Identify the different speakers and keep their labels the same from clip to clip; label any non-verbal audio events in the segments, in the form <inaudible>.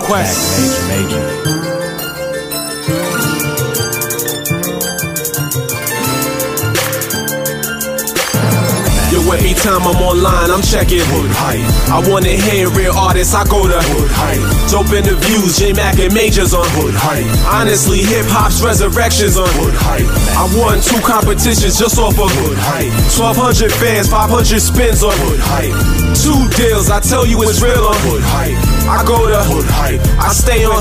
Speaker 1: Quest.
Speaker 2: Major, major.
Speaker 3: Yo, every time I'm online, I'm checking. I wanna hear real artists, I go to. Dope interviews, J Mac and Majors on. Honestly, hip hop's resurrections on. I won two competitions just off of. 1200 fans, 500 spins on. Two deals, I tell you it's real on. I go to. I stay on.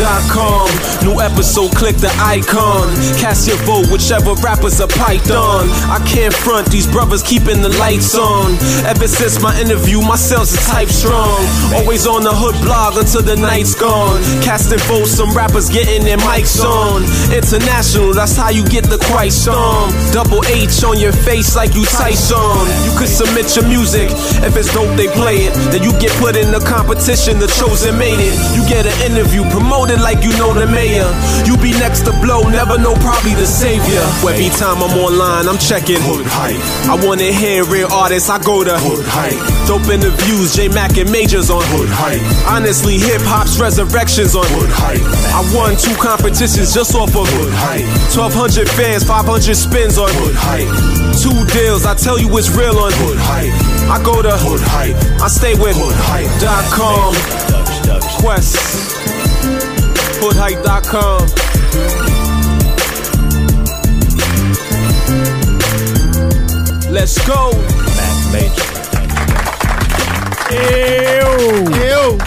Speaker 3: Dot com. New episode, click the icon. Cast your vote, whichever rapper's a python. I can't front, these brothers keeping the lights on. Ever since my interview, my sales are type strong. Always on the hood blog until the night's gone. Casting votes, some rappers getting their mics on. International, that's how you get the Christ on. Double H on your face like you Tyson. You could submit your music. If it's dope, they play it. Then you get put in the competition, the chosen made it. You get an interview, promoted like you know the mayor. You be next to blow, never know, probably the savior. Every time I'm online, I'm checking. I wanna hear real artists, I go to. Dope interviews, J Mac and Majors on. Honestly, hip hop's resurrections on. I won two competitions just off of. 1200 fans, 500 spins on. Two deals, I tell you it's real on. I go to. I stay with. Dot com. Quest. Hoodhype.com. Let's go.
Speaker 1: Ew.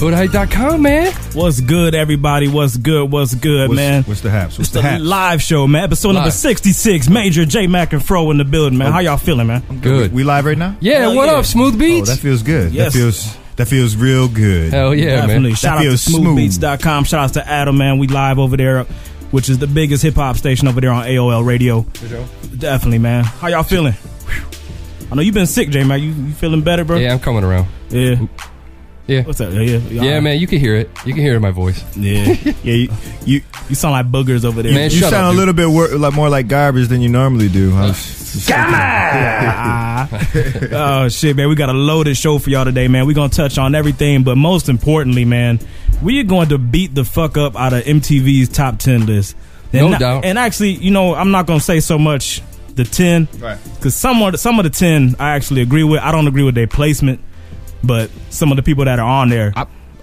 Speaker 4: Hoodhype.com, man.
Speaker 5: What's good, everybody? What's good? What's good,
Speaker 2: What's,
Speaker 5: man?
Speaker 2: what's the haps? What's
Speaker 5: It's
Speaker 2: the,
Speaker 5: the
Speaker 2: haps?
Speaker 5: live show, man. Episode number
Speaker 4: Live.
Speaker 5: 66. Major J Mac and Fro in the building, man. How y'all feeling, man?
Speaker 4: Good.
Speaker 2: We live right now?
Speaker 4: yeah,
Speaker 5: Hell
Speaker 4: what
Speaker 5: yeah.
Speaker 4: up, Smooth
Speaker 2: Oh,
Speaker 4: Beats?
Speaker 2: that feels good.
Speaker 5: Yes.
Speaker 2: That feels that feels real good.
Speaker 4: Hell yeah,
Speaker 5: Definitely.
Speaker 4: man.
Speaker 5: Shout
Speaker 2: That
Speaker 5: out to
Speaker 2: feels smooth.
Speaker 5: smoothbeats.com. Shout out to Adam, man. We live over there, which is the biggest hip hop station over there on AOL radio. Definitely, man. How y'all feeling? I know you've been sick, J Mac. You, you feeling better, bro?
Speaker 4: Yeah, I'm coming around.
Speaker 5: Yeah.
Speaker 4: Yeah.
Speaker 5: What's up? Yeah, yeah, Y'all-
Speaker 4: Yeah, man, you can hear it. You can hear it in my voice. <laughs>
Speaker 5: Yeah,
Speaker 2: Yeah, you you,
Speaker 5: you sound like boogers over there.
Speaker 4: Man,
Speaker 2: you
Speaker 4: shut
Speaker 2: sound
Speaker 4: up,
Speaker 2: a
Speaker 4: dude.
Speaker 2: little bit wor- like more like garbage than you normally do. I was-
Speaker 5: Ah. <laughs> oh shit, man, we got a loaded show for y'all today, man. We're gonna touch on everything, but most importantly, man, we are going to beat the fuck up out of MTV's top ten list. And
Speaker 4: No
Speaker 5: not-
Speaker 4: doubt.
Speaker 5: And actually, you know, I'm not gonna say so much the ten,
Speaker 2: Right.
Speaker 5: because some of the, some of the ten I actually agree with. I don't agree with their placement, but some of the people that are on there,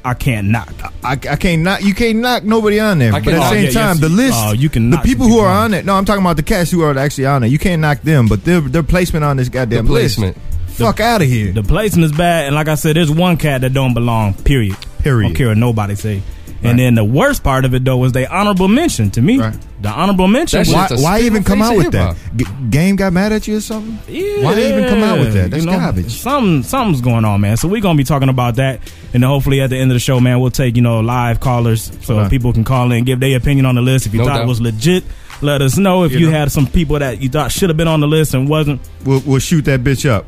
Speaker 5: I, can't knock.
Speaker 2: I, I can't knock you can't knock nobody on there.
Speaker 4: I
Speaker 2: But at
Speaker 4: can-
Speaker 2: the
Speaker 4: oh,
Speaker 2: same
Speaker 5: yeah, yes,
Speaker 2: time, the
Speaker 5: you-
Speaker 2: list
Speaker 5: oh, you can
Speaker 2: the
Speaker 5: knock
Speaker 2: people
Speaker 5: some
Speaker 2: who are
Speaker 5: people.
Speaker 2: on it. No, I'm talking about the cats who are actually on it. You can't knock them, but their their placement on this goddamn
Speaker 4: placement.
Speaker 2: list. Fuck out of here.
Speaker 5: The placement is bad, and like I said, there's one cat that don't belong. Period.
Speaker 2: Period.
Speaker 5: Don't care what nobody say.
Speaker 2: Right.
Speaker 5: And then the worst part of it though was they honorable mention to me.
Speaker 2: Right.
Speaker 5: The honorable mention.
Speaker 4: That
Speaker 5: was-
Speaker 2: why
Speaker 4: shit's a
Speaker 2: why
Speaker 4: spit in
Speaker 2: even
Speaker 4: the
Speaker 2: come
Speaker 4: face
Speaker 2: out
Speaker 4: of
Speaker 2: with that?
Speaker 4: hip-hop.
Speaker 2: G- game got mad at you or something?
Speaker 5: Yeah,
Speaker 2: Why they even come out with that?
Speaker 5: you
Speaker 2: That's
Speaker 5: know,
Speaker 2: garbage.
Speaker 5: Some something's going on, man. So we're gonna be talking about that, and then hopefully at the end of the show, man, we'll take you know live callers so
Speaker 2: Right.
Speaker 5: people can call in and give their opinion on the list. If you
Speaker 4: No
Speaker 5: thought it
Speaker 4: doubt.
Speaker 5: was legit, let us know. If
Speaker 2: You
Speaker 5: you,
Speaker 2: know.
Speaker 5: had some people that you thought should have been on the list and wasn't,
Speaker 2: We'll, we'll shoot that bitch up.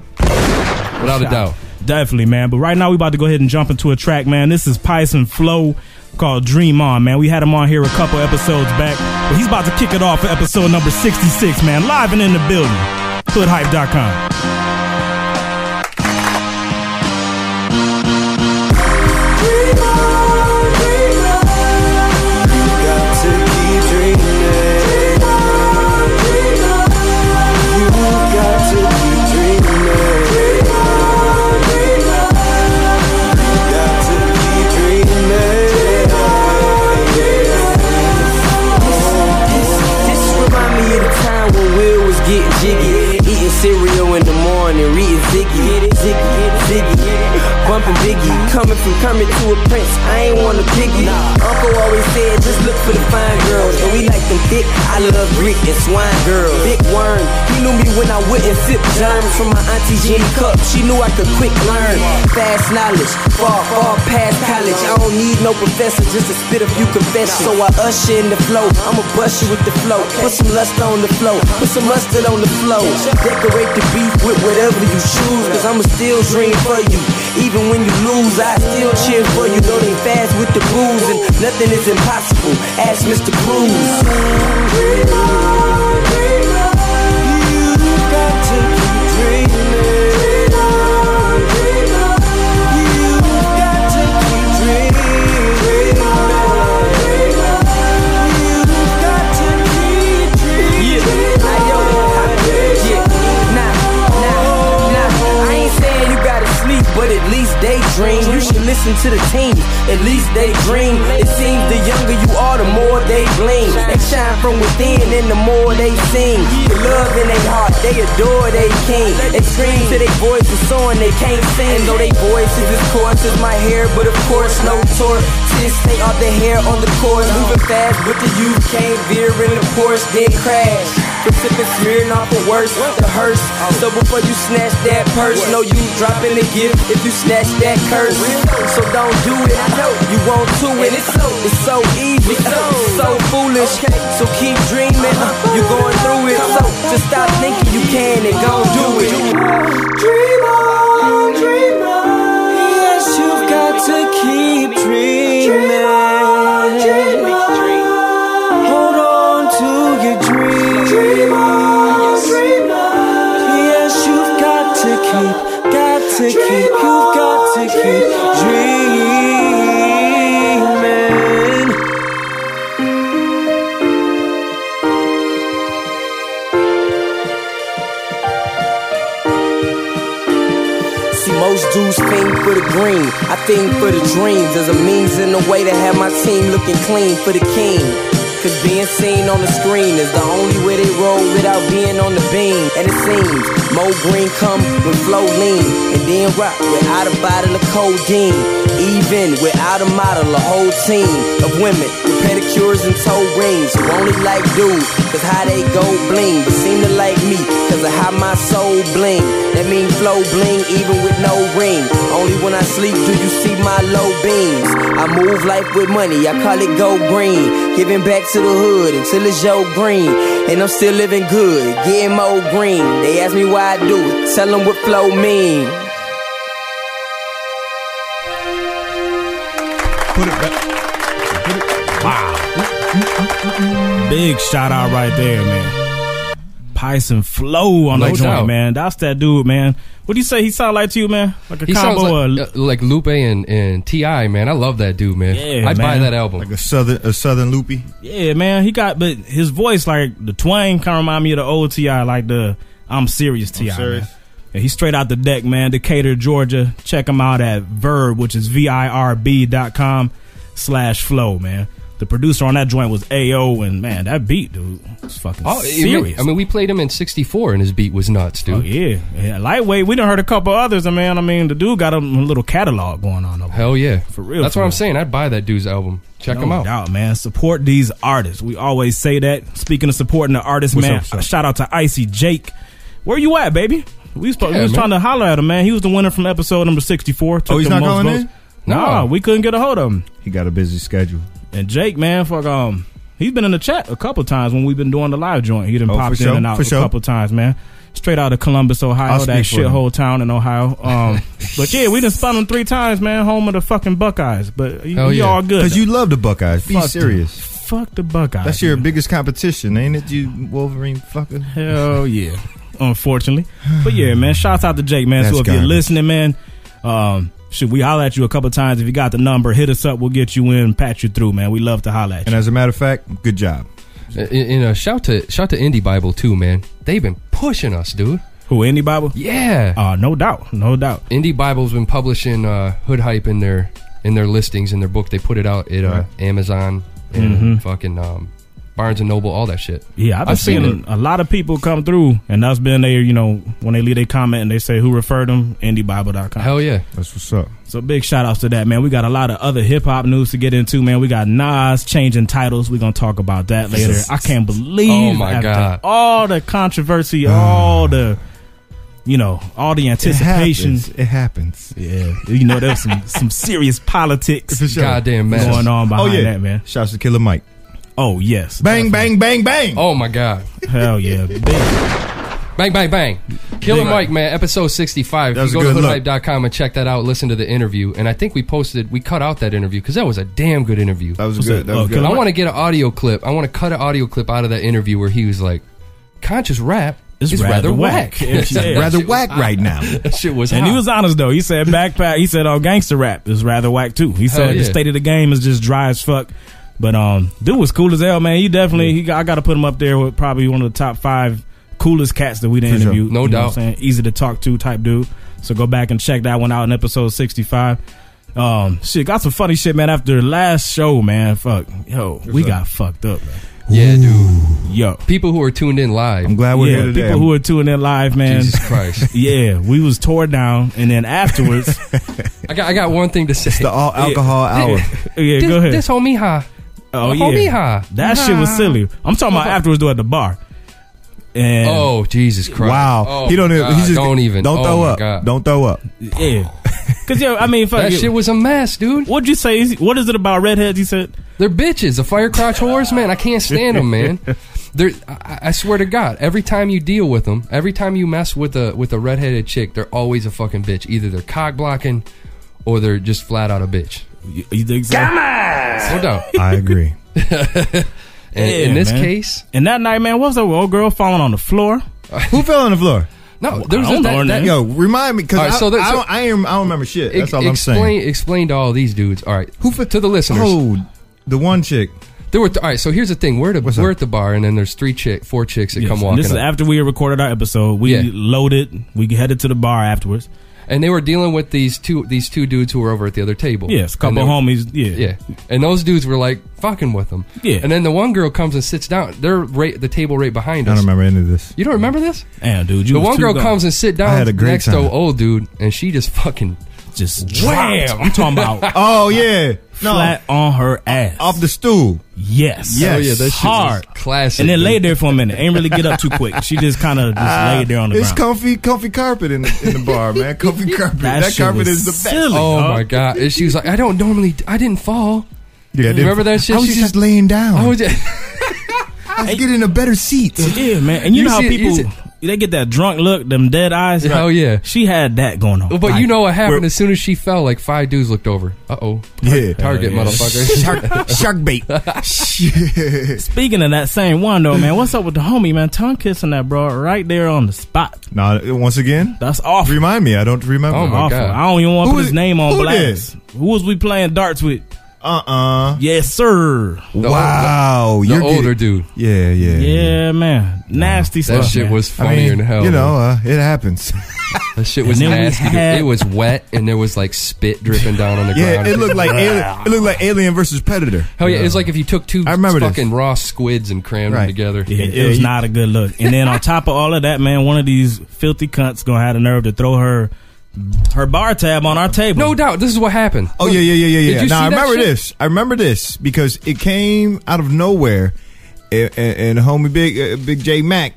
Speaker 4: Without a doubt.
Speaker 5: Definitely, man. But right now, we about to go ahead and jump into a track, man. This is Pyson Flow called Dream On, man. We had him on here a couple episodes back, but he's about to kick it off for episode number 66, man. Live and in the building. Hoodhype.com.
Speaker 6: This remind me of the time when Will was getting jiggy. Eating cereal in the morning, reading Ziggy, Ziggy, Ziggy, bumping Biggie. Coming from coming to a prince, I ain't wanna piggy. Uncle always said, just look for the fine girls. And we like them thick, I love Greek and swine girls. Big worm, he knew me when I wouldn't sip germs from my auntie Jenny cup. She knew I could quick learn. Fast knowledge, far, far past college. I don't need no professor, just a spit a few confessions. So I usher in the flow. I'ma bust you with the flow. Put some lust on the flow. Put some mustard on the flow. Decorate the beef with whatever you choose. Cause I'ma still dream for you. Even when you lose, I still cheer for you. Though they fast with the rules and nothing is impossible. Ask Mr. Cruz. You got to keep dreaming. You got to keep dreaming. but at least they dream. You should listen to the team, at least they dream. It seems the younger you are, the more they blame. They shine from within, and the more they sing. The love in their heart, they adore they king. They scream till they voice is soaring, they can't sing. Though they voices is coarse as my hair, but of course, no tortoise. They are the hair on the course, moving fast, but the youth can't veer in the course, then crash. From sipping Smirnoff or worse, the hearse. So before you snatch that purse, know you dropping the gift if you snatch that curse. So don't do it, I know you want to, and it's so, it's so easy, <laughs> so foolish. So keep dreaming, you're going through it. So just stop thinking you can and go do it. Dream on, dream on. Yes, you've got to keep dreaming. Dream on, dream on. Hold on to your dreams. Dream on, dream on. Yes, you've got to keep, got to keep, you've got to keep dreaming. See, most dudes think for the green. I think for the dreams. There's a means and a way to have my team looking clean for the king. Cause being seen on the screen is the only way they roll without being on the beam. And it seems Mo Green come with flow lean. And then rock without a bottle of codeine. Even without a model, a whole team of women with pedicures and toe rings. Who only like dudes, cause how they go bling. But seem to like me, cause of how my soul bling. That mean flow bling even with no ring. Only when I sleep do you see my low beams. I move life with money, I call it go green. Giving back to the hood until it's yo green. And I'm still living good, getting more green. They ask me why I do it, tell them what flow mean.
Speaker 4: Put it back.
Speaker 5: Big shout out right there, man. Pyson Flow on
Speaker 4: No
Speaker 5: the joint,
Speaker 4: doubt.
Speaker 5: man. That's that dude, man. What do you say he sound like to you, man? Like a
Speaker 4: He sounds
Speaker 5: combo
Speaker 4: like,
Speaker 5: of
Speaker 4: uh, like Lupe and, and Ti, man. I love that dude, man.
Speaker 5: Yeah,
Speaker 4: I buy
Speaker 5: man.
Speaker 4: that album.
Speaker 2: Like a southern, a southern loopy.
Speaker 5: Yeah, man, he got but his voice like the twang kind of remind me of the old Ti, like the I'm serious Ti.
Speaker 2: serious.
Speaker 5: man. Yeah, he's straight out the deck, man. Decatur, Georgia. Check him out at Verb, which is v i r b dot com slash flow, man. The producer on that joint was Ao, and man, that beat, dude, was fucking
Speaker 4: Oh, it
Speaker 5: serious.
Speaker 4: really- I mean, we played him in '64, and his beat was nuts, dude.
Speaker 5: Oh, yeah. yeah, lightweight. We done heard a couple others, and man, I mean, the dude got a little catalog going on over.
Speaker 4: Hell yeah,
Speaker 5: For real,
Speaker 4: That's
Speaker 5: for
Speaker 4: what
Speaker 5: real.
Speaker 4: I'm saying. I'd buy that dude's album. Check him
Speaker 5: no
Speaker 4: out.
Speaker 5: doubt, man. Support these artists. We always say that. Speaking of supporting the artists,
Speaker 2: What's
Speaker 5: man,
Speaker 2: up, sir?
Speaker 5: a shout out to Icy Jake. Where you at, baby? We was, we
Speaker 4: Yeah,
Speaker 5: was
Speaker 4: man.
Speaker 5: trying to holler at him, man. He was the winner from episode number 64. Took
Speaker 2: Oh, he's
Speaker 5: the
Speaker 2: not
Speaker 5: most
Speaker 2: going
Speaker 5: votes.
Speaker 2: in?
Speaker 5: Nah,
Speaker 4: No.
Speaker 5: we couldn't get a hold of him.
Speaker 2: He got a busy schedule.
Speaker 5: And Jake, man, fuck, um, he's been in the chat a couple times when we've been doing the live joint. He done
Speaker 2: Oh, for
Speaker 5: popped in
Speaker 2: sure,
Speaker 5: and out
Speaker 2: for
Speaker 5: a
Speaker 2: sure.
Speaker 5: couple times, man. Straight out of Columbus, Ohio,
Speaker 2: I'll
Speaker 5: that
Speaker 2: speak for
Speaker 5: shithole town in Ohio.
Speaker 2: <laughs>
Speaker 5: Um, but yeah, we done spun him three times, man. Home of the fucking Buckeyes, but you,
Speaker 4: Hell
Speaker 5: you
Speaker 4: yeah.
Speaker 5: all good.
Speaker 2: Cause you love the Buckeyes. Be
Speaker 5: Fuck them.
Speaker 2: serious.
Speaker 5: Fuck the Buckeyes.
Speaker 2: That's your biggest competition, ain't it? You Wolverine fucker.
Speaker 5: Hell yeah. Unfortunately. But yeah, man, shouts out to Jake, man. so
Speaker 2: That's
Speaker 5: if you're
Speaker 2: garbage.
Speaker 5: listening, man, um, should we holler at you a couple times? If you got the number, hit us up. We'll get you in, pat you through, man. We love to holler at
Speaker 2: And
Speaker 5: you.
Speaker 2: as a matter of fact, good job.
Speaker 4: And, and uh, shout to shout to Indie Bible too, man. They've been pushing us, dude.
Speaker 5: Who, Indy Bible?
Speaker 4: Yeah.
Speaker 5: Uh, no doubt. No doubt.
Speaker 4: Indie Bible's been publishing uh, Hood Hype in their in their listings in their book. They put it out at uh, Amazon and fucking um, Barnes and Noble, all that shit.
Speaker 5: Mm-hmm. Yeah, I've been
Speaker 4: I've seen
Speaker 5: seeing a lot of people come through, and that's been their, you know, when they leave their comment and they say who referred them, indiebible.com.
Speaker 4: Hell yeah.
Speaker 2: That's what's up.
Speaker 5: So big shout outs to that, man. We got a lot of other hip hop news to get into, man. We got Nas changing titles. We're gonna talk about that later. I can't believe
Speaker 4: Oh, my
Speaker 5: after
Speaker 4: God.
Speaker 5: all the
Speaker 2: <sighs>
Speaker 5: controversy, all the you know, all the anticipation.
Speaker 2: It happens.
Speaker 5: Yeah. You know, there's
Speaker 2: <laughs>
Speaker 5: some some serious politics
Speaker 2: For sure.
Speaker 4: Goddamn mess.
Speaker 5: going on behind that, man.
Speaker 2: Oh, Shouts to Killer Mike.
Speaker 5: Oh yes.
Speaker 2: Bang, bang, bang, bang.
Speaker 4: Oh my god.
Speaker 5: Hell
Speaker 4: <laughs>
Speaker 5: yeah. Big.
Speaker 4: Bang, bang, bang. Killer
Speaker 2: Big-
Speaker 4: Mike, man, episode 65.
Speaker 2: That
Speaker 4: If
Speaker 2: was
Speaker 4: you
Speaker 2: a
Speaker 4: go to
Speaker 2: good look.
Speaker 4: hoodhype.com and check that out, listen to the interview. And I think we posted, we cut out that interview because that was a damn good interview.
Speaker 2: That was
Speaker 5: What's
Speaker 2: good.
Speaker 5: that?
Speaker 2: That was
Speaker 5: Oh,
Speaker 2: good.
Speaker 5: Killer
Speaker 4: I
Speaker 5: Mike.
Speaker 4: want to get an audio clip. I want to cut an audio clip out of that interview where he was like, conscious rap
Speaker 5: It's
Speaker 4: is
Speaker 5: rather
Speaker 4: rather
Speaker 5: whack."
Speaker 4: whack.
Speaker 5: It's
Speaker 4: <laughs> That
Speaker 2: Rather
Speaker 4: shit was
Speaker 2: whack
Speaker 4: hot.
Speaker 2: right now.
Speaker 4: That shit was
Speaker 5: And he
Speaker 4: hot.
Speaker 5: was honest though. He said backpack. He said, "Oh, gangster rap is rather whack too." He said
Speaker 4: Hell
Speaker 5: the
Speaker 4: yeah.
Speaker 5: state of the game is just dry as fuck. But um, dude was cool as hell, man. He definitely. He got, I got to put him up there with probably one of the top five coolest cats that we done
Speaker 2: For sure.
Speaker 5: interviewed.
Speaker 4: No
Speaker 5: you know
Speaker 4: doubt.
Speaker 5: what I'm saying? Easy to talk to type dude. So go back and check that one out in episode 65. Um, shit, got some funny shit, man. After the last show, man, fuck, yo, we got fucked up, man.
Speaker 4: Yeah, dude.
Speaker 5: Yo,
Speaker 4: People who are tuned in
Speaker 2: I'm
Speaker 4: live.
Speaker 2: glad we're
Speaker 5: yeah,
Speaker 2: here today.
Speaker 5: people who are tuning in live, man.
Speaker 4: Jesus Christ.
Speaker 5: <laughs> Yeah, we was tore down, and then
Speaker 4: <laughs>
Speaker 5: afterwards,
Speaker 4: I got I got one thing to say. <laughs>
Speaker 2: the all alcohol hour.
Speaker 5: yeah,
Speaker 4: this,
Speaker 5: go ahead.
Speaker 4: This homie high.
Speaker 5: oh
Speaker 4: Oh,
Speaker 5: yeah,
Speaker 4: yeah.
Speaker 5: that shit was silly. I'm talking about afterwards though at the bar, and
Speaker 4: Oh Jesus Christ!
Speaker 2: Wow,
Speaker 4: Oh,
Speaker 2: he don't.
Speaker 4: my
Speaker 2: even-
Speaker 4: God.
Speaker 2: He just
Speaker 4: don't even.
Speaker 2: Don't
Speaker 4: Oh,
Speaker 2: throw
Speaker 4: my
Speaker 5: <laughs>
Speaker 2: up.
Speaker 4: God.
Speaker 2: Don't throw up.
Speaker 5: yeah, because yo, I mean, fuck,
Speaker 4: That
Speaker 5: you-
Speaker 4: shit was a mess, dude.
Speaker 5: what'd you say? What is it about redheads? You said
Speaker 4: They're bitches. The fire crotch whores, man. I can't stand
Speaker 5: <laughs>
Speaker 4: them, man. They're, I, I swear to God, every time you deal with them, every time you mess with a with a redheaded chick, they're always a fucking bitch. Either they're cock blocking, or they're just flat out a bitch.
Speaker 5: you, you think so?
Speaker 4: <laughs> No doubt.
Speaker 2: I
Speaker 4: <laughs>
Speaker 2: agree.
Speaker 4: And
Speaker 5: Yeah,
Speaker 4: in this
Speaker 5: man.
Speaker 4: case,
Speaker 5: And that night, man, what was that old girl falling on the floor?
Speaker 2: Who fell on
Speaker 5: <laughs>
Speaker 2: the floor?
Speaker 4: no, there's
Speaker 5: I don't
Speaker 4: that,
Speaker 5: know her
Speaker 4: that-
Speaker 5: name.
Speaker 2: Yo, remind me because
Speaker 4: All right,
Speaker 2: I,
Speaker 4: so there-
Speaker 2: I
Speaker 4: so-
Speaker 2: don't. I, am, I don't remember shit. That's
Speaker 4: ex-
Speaker 2: all I'm
Speaker 4: explain,
Speaker 2: saying.
Speaker 4: Explain to all these dudes. All right, who to the listeners?
Speaker 2: Oh, the one chick.
Speaker 4: There were all right. So here's the thing: we're at a,
Speaker 2: What's
Speaker 4: we're
Speaker 2: up?
Speaker 4: at the bar, and then there's three chick, four chicks that
Speaker 5: Yes,
Speaker 4: come
Speaker 5: and
Speaker 4: walking.
Speaker 5: This is
Speaker 4: up.
Speaker 5: after we had recorded our episode. We
Speaker 4: Yeah.
Speaker 5: loaded. We headed to the bar afterwards.
Speaker 4: and they were dealing with these two these two dudes who were over at the other table.
Speaker 5: Yes, a
Speaker 4: And
Speaker 5: couple
Speaker 4: they-
Speaker 5: homies. Yeah,
Speaker 4: Yeah, and those dudes were like fucking with them.
Speaker 5: Yeah.
Speaker 4: and then the one girl comes and sits down. They're right the table right behind
Speaker 2: I don't
Speaker 4: us.
Speaker 2: remember any of this.
Speaker 4: You don't remember this?
Speaker 5: Damn, dude, you
Speaker 4: The
Speaker 5: was
Speaker 4: one
Speaker 5: too
Speaker 4: girl
Speaker 5: gone.
Speaker 4: comes and sit down
Speaker 2: had a great
Speaker 4: next to
Speaker 2: time.
Speaker 4: old dude, and she just fucking
Speaker 5: just wham. I'm talking about
Speaker 2: <laughs> Oh yeah, no,
Speaker 5: flat on her ass.
Speaker 2: off the stool.
Speaker 5: yes,
Speaker 2: Yes.
Speaker 4: oh yeah, that shit
Speaker 5: hard.
Speaker 4: was classic.
Speaker 5: and then
Speaker 4: dude.
Speaker 5: lay there for a minute. Ain't really get up too quick. She just kind of just laid there on the
Speaker 2: Ah, It's
Speaker 5: ground.
Speaker 2: comfy, comfy carpet in the, in the
Speaker 5: <laughs>
Speaker 2: bar, man. Comfy carpet.
Speaker 5: That
Speaker 2: That,
Speaker 5: shit
Speaker 2: carpet
Speaker 5: was
Speaker 2: is the best.
Speaker 5: silly.
Speaker 4: Oh
Speaker 5: dog.
Speaker 4: my god! And she was like, "I don't normally, I didn't fall.
Speaker 2: Yeah, they-
Speaker 4: Remember that shit
Speaker 2: I was
Speaker 4: she
Speaker 2: just
Speaker 4: said?
Speaker 2: laying down.
Speaker 4: I
Speaker 2: I
Speaker 4: was."
Speaker 2: <laughs>
Speaker 4: Just,
Speaker 2: was getting a better seat.
Speaker 5: Yeah, man. And you,
Speaker 4: You
Speaker 5: know
Speaker 4: see-
Speaker 5: how people
Speaker 4: you
Speaker 5: they get that drunk look, them dead eyes.
Speaker 4: Hell yeah.
Speaker 5: She had that going on.
Speaker 4: but you know what happened? As soon as she fell, like five dudes looked over. Uh oh,
Speaker 2: Yeah,
Speaker 4: target
Speaker 5: yeah.
Speaker 4: motherfucker.
Speaker 2: <laughs>
Speaker 4: <laughs>
Speaker 2: shark, shark bait. Shit.
Speaker 5: Speaking of that same one though, man, what's up with the homie, man? Tongue kissing that bro right there on the spot.
Speaker 2: nah, once again,
Speaker 5: That's awful.
Speaker 2: remind me. I don't remember.
Speaker 4: Oh, my
Speaker 5: awful.
Speaker 4: God.
Speaker 5: I don't even want to
Speaker 2: Who
Speaker 5: put
Speaker 2: is-
Speaker 5: his name on
Speaker 2: who
Speaker 5: blast. Who was we playing darts with?
Speaker 2: Uh-uh.
Speaker 5: Yes, sir.
Speaker 4: The
Speaker 2: wow.
Speaker 4: the
Speaker 2: you're
Speaker 4: older
Speaker 2: getting-
Speaker 4: dude. <laughs>
Speaker 2: Yeah, yeah.
Speaker 5: Yeah, man. Nasty
Speaker 4: That
Speaker 5: stuff.
Speaker 4: shit
Speaker 5: man.
Speaker 4: was
Speaker 2: I
Speaker 4: funnier
Speaker 2: mean,
Speaker 4: than hell.
Speaker 2: you
Speaker 4: dude.
Speaker 2: know, uh, it
Speaker 4: <laughs>
Speaker 2: happens.
Speaker 4: That shit was
Speaker 5: And then we
Speaker 4: nasty. dude.
Speaker 5: had-
Speaker 4: It was wet, and there was like spit dripping down on the
Speaker 2: yeah,
Speaker 4: ground.
Speaker 2: it looked like alien, it looked like Alien versus Predator.
Speaker 4: Hell yeah, it was like if you took two
Speaker 2: I remember this.
Speaker 4: fucking raw squids and crammed them
Speaker 2: Right.
Speaker 4: together.
Speaker 5: Yeah, it
Speaker 2: Yeah,
Speaker 5: was
Speaker 2: you-
Speaker 5: not a good look. And
Speaker 2: <laughs>
Speaker 5: then on top of all of that, man, one of these filthy cunts gonna have the nerve to throw her her bar tab on our table.
Speaker 4: No doubt, this is what happened.
Speaker 2: Oh yeah, yeah, yeah, yeah,
Speaker 4: Did
Speaker 2: yeah.
Speaker 4: you
Speaker 2: Now
Speaker 4: see that
Speaker 2: I remember
Speaker 4: shit?
Speaker 2: this. I remember this because it came out of nowhere, and, and, and homie Big uh, Big J Mac.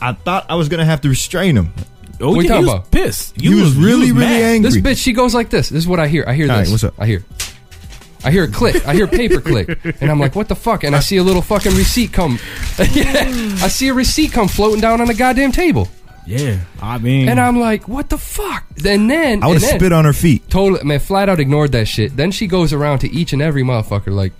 Speaker 2: I thought I was gonna have to restrain him.
Speaker 5: oh, yeah,
Speaker 4: What you
Speaker 5: he
Speaker 4: talking
Speaker 5: was
Speaker 4: about?
Speaker 5: pissed.
Speaker 2: You,
Speaker 5: You
Speaker 2: was really,
Speaker 5: you
Speaker 2: really
Speaker 5: mad.
Speaker 4: This
Speaker 2: angry.
Speaker 4: bitch, she goes like this. This is what I hear. I hear this.
Speaker 2: All right, what's up?
Speaker 4: I hear. I hear a click. I hear paper click, and I'm like, "What the fuck?" And I see a little fucking receipt come. <laughs> yeah, I see a receipt come floating down on the goddamn table,
Speaker 5: Yeah, I mean,
Speaker 4: and I'm like, "What the fuck?" And then
Speaker 2: Mm. I would
Speaker 4: and
Speaker 2: have
Speaker 4: then-
Speaker 2: spit on her feet.
Speaker 4: Totally, man, flat out ignored that shit. Then she goes around to each and every motherfucker, like,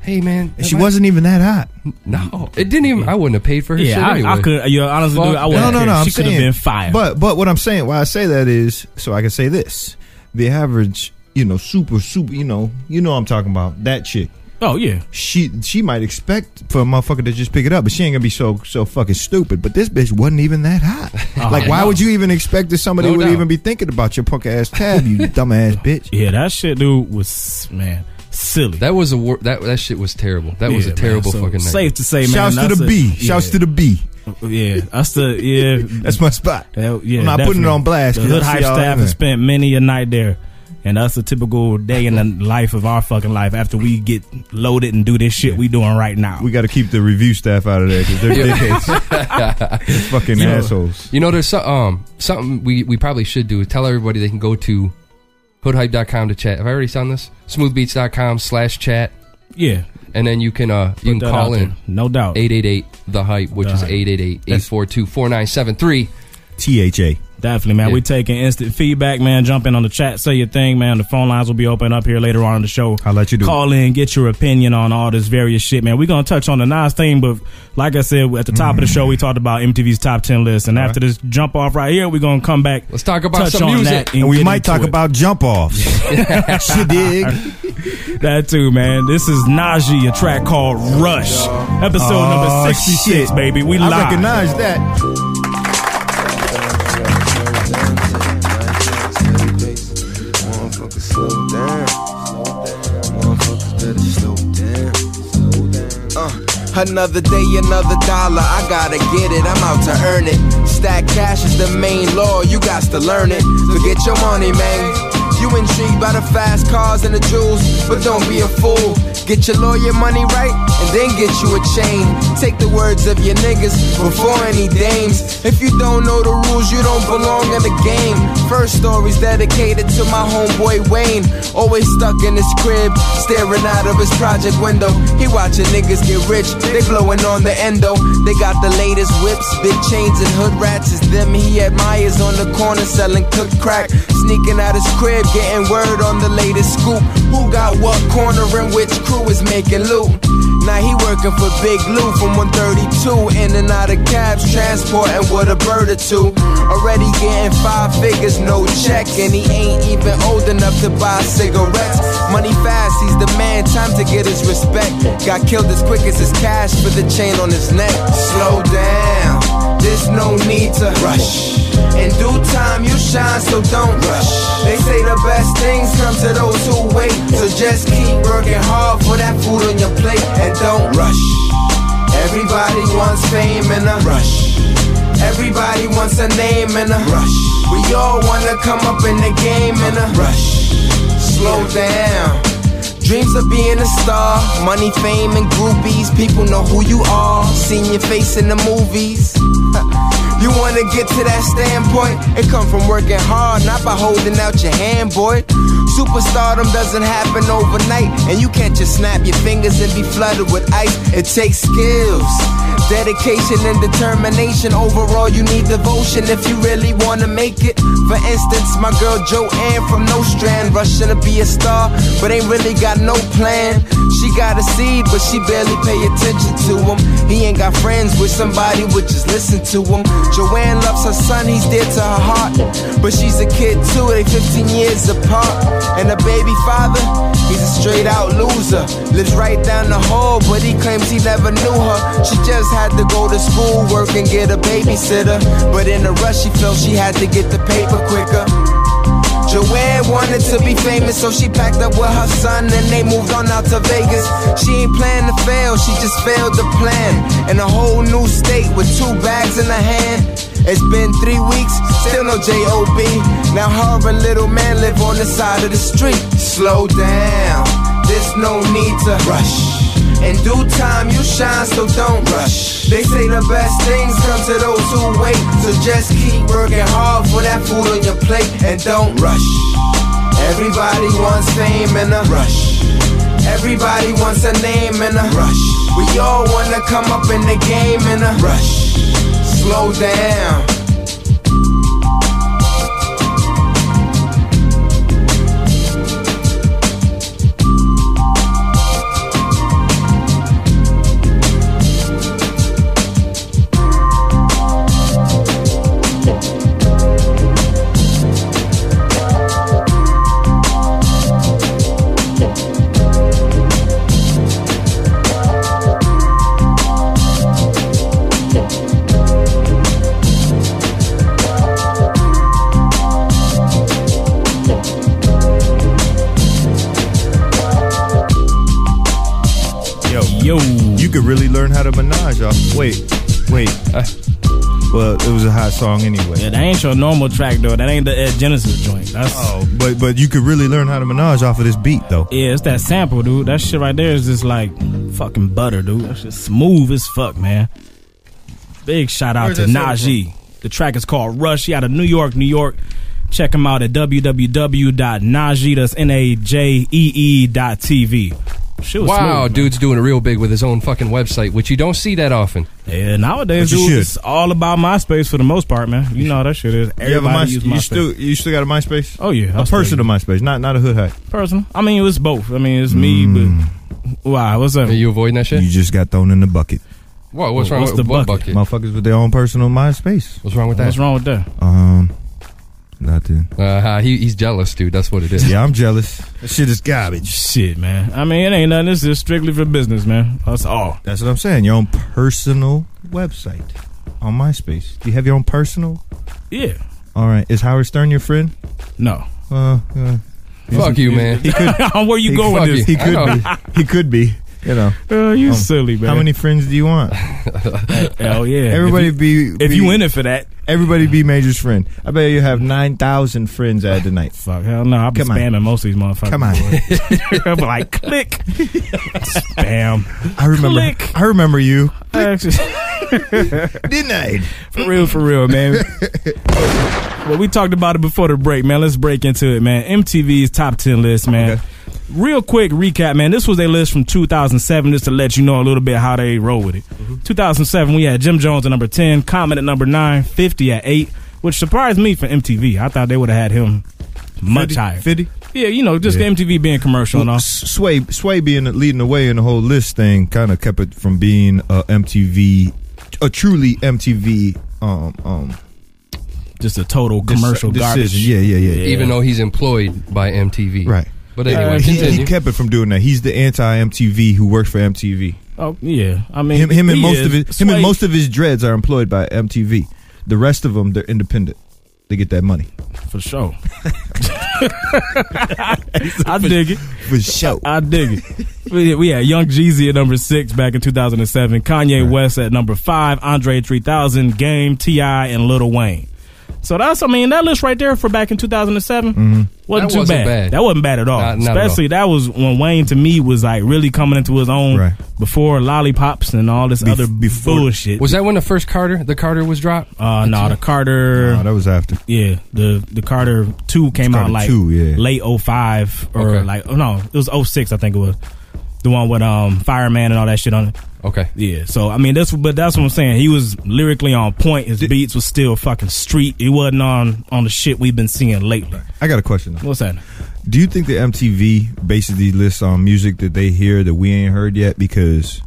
Speaker 4: "Hey, man,
Speaker 2: And she
Speaker 4: am I-
Speaker 2: wasn't even that hot.
Speaker 4: No, it didn't even. I wouldn't have paid for her shit
Speaker 5: yeah, I,
Speaker 4: anyway.
Speaker 5: I could. Yeah, honestly,
Speaker 4: Fuck
Speaker 5: dude, I
Speaker 4: that.
Speaker 5: wouldn't
Speaker 2: no, no,
Speaker 5: care.
Speaker 2: no. I'm
Speaker 5: she could have
Speaker 2: saying-
Speaker 5: been fired.
Speaker 2: But but what I'm saying, why I say that is, so I can say this: the average, you know, super super, you know, you know, what I'm talking about that chick.
Speaker 5: oh yeah,
Speaker 2: She she might expect for a motherfucker to just pick it up, but she ain't gonna be so so fucking stupid. But this bitch wasn't even that hot.
Speaker 5: Oh,
Speaker 2: like, why would you even expect that somebody
Speaker 4: No
Speaker 2: would
Speaker 4: doubt.
Speaker 2: even be thinking about your punk ass tab,
Speaker 5: <laughs>
Speaker 2: you dumbass bitch?
Speaker 5: yeah, that shit, dude, was man silly.
Speaker 4: That was a wor- that that shit was terrible. That was
Speaker 5: Yeah,
Speaker 4: a terrible
Speaker 5: man, so
Speaker 4: fucking night.
Speaker 5: Safe to say, man.
Speaker 2: Shouts to
Speaker 5: that's
Speaker 2: the
Speaker 5: a-
Speaker 2: B.
Speaker 5: yeah,
Speaker 2: Shouts to the B.
Speaker 5: yeah. That's the yeah.
Speaker 2: <laughs> That's my spot.
Speaker 5: Hell, yeah,
Speaker 2: I'm not putting it
Speaker 5: definitely.
Speaker 2: on blast,
Speaker 5: The
Speaker 2: 'cause
Speaker 5: hood
Speaker 2: I see
Speaker 5: hype
Speaker 2: y'all
Speaker 5: staff has
Speaker 2: in there.
Speaker 5: spent many a night there, and that's a typical day in the life of our fucking life. After we get loaded and do this shit we doing right now.
Speaker 2: We got to keep the review staff out of there because they're dickheads, They're fucking assholes.
Speaker 4: You know, there's so, um something we we probably should do. is Tell everybody they can go to hoodhype.com to chat. Have I already done this? Smoothbeats.com slash chat,
Speaker 5: yeah,
Speaker 4: and then you can uh you
Speaker 5: put
Speaker 4: can
Speaker 5: that
Speaker 4: call
Speaker 5: out
Speaker 4: in
Speaker 5: there, no doubt.
Speaker 4: 888 the hype, which
Speaker 5: The
Speaker 4: is
Speaker 5: Hype.
Speaker 4: 888 842 4973.
Speaker 2: T H A.
Speaker 5: Definitely, man.
Speaker 4: Yeah.
Speaker 5: We taking instant feedback, man. Jump in on the chat, say your thing, man. The phone lines will be open up here later on in the show.
Speaker 2: I'll let you do
Speaker 5: Call in, get your opinion on all this various shit, man. We're gonna touch on the Nas thing, but like I said at the top of the show, we
Speaker 2: Mm.
Speaker 5: talked about MTV's top ten list, and after this jump off right here, we're gonna come back.
Speaker 4: Let's talk about
Speaker 5: touch
Speaker 4: some
Speaker 5: on
Speaker 4: music.
Speaker 5: that
Speaker 2: And we
Speaker 5: get
Speaker 2: might
Speaker 5: into
Speaker 2: talk
Speaker 5: it.
Speaker 2: about jump offs.
Speaker 5: <laughs>
Speaker 2: she dig.
Speaker 5: that too, man. This is Najee, a track called Rush, episode
Speaker 2: Oh,
Speaker 5: number sixty six,
Speaker 2: shit.
Speaker 5: baby. We
Speaker 2: I
Speaker 5: live.
Speaker 2: recognize that.
Speaker 7: Uh, Another day, another dollar. I gotta get it. I'm out to earn it. Stack cash is the main law. You got to learn it. So get your money, man. You intrigued by the fast cars and the jewels, but don't be a fool. Get your lawyer money right, and then get you a chain. Take the words of your niggas before any dames. If you don't know the rules, you don't belong in the game. First story's dedicated to my homeboy Wayne. Always stuck in his crib, staring out of his project window. He watching niggas get rich, they blowing on the endo. They got the latest whips, big chains and hood rats. Is them he admires on the corner selling cooked crack. Sneaking out his crib, getting word on the latest scoop. Who got what corner and which crew is making loot? Now he working for Big Lou from 132. In and out of cabs, transporting with a bird or two. Already getting five figures, no check. And he ain't even old enough to buy cigarettes. Money fast, he's the man, time to get his respect. Got killed as quick as his cash for the chain on his neck. Slow down, there's no need to rush. In due time, you shine, so don't rush. They say the best things come to those who wait. So just keep working hard for that food on your plate and don't rush. Everybody wants fame in a rush. Everybody wants a name in a rush. We all wanna come up in the game in a rush. Slow down. Dreams of being a star, money, fame, and groupies. People know who you are, seen your face in the movies. You wanna get to that standpoint? It come from working hard, not by holding out your hand, boy. Superstardom doesn't happen overnight, and you can't just snap your fingers and be flooded with ice. It takes skills, dedication, and determination. Overall, you need devotion if you really wanna make it. For instance, my girl Joanne from No Strand, rushing to be a star, but ain't really got no plan. She got a seed, but she barely pay attention to him. He ain't got friends with somebody would just listen to him. Joanne loves her son, he's dear to her heart. But she's a kid too, they 15 years apart. And the baby father, he's a straight out loser. Lives right down the hall, but he claims he never knew her. She just had to go to school, work, and get a babysitter. But in a rush, she felt she had to get the paper quicker. Joanne wanted to be famous, so she packed up with her son and they moved on out to Vegas. She ain't plan to fail, she just failed to plan. In a whole new state with two bags in her hand. It's been three weeks, still no J.O.B. Now her and little man live on the side of the street. Slow down, there's no need to rush. In due time, you shine, so don't rush. They say the best things come to those who wait. So just keep working hard for that food on your plate and don't rush. Everybody wants fame in a rush. Everybody wants a name in a rush. We all wanna come up in the game in a rush. Slow down.
Speaker 2: Yo,
Speaker 5: Yo.
Speaker 2: you could really learn how to menage off. Wait, wait.
Speaker 5: Uh.
Speaker 2: well, it was a hot song anyway.
Speaker 5: Yeah, that ain't your normal track though. That ain't the Ed Genesis joint. That's
Speaker 2: Oh, but but you could really learn how to menage off of this beat though.
Speaker 5: yeah, it's that sample, dude. That shit right there is just like fucking butter, dude. That's just smooth as fuck, man. Big shout out
Speaker 2: Where's
Speaker 5: to
Speaker 2: that sample
Speaker 5: Najee. The track is called Rush. He out of New York, New York. Check him out at www.najee. That's n a j e e dot tv. Shit was
Speaker 4: Wow,
Speaker 5: smooth, man.
Speaker 4: dude's doing it real big with his own fucking website, which you don't see that often.
Speaker 5: Yeah, nowadays,
Speaker 2: But you
Speaker 5: dude,
Speaker 2: should.
Speaker 5: it's all about MySpace for the most part, man. You know how that shit is.
Speaker 2: You have a
Speaker 5: Everybody
Speaker 2: MySpace.
Speaker 5: use MySpace.
Speaker 2: You still you still got a MySpace?
Speaker 5: oh yeah,
Speaker 2: a
Speaker 5: I'll still
Speaker 2: personal MySpace, not not a hood hack. Mm.
Speaker 5: personal. I mean, it was both. I mean, it's me, but wow, what's up?
Speaker 4: Are you avoiding that shit?
Speaker 2: You just got thrown in the bucket,
Speaker 4: What? What's wrong
Speaker 5: What's
Speaker 4: with
Speaker 5: the
Speaker 4: what
Speaker 5: bucket?
Speaker 4: bucket?
Speaker 2: motherfuckers with their own personal MySpace.
Speaker 4: What's wrong with that?
Speaker 5: What's wrong with that?
Speaker 2: Um, nothing.
Speaker 4: Uh, he, he's jealous, dude. That's what it is.
Speaker 2: Yeah, I'm jealous. That shit is garbage.
Speaker 5: Shit, man. I mean, it ain't nothing. This is strictly for business, man. That's all.
Speaker 2: That's what I'm saying. Your own personal website on MySpace. Do you have your own personal?
Speaker 5: Yeah.
Speaker 2: All right. Is Howard Stern your friend?
Speaker 5: No.
Speaker 2: Uh, uh,
Speaker 4: Fuck you, man.
Speaker 2: he could.
Speaker 5: <laughs> Where you
Speaker 2: He
Speaker 5: going
Speaker 4: fuck
Speaker 5: with this?
Speaker 4: you.
Speaker 2: He could be. He could be.
Speaker 5: <laughs>
Speaker 2: you know.
Speaker 5: Oh, you
Speaker 2: Um,
Speaker 5: silly, man.
Speaker 2: How many friends do you want?
Speaker 5: Hell yeah.
Speaker 2: Everybody
Speaker 5: If
Speaker 2: be,
Speaker 5: you, if
Speaker 2: be-
Speaker 5: you in it for that,
Speaker 2: Everybody be Major's friend. I bet you have nine thousand friends at the night.
Speaker 5: fuck hell no. I've been
Speaker 2: Come on.
Speaker 5: spamming most of these motherfuckers.
Speaker 2: Come
Speaker 5: <laughs>
Speaker 2: on.
Speaker 5: I'm like click, spam.
Speaker 2: I remember.
Speaker 5: Click.
Speaker 2: I remember you.
Speaker 5: Actually,
Speaker 2: <laughs> Didn't I?
Speaker 5: <laughs> for real, for real, man.
Speaker 2: <laughs>
Speaker 5: well, we talked about it before the break, man. Let's break into it, man. MTV's top ten list, man.
Speaker 2: Okay.
Speaker 5: Real quick recap, man. This was a list from 2007, just to let you know a little bit how they roll with it.
Speaker 2: Mm-hmm.
Speaker 5: 2007, we had Jim Jones at number 10, Common at number 9, 50 at 8, which surprised me for MTV. I thought they would have had him much
Speaker 2: 50?
Speaker 5: higher.
Speaker 2: Fifty.
Speaker 5: Yeah, you know, just
Speaker 2: Yeah.
Speaker 5: MTV being commercial and all.
Speaker 2: Sway Sway being leading the way in the whole list thing kind of kept it from being a MTV, a truly MTV um um
Speaker 5: Just a total commercial
Speaker 2: deci-
Speaker 5: garbage.
Speaker 2: decision. uh, Yeah, yeah, yeah.
Speaker 4: even though he's employed by MTV.
Speaker 2: Right.
Speaker 4: But anyway,
Speaker 5: Uh,
Speaker 2: He,
Speaker 4: continue.
Speaker 2: he kept it from doing that. He's the anti MTV who works for MTV.
Speaker 5: Oh yeah, I mean
Speaker 2: Him, him and
Speaker 5: he
Speaker 2: most
Speaker 5: is.
Speaker 2: of his him
Speaker 5: Sway-
Speaker 2: and most of his dreads are employed by MTV. The rest of them, they're independent. They get that money
Speaker 5: for sure. <laughs> I dig it.
Speaker 2: for sure.
Speaker 5: I dig it. We, we had Young Jeezy at number six back in 2007. Kanye West at number five. Andre 3000, Game, Ti, and Lil Wayne. So that's I mean that list right there for back in 2007
Speaker 8: <laughs>
Speaker 5: wasn't
Speaker 4: Mm-hmm. That
Speaker 5: too
Speaker 4: wasn't
Speaker 5: bad.
Speaker 4: bad.
Speaker 5: That wasn't bad at all.
Speaker 4: Not- not at all.
Speaker 5: Especially that was when Wayne to me was like really coming into his own
Speaker 2: Right.
Speaker 5: before lollipops and all this
Speaker 2: Bef-
Speaker 5: other
Speaker 2: before-
Speaker 5: bullshit.
Speaker 4: was that when the first Carter, the Carter was dropped?
Speaker 5: uh, no, the Carter.
Speaker 2: No, that was after.
Speaker 5: Yeah, the the Carter two came
Speaker 2: Carter
Speaker 5: out like
Speaker 2: 2, yeah.
Speaker 5: late 05 or
Speaker 4: Okay.
Speaker 5: like oh no, it was 06 I think it was. The one with um Fireman and all that shit on it.
Speaker 4: Okay.
Speaker 5: Yeah, so I mean that's but that's what I'm saying. He was lyrically on point. His beats was still fucking street. He wasn't on on the shit we've been seeing lately.
Speaker 2: <laughs> I got a question. Though.
Speaker 5: What's that?
Speaker 2: Do you think that MTV bases these lists on music that they hear that we ain't heard yet? Because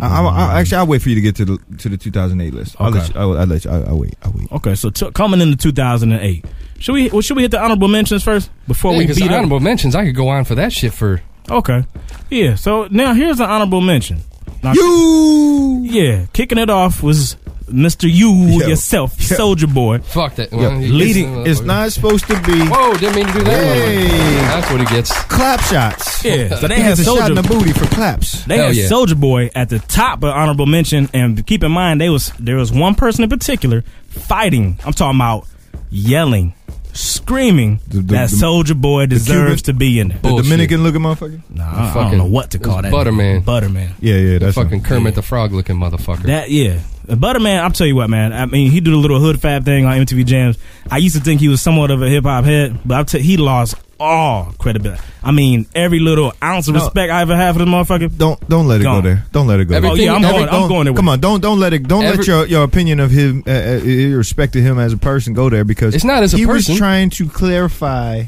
Speaker 2: I,
Speaker 5: Mm.
Speaker 2: I, I actually I'll wait for you to get to the to the 2008 list. I'll let
Speaker 5: Okay.
Speaker 2: you. I'll, I'll let you. I'll, I'll wait. I'll wait.
Speaker 5: Okay, so t- coming into 2008. Should we well, should we hit the honorable mentions first before we
Speaker 4: Because
Speaker 5: beat up?
Speaker 4: honorable mentions, I could go on for that shit for.
Speaker 5: Okay. Yeah, so now here's an honorable mention. Now,
Speaker 2: You
Speaker 5: yeah, kicking it off was Mr. You
Speaker 2: Yo.
Speaker 5: yourself,
Speaker 2: Yo.
Speaker 5: Soldier Boy.
Speaker 4: Fuck that.
Speaker 2: Yo,
Speaker 4: Well, he gets-
Speaker 5: uh,
Speaker 2: leading
Speaker 4: uh,
Speaker 2: is not supposed to be
Speaker 4: Whoa! Didn't mean to do that.
Speaker 2: Hey.
Speaker 4: That's what he gets.
Speaker 2: clap shots.
Speaker 5: Yeah, so they
Speaker 2: He
Speaker 5: had
Speaker 2: gets a shot in
Speaker 5: Soldier.
Speaker 2: the booty for claps.
Speaker 5: They
Speaker 4: Hell
Speaker 5: had
Speaker 4: yeah.
Speaker 5: Soldier Boy at the top of honorable mention, and keep in mind they was there was one person in particular fighting. I'm talking about yelling, screaming
Speaker 2: The- the-
Speaker 5: that
Speaker 2: the-
Speaker 5: Soldier Boy deserves
Speaker 2: Cuban-
Speaker 5: to be in there.
Speaker 2: The
Speaker 4: Bullshit.
Speaker 2: Dominican looking motherfucker.
Speaker 5: Nah, I- I, don't
Speaker 4: fucking-
Speaker 5: know what to call
Speaker 4: it's
Speaker 5: that.
Speaker 4: Butterman.
Speaker 5: Butterman.
Speaker 2: Yeah, yeah, that's
Speaker 4: Fucking
Speaker 2: him.
Speaker 4: Kermit the Frog looking motherfucker.
Speaker 5: That yeah. Uh, Butterman, I'm tell you what, man. I mean, he did a little hood fab thing on MTV Jams. I used to think he was somewhat of a hip hop head, but I'm tell he lost all credibility. I mean, every little ounce of
Speaker 2: No.
Speaker 5: respect I ever had for the motherfucker.
Speaker 2: Don't don't let it
Speaker 5: Gone.
Speaker 2: go there. Don't let it go.
Speaker 4: Every-
Speaker 5: Oh yeah, I'm
Speaker 4: Everything-
Speaker 5: going. I'm
Speaker 2: Don't-
Speaker 5: going there. with
Speaker 2: Come on, don't don't let it. Don't
Speaker 4: Every-
Speaker 2: let your, your opinion of him, uh, uh, your respect of him as a person, go there because
Speaker 4: It's not as a
Speaker 2: he
Speaker 4: person.
Speaker 2: was trying to clarify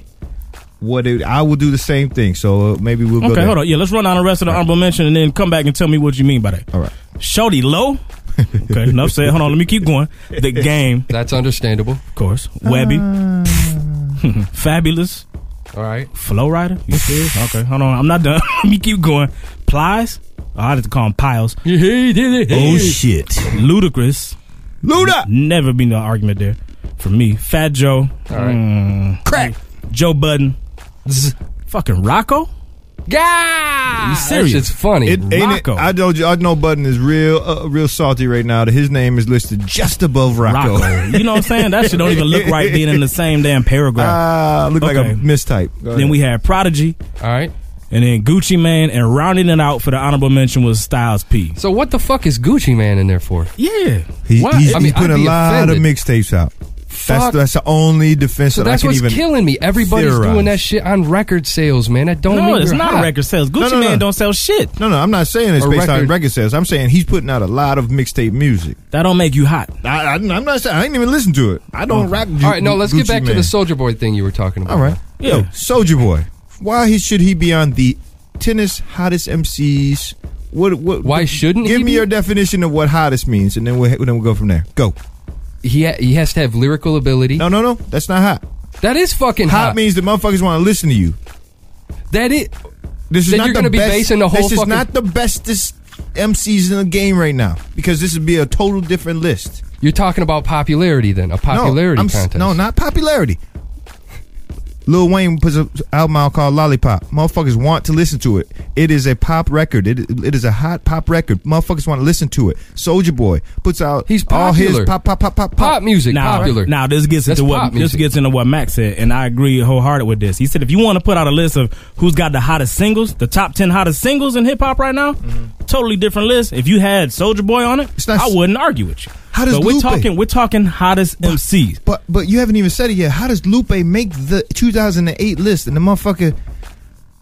Speaker 2: what it. I will do the same thing, so uh, maybe we'll go
Speaker 5: Okay,
Speaker 2: there.
Speaker 5: hold on. Yeah, let's run down the rest of the honorable mention and then come back and tell me what you mean by that.
Speaker 2: All right,
Speaker 5: Shorty Low. <laughs> Okay, enough said. Hold on, let me keep going. The game,
Speaker 4: That's understandable.
Speaker 5: of course. Webby.
Speaker 2: Ah.
Speaker 5: <laughs> Fabulous.
Speaker 4: All right.
Speaker 5: Flow Rider. You serious? Okay, hold on. I'm not done. <laughs> let me keep going. Plies. Oh, I had to call him Piles.
Speaker 4: Oh
Speaker 5: shit. Ludicrous.
Speaker 2: Luda.
Speaker 5: Never been no argument there for me. Fat Joe.
Speaker 4: All right.
Speaker 5: Mm.
Speaker 4: Crack.
Speaker 5: Joe Budden.
Speaker 4: Zzz.
Speaker 5: Fucking Rocco.
Speaker 4: Yeah.
Speaker 5: You serious?
Speaker 4: It's funny.
Speaker 2: It, ain't it,
Speaker 5: Rocco.
Speaker 2: I know I know Button is real uh, real salty right now. That his name is listed just above Rocco.
Speaker 5: Rocco. you know what I'm saying? That shit don't even look right being in the same damn paragraph.
Speaker 2: Ah, look like
Speaker 5: Okay.
Speaker 2: a mistype. Go
Speaker 5: Then
Speaker 2: ahead.
Speaker 5: we had Prodigy,
Speaker 4: All right.
Speaker 5: and then Gucci Man, and rounding it out for the honorable mention was Styles P.
Speaker 4: So what the fuck is Gucci Man in there for?
Speaker 5: Yeah,
Speaker 2: He,
Speaker 4: Why?
Speaker 2: he's,
Speaker 4: I mean,
Speaker 2: he's putting
Speaker 4: I'd
Speaker 2: a
Speaker 4: be
Speaker 2: lot
Speaker 4: offended.
Speaker 2: of mixtapes out. That's
Speaker 4: Fuck.
Speaker 2: that's the only defense
Speaker 4: So
Speaker 2: that I
Speaker 4: that's
Speaker 2: can
Speaker 4: what's
Speaker 2: even
Speaker 4: killing me. Everybody's
Speaker 2: theorize.
Speaker 4: doing that shit on record sales, man. That don't
Speaker 5: no,
Speaker 4: mean
Speaker 5: it's
Speaker 4: you're
Speaker 5: not
Speaker 4: hot.
Speaker 5: record sales. Gucci
Speaker 2: No, no, no.
Speaker 5: Man don't sell shit.
Speaker 2: No, no, I'm not saying it's
Speaker 4: A
Speaker 2: based on
Speaker 4: record-
Speaker 2: record sales. I'm saying he's putting out a lot of mixtape music.
Speaker 5: That don't make you hot.
Speaker 2: I, I, I'm not saying I ain't even listen to it. I don't rock. Ju-
Speaker 4: All right. No, let's get
Speaker 2: Gucci
Speaker 4: back to
Speaker 2: Mane.
Speaker 4: the Soldier Boy thing you were talking about.
Speaker 2: All right,
Speaker 5: Yeah.
Speaker 2: yo, Soldier Boy, why he should he be on the tennis hottest MCs? What? what
Speaker 4: Why shouldn't
Speaker 2: give
Speaker 4: he
Speaker 2: me
Speaker 4: be?
Speaker 2: your definition of what hottest means, and then we'll then we'll go from there. Go.
Speaker 4: He ha- he has to have lyrical ability.
Speaker 2: No, no, no, that's not hot.
Speaker 4: That is fucking
Speaker 2: Hot
Speaker 4: hot.
Speaker 2: means the motherfuckers want to listen to you.
Speaker 4: that it.
Speaker 2: This is
Speaker 4: Then
Speaker 2: not
Speaker 4: you're
Speaker 2: the
Speaker 4: gonna be
Speaker 2: best,
Speaker 4: basing the whole
Speaker 2: This is
Speaker 4: fucking-
Speaker 2: not the bestest MCs in the game right now because this would be a total different list.
Speaker 4: You're talking about popularity then, a popularity
Speaker 2: no, I'm s-
Speaker 4: contest.
Speaker 2: No, not popularity. Lil Wayne puts an album out called Lollipop. Motherfuckers want to listen to it. It is a pop record. It, it is a hot pop record. Motherfuckers want to listen to it. Soldier Boy puts out
Speaker 4: He's
Speaker 2: all his
Speaker 4: popular.
Speaker 2: pop, pop, pop, pop,
Speaker 4: Pop music,
Speaker 5: Now,
Speaker 4: popular.
Speaker 5: now this gets
Speaker 4: That's
Speaker 5: into what
Speaker 4: pop
Speaker 5: this
Speaker 4: music.
Speaker 5: gets into what Max said, and I agree wholehearted with this. He said if you want to put out a list of who's got the hottest singles, the top ten hottest singles in hip hop right now, totally different list. If you had Soldier Boy on it,
Speaker 2: Mm-hmm. It's not-
Speaker 5: I wouldn't argue with you.
Speaker 2: How does
Speaker 5: but we're
Speaker 2: Lupe-
Speaker 5: talking we're talking hottest MCs.
Speaker 2: But but you haven't even said it yet. How does Lupe make the 2008 list and the motherfucker?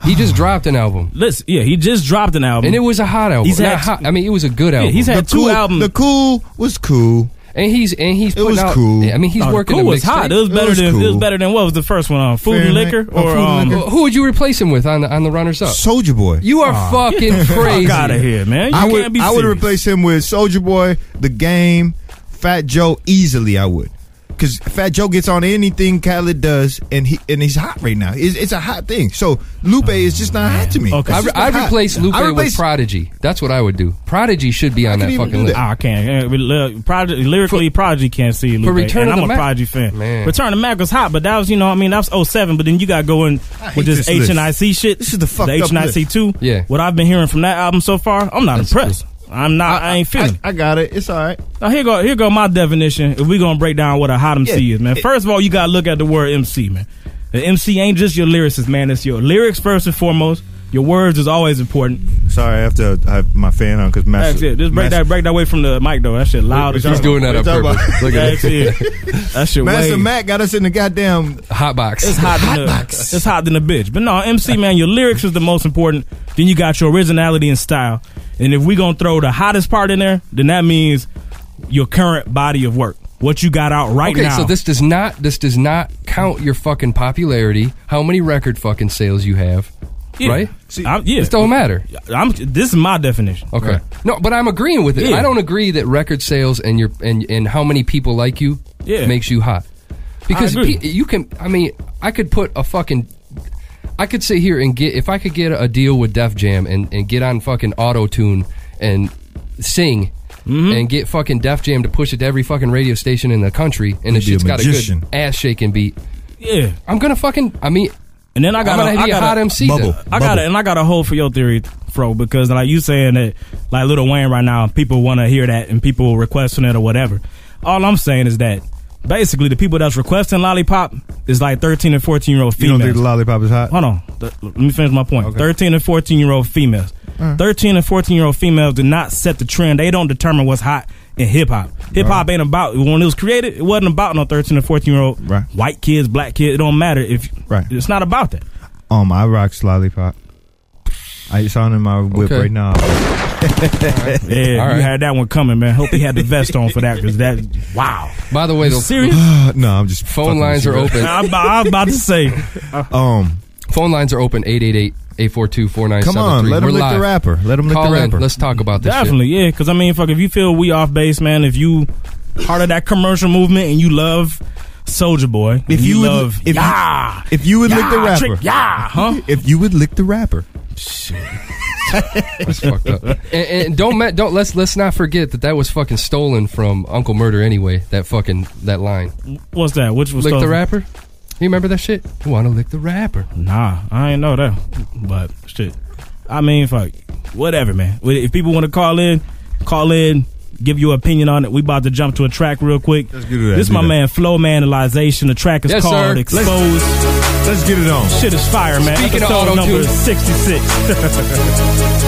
Speaker 4: he just dropped an album,
Speaker 5: Listen, yeah, he just dropped an album.
Speaker 4: and it was a hot album.
Speaker 5: He's
Speaker 4: Not
Speaker 5: had-
Speaker 4: hot- I mean, it was a good
Speaker 5: yeah,
Speaker 4: album.
Speaker 5: he's had
Speaker 2: the
Speaker 5: two
Speaker 2: cool,
Speaker 5: albums.
Speaker 2: The cool was cool.
Speaker 4: and he's and he's putting
Speaker 2: was
Speaker 4: out.
Speaker 2: cool.
Speaker 4: I mean, he's
Speaker 5: No, the
Speaker 4: working.
Speaker 5: cool
Speaker 4: the
Speaker 5: was hot. It
Speaker 4: mixtape.
Speaker 5: was better
Speaker 2: was
Speaker 5: than it was
Speaker 2: cool.
Speaker 5: better than what was the first one on Food
Speaker 2: Fair
Speaker 5: and
Speaker 2: and
Speaker 5: Liquor
Speaker 2: Lic- oh,
Speaker 5: or
Speaker 2: Food and
Speaker 5: um,
Speaker 2: Liquor.
Speaker 4: Who would you replace him with on the on the runners up?
Speaker 2: Soldier Boy.
Speaker 4: you are
Speaker 5: Ah. <laughs>
Speaker 4: fucking crazy.
Speaker 5: out of here, man. You
Speaker 2: I
Speaker 5: can't
Speaker 2: would
Speaker 5: be
Speaker 2: I would
Speaker 5: serious.
Speaker 2: replace him with Soldier Boy, The Game, Fat Joe easily. I would. Cause Fat Joe gets on anything Khaled does, and he and he's hot right now. It's, it's a hot thing. So Lupe is just not hot to me.
Speaker 5: Okay.
Speaker 2: It's
Speaker 4: I,
Speaker 2: just not
Speaker 4: I'd
Speaker 2: hot.
Speaker 4: replace Lupe
Speaker 2: I
Speaker 4: with
Speaker 2: replace-
Speaker 4: Prodigy. That's what I would do. Prodigy should be on
Speaker 2: couldn't
Speaker 4: that
Speaker 2: even
Speaker 4: fucking
Speaker 2: do
Speaker 4: list.
Speaker 2: that.
Speaker 5: I can't. Uh, we love- Prodigy, lyrically, Prodigy can't see Lupe.
Speaker 4: For Return
Speaker 5: and
Speaker 4: of
Speaker 5: I'm
Speaker 4: the
Speaker 5: a
Speaker 4: Mac-
Speaker 5: Prodigy fan.
Speaker 4: Man.
Speaker 5: Return of the Mac was hot, but that was, you know, I mean, that was 07, but then you got to go in
Speaker 2: I hate
Speaker 5: with this,
Speaker 2: this list.
Speaker 5: HNIC shit.
Speaker 2: This is the fucked
Speaker 5: The
Speaker 2: up
Speaker 5: HNIC 2.
Speaker 4: Yeah.
Speaker 5: What I've been hearing from that album so far, I'm not impressed. I'm not, I, ain't feeling it.
Speaker 2: I, I got it. It's all right.
Speaker 5: Now here go here go my definition. If we gonna break down what a hot MC
Speaker 2: Yeah.
Speaker 5: is, man. First of all, you gotta look at the word MC, man. The MC ain't just your lyricist, man. It's your lyrics first and foremost. Your words is always important.
Speaker 2: Sorry, I have to I have my fan on because
Speaker 5: That's it. Just break that break that away from the mic though. That shit loud as
Speaker 2: He's
Speaker 5: fuck.
Speaker 4: Doing that on
Speaker 2: What you talking
Speaker 4: purpose.
Speaker 2: about?
Speaker 4: Look at
Speaker 5: That's
Speaker 4: it.
Speaker 5: it. That shit
Speaker 2: Master
Speaker 5: way.
Speaker 2: Matt got us in the goddamn.
Speaker 4: Hot box.
Speaker 5: it's hot than a, it's hot than a bitch. But no, MC man, your lyrics is the most important. Then you got your originality and style. And if we gonna throw the hottest part in there, then that means your current body of work, what you got out right
Speaker 4: okay,
Speaker 5: now.
Speaker 4: so this does not this does not count your fucking popularity, how many record fucking sales you have,
Speaker 5: Yeah.
Speaker 4: right?
Speaker 2: See,
Speaker 5: I'm- yeah.
Speaker 4: It don't matter.
Speaker 5: I'm. This is my definition.
Speaker 4: Okay.
Speaker 2: Right.
Speaker 4: No, but I'm agreeing with it.
Speaker 5: Yeah.
Speaker 4: I don't agree that record sales and your and and how many people like you
Speaker 5: Yeah.
Speaker 4: makes you hot. Because
Speaker 5: agree.
Speaker 4: pe- you can I mean, I could put a fucking I could sit here and get if I could get a deal with Def Jam and and get on fucking auto tune and sing And get fucking Def Jam to push it to every fucking radio station in the country, and the
Speaker 2: You'd be a
Speaker 4: shit's got a
Speaker 2: magician.
Speaker 4: good ass shaking beat.
Speaker 5: Yeah.
Speaker 4: I'm gonna fucking. I mean,
Speaker 5: And then I
Speaker 4: I'm
Speaker 5: got. a-
Speaker 4: gonna
Speaker 5: I
Speaker 4: be a
Speaker 5: got.
Speaker 4: hot
Speaker 5: a-
Speaker 4: MC. then.
Speaker 2: Bubble.
Speaker 5: I got it, and I got a hold for your theory, Fro, because like you saying that, like Little Wayne right now, people want to hear that and people requesting it or whatever. All I'm saying is that basically the people that's requesting lollipop is like 13 and 14 year old
Speaker 2: you don't
Speaker 5: females.
Speaker 2: think the lollipop is hot?
Speaker 5: Hold on, Th- let me finish my point.
Speaker 2: Okay.
Speaker 5: 13 and 14 year old females, 13 and 14 year old females do not set the trend. They don't determine what's hot in hip hop. Hip hop ain't about when it was created. It wasn't about no 13 and 14 year old
Speaker 2: Right.
Speaker 5: white kids, black kids. It don't matter if
Speaker 2: Right.
Speaker 5: It's not about that.
Speaker 2: Um, I rocks lollipop. I saw him in my whip
Speaker 4: Okay.
Speaker 2: right now.
Speaker 5: <laughs> Yeah,
Speaker 4: All
Speaker 5: you
Speaker 4: right.
Speaker 5: had that one coming, man. Hope he had the vest on for that because that wow.
Speaker 4: By the way,
Speaker 5: You
Speaker 4: the
Speaker 2: <sighs>
Speaker 5: serious?
Speaker 2: no, I'm just
Speaker 4: phone lines are open.
Speaker 5: <laughs> I'm, about- I was about to say.
Speaker 2: <laughs> Um,
Speaker 4: Phone lines are open 888-842-4973.
Speaker 2: come on, let
Speaker 4: We're
Speaker 2: him lick
Speaker 4: live.
Speaker 2: the rapper. Let him lick
Speaker 4: Call
Speaker 2: the
Speaker 4: in.
Speaker 2: rapper.
Speaker 4: Let's talk about this. shit.
Speaker 5: Definitely, yeah. Because I mean, fuck, if you feel we off base, man, if you part of that commercial movement and you love Soldier Boy, if
Speaker 2: If
Speaker 5: you,
Speaker 2: you would-
Speaker 5: love,
Speaker 2: if you-
Speaker 5: yeah,
Speaker 2: if you would lick the
Speaker 5: yeah,
Speaker 2: rapper,
Speaker 5: trick, yeah, huh?
Speaker 2: if you would lick the rapper, <laughs>
Speaker 4: That's fucked up. And, and don't ma- don't let's let's not forget that that was fucking stolen from Uncle Murder anyway. That fucking that line.
Speaker 5: What's that? Which was
Speaker 4: Lick the
Speaker 5: stolen?
Speaker 4: rapper. You remember that shit? You want to lick the rapper?
Speaker 5: Nah, I ain't know that. But shit, I mean, fuck, whatever, man. Wait, If people want to call in, call in. Give your opinion on it. We about to jump to a track real quick.
Speaker 2: Let's do that,
Speaker 5: This
Speaker 2: do
Speaker 5: my
Speaker 2: that.
Speaker 5: man Flow Manalization. The track is
Speaker 4: Yes,
Speaker 5: called
Speaker 4: sir.
Speaker 5: Exposed.
Speaker 2: let's get it on.
Speaker 5: Shit is fire, man.
Speaker 4: Speaking of
Speaker 5: Episode
Speaker 4: auto-tune.
Speaker 5: number sixty
Speaker 2: <laughs>
Speaker 5: six.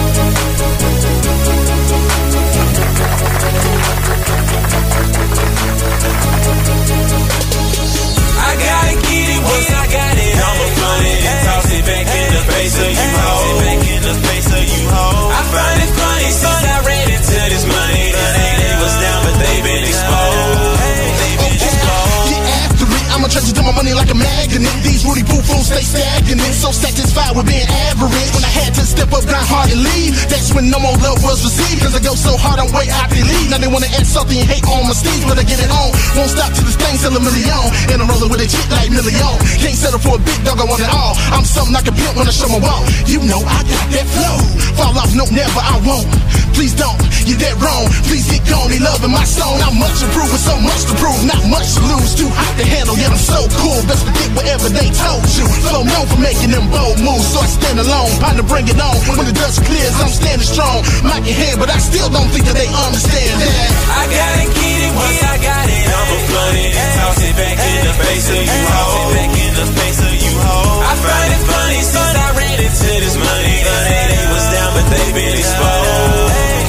Speaker 8: I gotta get it once I got it. I'ma front it and toss it back in the face of you hoe. back in the face of you hoe. I find it funny since I ran into this money. They say they was down, but they been exposed. They been exposed.
Speaker 9: Get after it. I'ma charge you to my money like a magnet. These Rudy poo fools stay stagnant. So satisfying. satisfied with being average. When I had to step up leave. that's when no more love was received. Cause I go so hard, I'm way out the lead. Now they wanna add something and hate on my steeds, but I get it on. Won't stop till this thing sell a million. And I'm rolling with a chick like million. Can't settle for a big dog, I want it all. I'm something I can build when I show my walk. You know I got that flow. Fall off, no, never, I won't. Please don't, you're that wrong. Please get gone, they loving my song. Not much to prove, with so much to prove. Not much to lose, too hot to handle, yet I'm so cool. Best forget whatever they told you. Flow known for making them bold moves, so I stand alone. Bound to bring it on. When the dust clears, I'm standing strong. Mike hand, but I still don't think that they understand that.
Speaker 10: I gotta get it once I got it. Double flooded, toss it back in the face of you hoe. Toss it back in the face of you hoe. I find it funny since I ran into this money. Cause they was down, but they been exposed.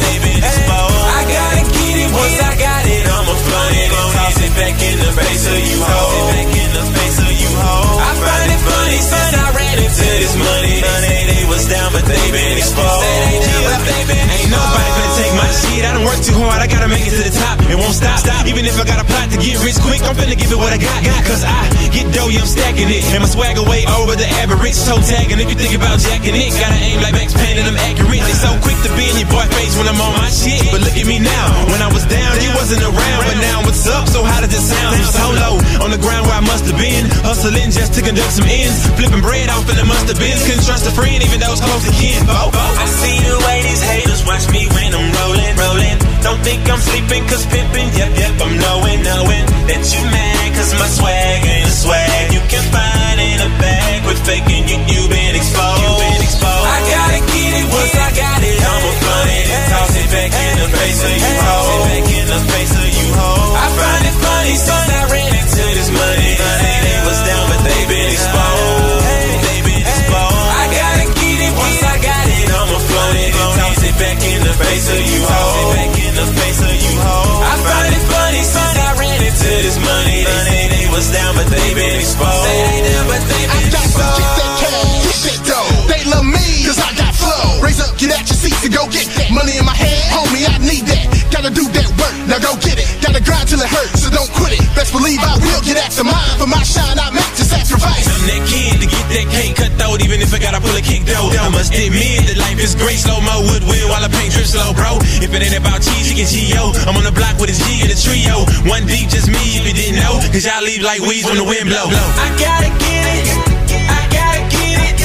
Speaker 10: They been exposed. I gotta get it once I got it. I'ma flood it and toss it back in the face of you hoe. Toss it back in the face of you hoe. I find it funny since I ran into this money. They, they was down, but they been exposed. They down, but they been Ain't nobody gonna take my shit. I done worked too hard. I gotta make it to the top. It won't stop. Stop. Even if I got a plot to get rich quick, I'm finna give it what I got. got. Cause I get dough, yeah, I'm stacking it. And my swagger way over the average. So tagging. If you think about jacking it, gotta aim like Max Payne and I'm accurate. They so quick to be in your boy face when I'm on my shit. But look at me now. When I was down, you wasn't around. But now what's up? So how does it sound? I'm solo on the ground where I must have been. Hustling just to conduct some ends. Flipping bread off in the must have been. Couldn't trust a friend, even though it's close to kin. Bo, bo. I see the way these haters watch me when I'm rolling, rolling. Don't think I'm sleeping, cause pimping, yep, yep, I'm knowing, knowing that you mad, cause my swag ain't a swag. You can find in a bag with faking you, you been exposed. You been exposed. I gotta get it once I got it. I'ma blunt it and toss it back in the face of you hoe. Toss it back in the face of you hoe. I find it funny, son, I ran into this money. They, they was down, but they been exposed. They been exposed. I gotta get it once I got it. I'ma float it and toss it back in the face of you hoe. Toss it back in the face of you hoe. I find it funny, son, I ran into this money. They, they, they was down, but they been exposed. They, they down, but they
Speaker 9: I
Speaker 10: been
Speaker 9: got to
Speaker 10: exposed.
Speaker 9: get that cash, get that dough. They love me, cause I got flow. Raise up, get out your seats and go get that. Money in my hand, homie, I need that. Gotta do that work, now go get it. Gotta grind till it hurts, so don't quit it. Best believe I will get after mine. For my shine, I make the sacrifice.
Speaker 10: I'm that kid to get that cake cut throat, even if I gotta pull a kick though. I must admit that life is great, slow mo wood wheel while I paint drip slow, bro. If it ain't about cheese, you get G.O. I'm on the block with a G and a trio. One deep, just me if you didn't know, cause y'all leave like weeds when the wind blow. I gotta get it. I gotta get it.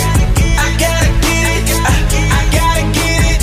Speaker 10: I gotta get it. I gotta get it.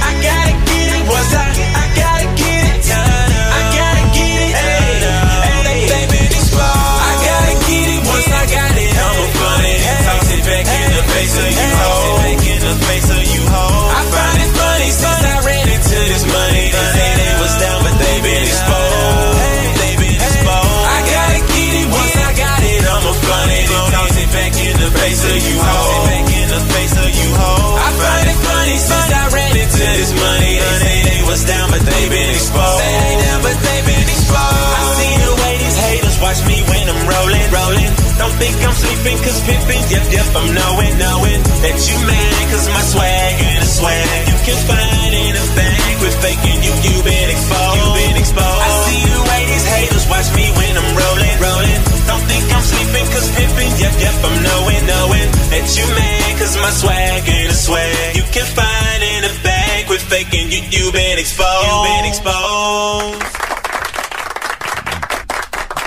Speaker 10: I gotta get it. What's I? I gotta get it. I gotta get it. Hey, they been exposed. I gotta get it once I got it. I'ma blunt it and toss it back in the face of you hoe. Toss it back in the face of you hoe. I find it funny since I ran into this money. They say they was down, but they been exposed. They been exposed. I gotta get it once I got it. I'ma blunt it and toss it back in the face of you hoe. Toss it back in the face of you hoe. I find it funny since I ran into this money. They say they was down, but they been exposed. They ain't down, but they been exposed. I see the way these haters watch me when I'm rolling, rolling. Don't think I'm sleeping, cause pimping, yep, yep, I'm knowing, knowing that you mad, cause my swag and a swag you can find in a bag with faking you, you been exposed, you been exposed. I see the way these haters watch me when I'm rolling, rolling. Don't think I'm sleeping, cause pimping, yep, yep, I'm knowing, knowing that you mad, cause my swag and a swag you can find in a bag with faking you, you been exposed, you been exposed.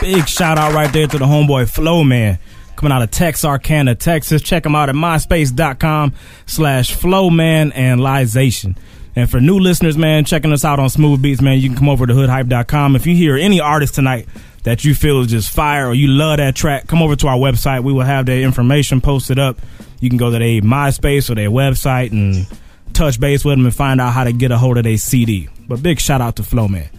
Speaker 5: Big shout out right there to the homeboy Flow Man. Coming out of Texarkana, Texas. Check him out at myspace.com slash flowman and lization. And for new listeners, man, checking us out on Smooth Beats, man, you can come over to hoodhype.com. If you hear any artist tonight that you feel is just fire or you love that track, come over to our website. We will have their information posted up. You can go to their MySpace or their website and touch base with them and find out how to get a hold of their CD. But big shout out to Flow Man.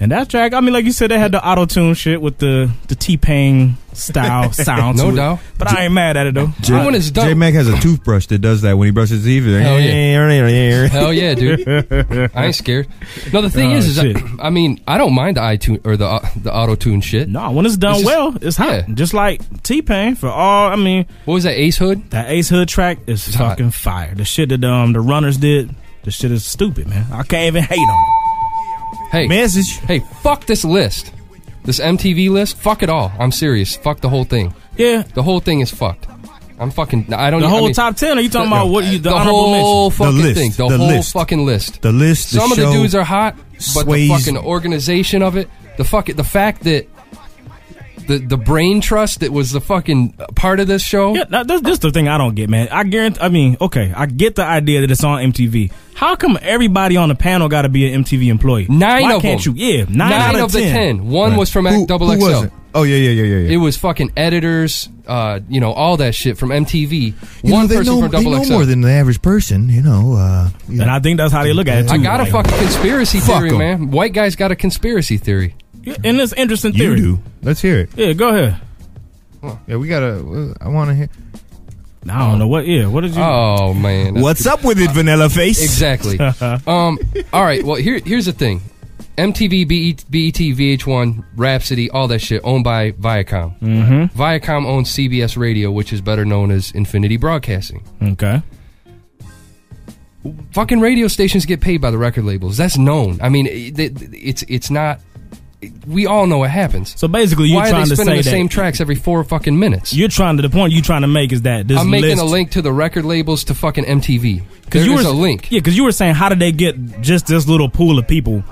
Speaker 5: And that track, I mean, like you said, they had the auto tune shit with the the T Pain style
Speaker 4: <laughs>
Speaker 5: sound.
Speaker 4: No
Speaker 5: to it.
Speaker 4: doubt.
Speaker 5: But I ain't mad at it though.
Speaker 4: That one is dope.
Speaker 2: J Mac has a toothbrush that does that when he brushes his teeth.
Speaker 4: Hell
Speaker 2: <laughs>
Speaker 4: Hell yeah, dude! I ain't scared. No, the thing
Speaker 5: Oh,
Speaker 4: is, is
Speaker 5: shit.
Speaker 4: I, I mean, I don't mind the iTunes or the uh, the auto tune shit.
Speaker 5: No, when it's done
Speaker 4: It's just-
Speaker 5: well, it's hot.
Speaker 4: yeah.
Speaker 5: Just like T Pain for all. I mean,
Speaker 4: What was that Ace Hood?
Speaker 5: that Ace Hood track is
Speaker 4: hot.
Speaker 5: fucking fire. The shit that um the runners did, the shit is stupid, man. I can't even hate on it.
Speaker 4: Hey,
Speaker 2: Message.
Speaker 4: hey, fuck this list, this MTV list. Fuck it all. I'm serious. Fuck the whole thing.
Speaker 5: Yeah,
Speaker 4: The whole thing is fucked. I'm fucking. I don't.
Speaker 5: The
Speaker 4: I
Speaker 5: whole
Speaker 4: mean,
Speaker 5: top ten? Are you talking about what you the,
Speaker 4: the
Speaker 5: honorable
Speaker 4: whole
Speaker 5: mentions?
Speaker 4: fucking
Speaker 2: list,
Speaker 4: thing. The,
Speaker 2: the
Speaker 4: whole
Speaker 2: list.
Speaker 4: fucking list.
Speaker 2: The list, the
Speaker 4: Some of the
Speaker 2: show
Speaker 4: dudes are hot, but the
Speaker 2: sways-
Speaker 4: fucking organization of it, the fuck, the fact that the the brain trust that was the fucking part of this show.
Speaker 5: Yeah, that, that's, that's the thing I don't get, man. I guarantee. I mean, okay, I get the idea that it's on MTV. How come everybody on the panel got to be an MTV employee?
Speaker 4: Nine
Speaker 5: Why
Speaker 4: of
Speaker 5: can't
Speaker 4: them.
Speaker 5: you? Yeah, nine, out
Speaker 4: of the ten. One was from
Speaker 2: who,
Speaker 4: Act Double
Speaker 2: who
Speaker 4: XL.
Speaker 2: was it? Oh yeah, yeah, yeah, yeah.
Speaker 4: It
Speaker 2: yeah.
Speaker 4: was fucking editors, uh, you know, all that shit from MTV.
Speaker 2: You
Speaker 4: One
Speaker 2: know, they
Speaker 4: person
Speaker 2: know,
Speaker 4: from
Speaker 2: they
Speaker 4: Double
Speaker 2: know
Speaker 4: XL.
Speaker 2: more than the average person, you know. Uh, you
Speaker 5: And
Speaker 2: know.
Speaker 5: I think that's how they look at it. Too.
Speaker 4: I got a
Speaker 5: Like,
Speaker 4: fucking conspiracy
Speaker 2: Fuck
Speaker 4: theory,
Speaker 2: 'em.
Speaker 4: man. White guys got a conspiracy theory.
Speaker 5: and it's interesting
Speaker 2: you
Speaker 5: theory.
Speaker 2: do. Let's hear it.
Speaker 5: Yeah, go ahead.
Speaker 2: Yeah, we gotta. Uh, I want to hear.
Speaker 5: I don't know what. Yeah, what did you?
Speaker 4: Oh man, that's
Speaker 2: What's up with it, Vanilla Face?
Speaker 5: <laughs>
Speaker 4: Exactly. um, all right. Well, here here's the thing. MTV, BET, BET, VH1, Rhapsody, all that shit owned by Viacom. Mm-hmm. Viacom owns CBS Radio, which is better known as Infinity Broadcasting.
Speaker 5: okay.
Speaker 4: Fucking radio stations get paid by the record labels. That's known. I mean, it, it- it's it's not. We all know it happens.
Speaker 5: So basically, you're
Speaker 4: Why are
Speaker 5: trying
Speaker 4: they
Speaker 5: to
Speaker 4: spinning
Speaker 5: say
Speaker 4: the same
Speaker 5: that
Speaker 4: tracks every four fucking minutes?
Speaker 5: you're trying to the point you're trying to make is that this
Speaker 4: I'm making
Speaker 5: list,
Speaker 4: a link to the record labels to fucking MTV. There
Speaker 5: Because you
Speaker 4: is
Speaker 5: were
Speaker 4: a link.
Speaker 5: Yeah, because you were saying how did they get just this little pool of people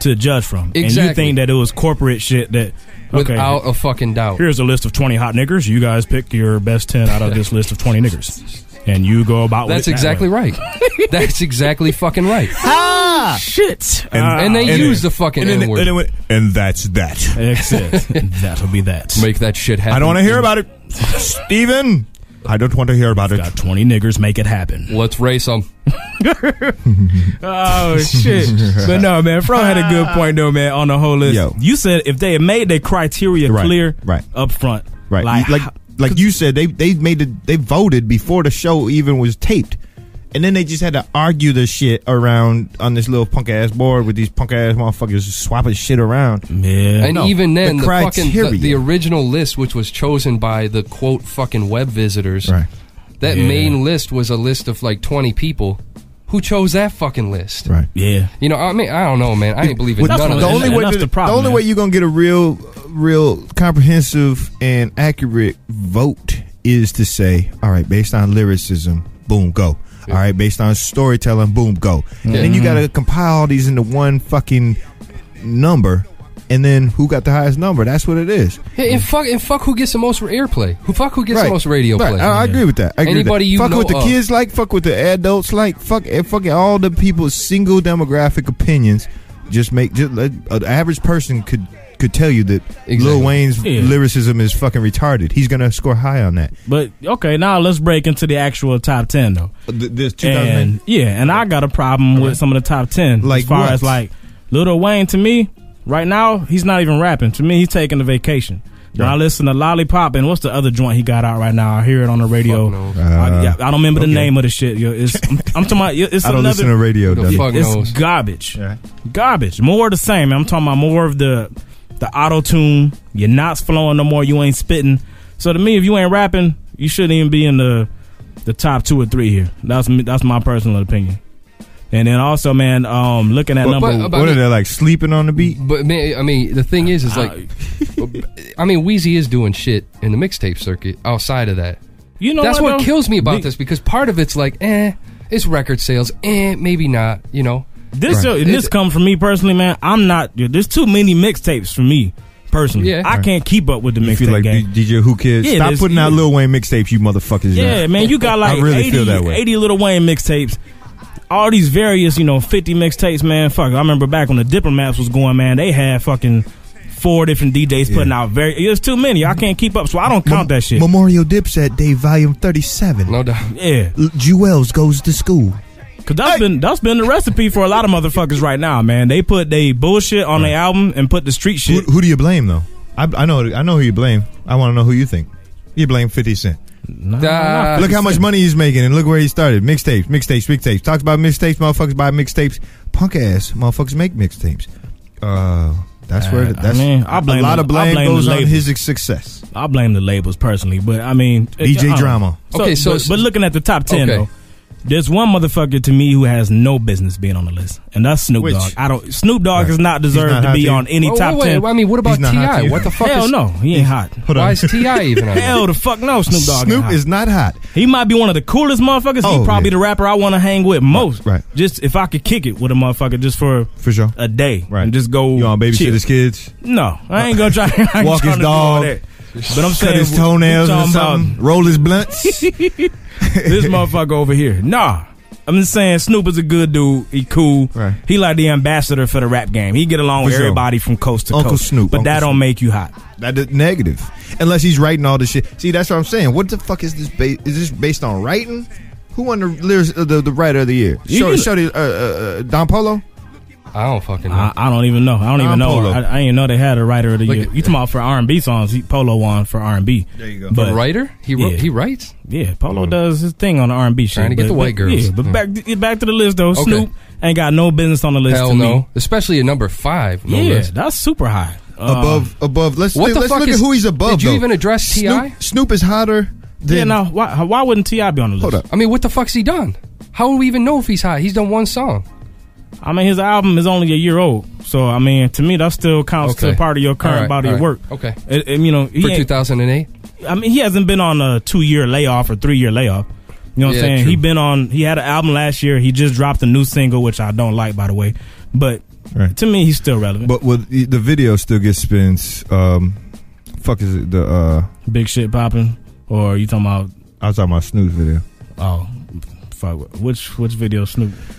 Speaker 5: to judge from? And
Speaker 4: Exactly.
Speaker 5: you think that it was corporate shit that okay,
Speaker 4: Without a fucking doubt.
Speaker 5: here's a list of 20 hot niggers. You guys pick your best 10 out of this list of 20 niggers, and you go about.
Speaker 4: That's exactly right. That's exactly
Speaker 5: <laughs>
Speaker 4: fucking right.
Speaker 5: right. Shit.
Speaker 2: And-
Speaker 5: Ah,
Speaker 4: And they
Speaker 2: And-
Speaker 4: use the fucking
Speaker 2: And, then,
Speaker 4: N
Speaker 2: and, then
Speaker 4: word.
Speaker 2: went, and
Speaker 5: <laughs>
Speaker 2: that's that.
Speaker 5: that's
Speaker 4: <laughs>
Speaker 5: it. That'll be that.
Speaker 4: Make that shit happen.
Speaker 2: I don't want to hear about it, Steven. I don't want to hear about it.
Speaker 5: Got 20 niggers. Make it happen.
Speaker 4: Let's race them.
Speaker 5: <laughs> Oh shit! but no, man, Fro had a good point though, man. On the whole list,
Speaker 2: Yo.
Speaker 5: you said if they had made their criteria
Speaker 2: Right,
Speaker 5: clear
Speaker 2: right.
Speaker 5: up front,
Speaker 2: Right.
Speaker 5: Like,
Speaker 2: Like like, like you said, they they made the, they voted before the show even was taped. And then they just had to argue the shit around on this little punk ass board with these punk ass motherfuckers swapping shit around.
Speaker 5: yeah,
Speaker 4: And even then, the,
Speaker 2: the
Speaker 4: fucking the,
Speaker 2: criteria.
Speaker 4: the original list, which was chosen by the quote fucking web visitors,
Speaker 2: Right.
Speaker 4: that
Speaker 5: Yeah.
Speaker 4: main list was a list of like twenty people. Who chose that fucking list?
Speaker 2: Right.
Speaker 5: yeah,
Speaker 4: You know, I mean, I don't know, man. I ain't believing
Speaker 2: With-
Speaker 5: That's
Speaker 4: none of
Speaker 5: what
Speaker 2: the
Speaker 4: that.
Speaker 5: I'm
Speaker 2: only
Speaker 4: shit.
Speaker 5: saying.
Speaker 2: way
Speaker 5: That's
Speaker 2: to-
Speaker 5: the problem,
Speaker 2: only
Speaker 5: man.
Speaker 2: way you're gonna get a real real comprehensive and accurate vote is to say, all right, based on lyricism, boom, go. All right, based on storytelling, boom, go. And
Speaker 4: Yeah.
Speaker 2: then you gotta compile all these into one fucking number. And then who got the highest number? That's what it is.
Speaker 4: Hey, and fuck, and fuck, who gets the most airplay? Who fuck, who gets the most radio
Speaker 2: Right.
Speaker 4: play?
Speaker 2: I, I agree with that. I agree with
Speaker 4: Anybody
Speaker 2: that.
Speaker 4: you
Speaker 2: fuck
Speaker 4: know
Speaker 2: with the
Speaker 4: of.
Speaker 2: kids like, fuck with the adults like, fuck, eh, fucking all the people's single demographic opinions. Just make just let, an average person could could tell you that
Speaker 4: Exactly.
Speaker 2: Lil Wayne's
Speaker 5: Yeah.
Speaker 2: lyricism is fucking retarded. He's gonna score high on that.
Speaker 5: But okay, now let's break into the actual top ten though.
Speaker 2: This
Speaker 5: And yeah, and I got a problem with some of the top ten
Speaker 2: Like
Speaker 5: as far
Speaker 2: what?
Speaker 5: as like Little Wayne. To me, right now he's not even rapping. To me, he's taking a vacation. When I
Speaker 2: Right.
Speaker 5: listen to Lollipop and what's the other joint he got out right now? I hear it on the radio.
Speaker 4: no.
Speaker 5: I, yeah, I don't remember
Speaker 2: okay.
Speaker 5: the name of the shit. Yo, it's I'm, I'm talking about. It's
Speaker 2: <laughs> I don't
Speaker 5: another,
Speaker 2: listen to
Speaker 4: Who
Speaker 2: radio.
Speaker 4: the
Speaker 2: does it?
Speaker 4: fuck
Speaker 5: it's
Speaker 4: knows?
Speaker 5: garbage.
Speaker 2: Yeah.
Speaker 5: Garbage. More of the same. I'm talking about more of the the auto tune. You're not flowing no more. You ain't spitting. So to me, if you ain't rapping, you shouldn't even be in the the top two or three here. That's me, that's my personal opinion. And then also, man, um, looking at
Speaker 2: But-
Speaker 5: number.
Speaker 4: but-
Speaker 2: What are they like sleeping on the beat?
Speaker 4: But man, I mean, the thing is, is like,
Speaker 5: <laughs>
Speaker 4: I mean, Wheezy is doing shit in the mixtape circuit outside of that.
Speaker 5: you know
Speaker 4: That's what
Speaker 5: though?
Speaker 4: kills me about
Speaker 5: The-
Speaker 4: this because part of it's like, eh, it's record sales, eh, maybe not, you know.
Speaker 5: This uh,
Speaker 2: Right.
Speaker 5: and this comes from me personally, man. I'm not. dude, There's too many mixtapes for me personally.
Speaker 4: Yeah.
Speaker 5: I can't keep up with the
Speaker 2: You
Speaker 5: mixtape
Speaker 2: feel like
Speaker 5: game.
Speaker 2: D- DJ Who Kids?
Speaker 5: Yeah,
Speaker 2: Stop
Speaker 5: there's-
Speaker 2: putting out
Speaker 5: yeah.
Speaker 2: Lil Wayne mixtapes, you motherfuckers.
Speaker 5: Yeah, man, you got like
Speaker 2: I really
Speaker 5: 80,
Speaker 2: feel that way.
Speaker 5: 80 Little Wayne mixtapes. All these various, you know, 50 mixtapes, man. Fuck, I remember back when the Diplomats was going, man, they had fucking four different DJs putting out very. It's too many. I can't keep up, so I don't count that shit.
Speaker 2: Memorial Dipset Day, Volume Thirty Seven.
Speaker 4: No doubt.
Speaker 5: Yeah,
Speaker 2: Jewels goes to school.
Speaker 5: cause that's been that's been the recipe for a lot of motherfuckers right now, man. They put they bullshit on their album and put the street
Speaker 2: Who,
Speaker 5: shit.
Speaker 2: who do you blame though? I, I know I know who you blame. I want to know who you think. You blame Fifty Cent.
Speaker 5: Nah,
Speaker 4: Nah.
Speaker 2: Look how much money he's making, and look where he started. Mixtapes, mixtapes, mixtapes. Talks about mixtapes. Motherfuckers buy mixtapes. Punk ass motherfuckers make mixtapes. Uh, that's where
Speaker 5: Uh, I
Speaker 2: that's
Speaker 5: mean, I blame
Speaker 2: a lot
Speaker 5: the-
Speaker 2: of blame,
Speaker 5: I blame the
Speaker 2: goes on
Speaker 5: label.
Speaker 2: his success.
Speaker 5: I blame the labels personally, but I mean, it- I
Speaker 2: DJ
Speaker 5: don't-
Speaker 2: Drama.
Speaker 5: So,
Speaker 4: Okay, so-
Speaker 5: but, but looking at the top ten
Speaker 4: Okay.
Speaker 5: though, There's one motherfucker to me who has no business being on the list, and that's Snoop
Speaker 2: Which?
Speaker 5: Dogg. I don't. Snoop Dogg
Speaker 2: Right.
Speaker 5: does not
Speaker 2: He's
Speaker 5: deserve
Speaker 2: not
Speaker 5: to
Speaker 2: hot
Speaker 5: be
Speaker 2: to you?
Speaker 5: on any
Speaker 4: Wait,
Speaker 5: top
Speaker 4: wait,
Speaker 5: ten.
Speaker 4: I mean, what about
Speaker 2: He's not hot to
Speaker 4: Ti?
Speaker 2: you.
Speaker 4: What the fuck?
Speaker 5: Hell
Speaker 4: is,
Speaker 5: no, he ain't hot.
Speaker 2: Hold
Speaker 4: Why
Speaker 2: on.
Speaker 4: is Ti even? on there?
Speaker 5: Hell the fuck no, Snoop Dogg.
Speaker 2: Snoop
Speaker 5: hot.
Speaker 2: is not hot.
Speaker 5: He might be one of the coolest motherfuckers.
Speaker 2: Oh,
Speaker 5: he probably
Speaker 2: yeah.
Speaker 5: the rapper I want to hang with most.
Speaker 2: right.
Speaker 5: Just if I could kick it with a motherfucker just for
Speaker 2: For sure.
Speaker 5: a day.
Speaker 2: Right.
Speaker 5: And just go.
Speaker 2: You on
Speaker 5: chill.
Speaker 2: babysitters kids?
Speaker 5: No, I ain't gonna try. <laughs> I ain't
Speaker 2: Walk
Speaker 5: trying
Speaker 2: his
Speaker 5: to do all
Speaker 2: dog.
Speaker 5: that. But I'm saying
Speaker 2: Cut his
Speaker 5: we- we
Speaker 2: toenails or
Speaker 5: talking about
Speaker 2: something? Roll his blunts?
Speaker 5: <laughs> this motherfucker over here. Nah. I'm just saying Snoop is a good dude. He cool.
Speaker 2: Right.
Speaker 5: He like the ambassador for the rap game. He get along
Speaker 2: For
Speaker 5: with
Speaker 2: sure.
Speaker 5: everybody from coast to
Speaker 2: Uncle
Speaker 5: coast.
Speaker 2: Snoop,
Speaker 5: But
Speaker 2: Uncle
Speaker 5: that don't
Speaker 2: Snoop.
Speaker 5: make you hot.
Speaker 2: That is negative. Unless he's writing all this shit. See, that's what I'm saying. What the fuck is this? Ba- is this based on writing? Who won the lyrics, uh, the, the writer of the year?
Speaker 5: You
Speaker 2: Shorty,
Speaker 5: can-
Speaker 2: Shorty, uh, uh, uh, Don Polo.
Speaker 4: I don't fucking know.
Speaker 5: I, I don't even know. I don't even
Speaker 2: Don
Speaker 5: know.
Speaker 2: Polo.
Speaker 5: I, I didn't know they had a writer of the
Speaker 4: Look
Speaker 5: year.
Speaker 4: at-
Speaker 5: You talking about for R&B songs? He, Polo won for R&B.
Speaker 2: There you go.
Speaker 5: But
Speaker 4: the writer? He wrote,
Speaker 5: Yeah.
Speaker 4: he writes.
Speaker 5: yeah, Polo does his thing on the R&B shit.
Speaker 4: Trying to get
Speaker 5: but-
Speaker 4: the white
Speaker 5: but-
Speaker 4: girls.
Speaker 5: Yeah, but
Speaker 4: Yeah.
Speaker 5: back back to the list though.
Speaker 4: Okay.
Speaker 5: Snoop ain't got no business on the list
Speaker 4: Hell
Speaker 5: to
Speaker 4: no,
Speaker 5: me.
Speaker 4: especially at number five. No
Speaker 5: yeah,
Speaker 4: less.
Speaker 5: that's super high. Uh,
Speaker 2: above, above. Let's
Speaker 4: what the
Speaker 2: let's
Speaker 4: fuck
Speaker 2: look
Speaker 4: is-
Speaker 2: at who he's above.
Speaker 4: did you
Speaker 2: though.
Speaker 4: even address T.I.?
Speaker 2: Snoop, Snoop is hotter than.
Speaker 5: yeah, no. Why, why wouldn't Ti be on the list?
Speaker 2: Hold up.
Speaker 4: I mean, what the fuck's he done? How would we even know if he's hot? He's done one song.
Speaker 5: I mean, his album is only a year old, so I mean, to me, that still counts
Speaker 4: Okay.
Speaker 5: to part of your current
Speaker 4: All right,
Speaker 5: body
Speaker 4: all
Speaker 5: of
Speaker 4: right.
Speaker 5: work.
Speaker 4: Okay.
Speaker 5: It- it- you know, he
Speaker 4: for
Speaker 5: ain't-
Speaker 4: 2008.
Speaker 5: I mean, he hasn't been on a two-year layoff or three-year layoff. You know what
Speaker 4: Yeah,
Speaker 5: I'm saying?
Speaker 4: true.
Speaker 5: He been on. He had an album last year. He just dropped a new single, which I don't like, by the way. But
Speaker 2: Right.
Speaker 5: to me, he's still relevant.
Speaker 2: But with the the video still gets spins. Um, fuck is it the? Uh,
Speaker 5: Big shit popping, or you talking about?
Speaker 2: I was talking about Snoop's video.
Speaker 5: Oh, fuck. Which which video, Snoop?
Speaker 2: <laughs>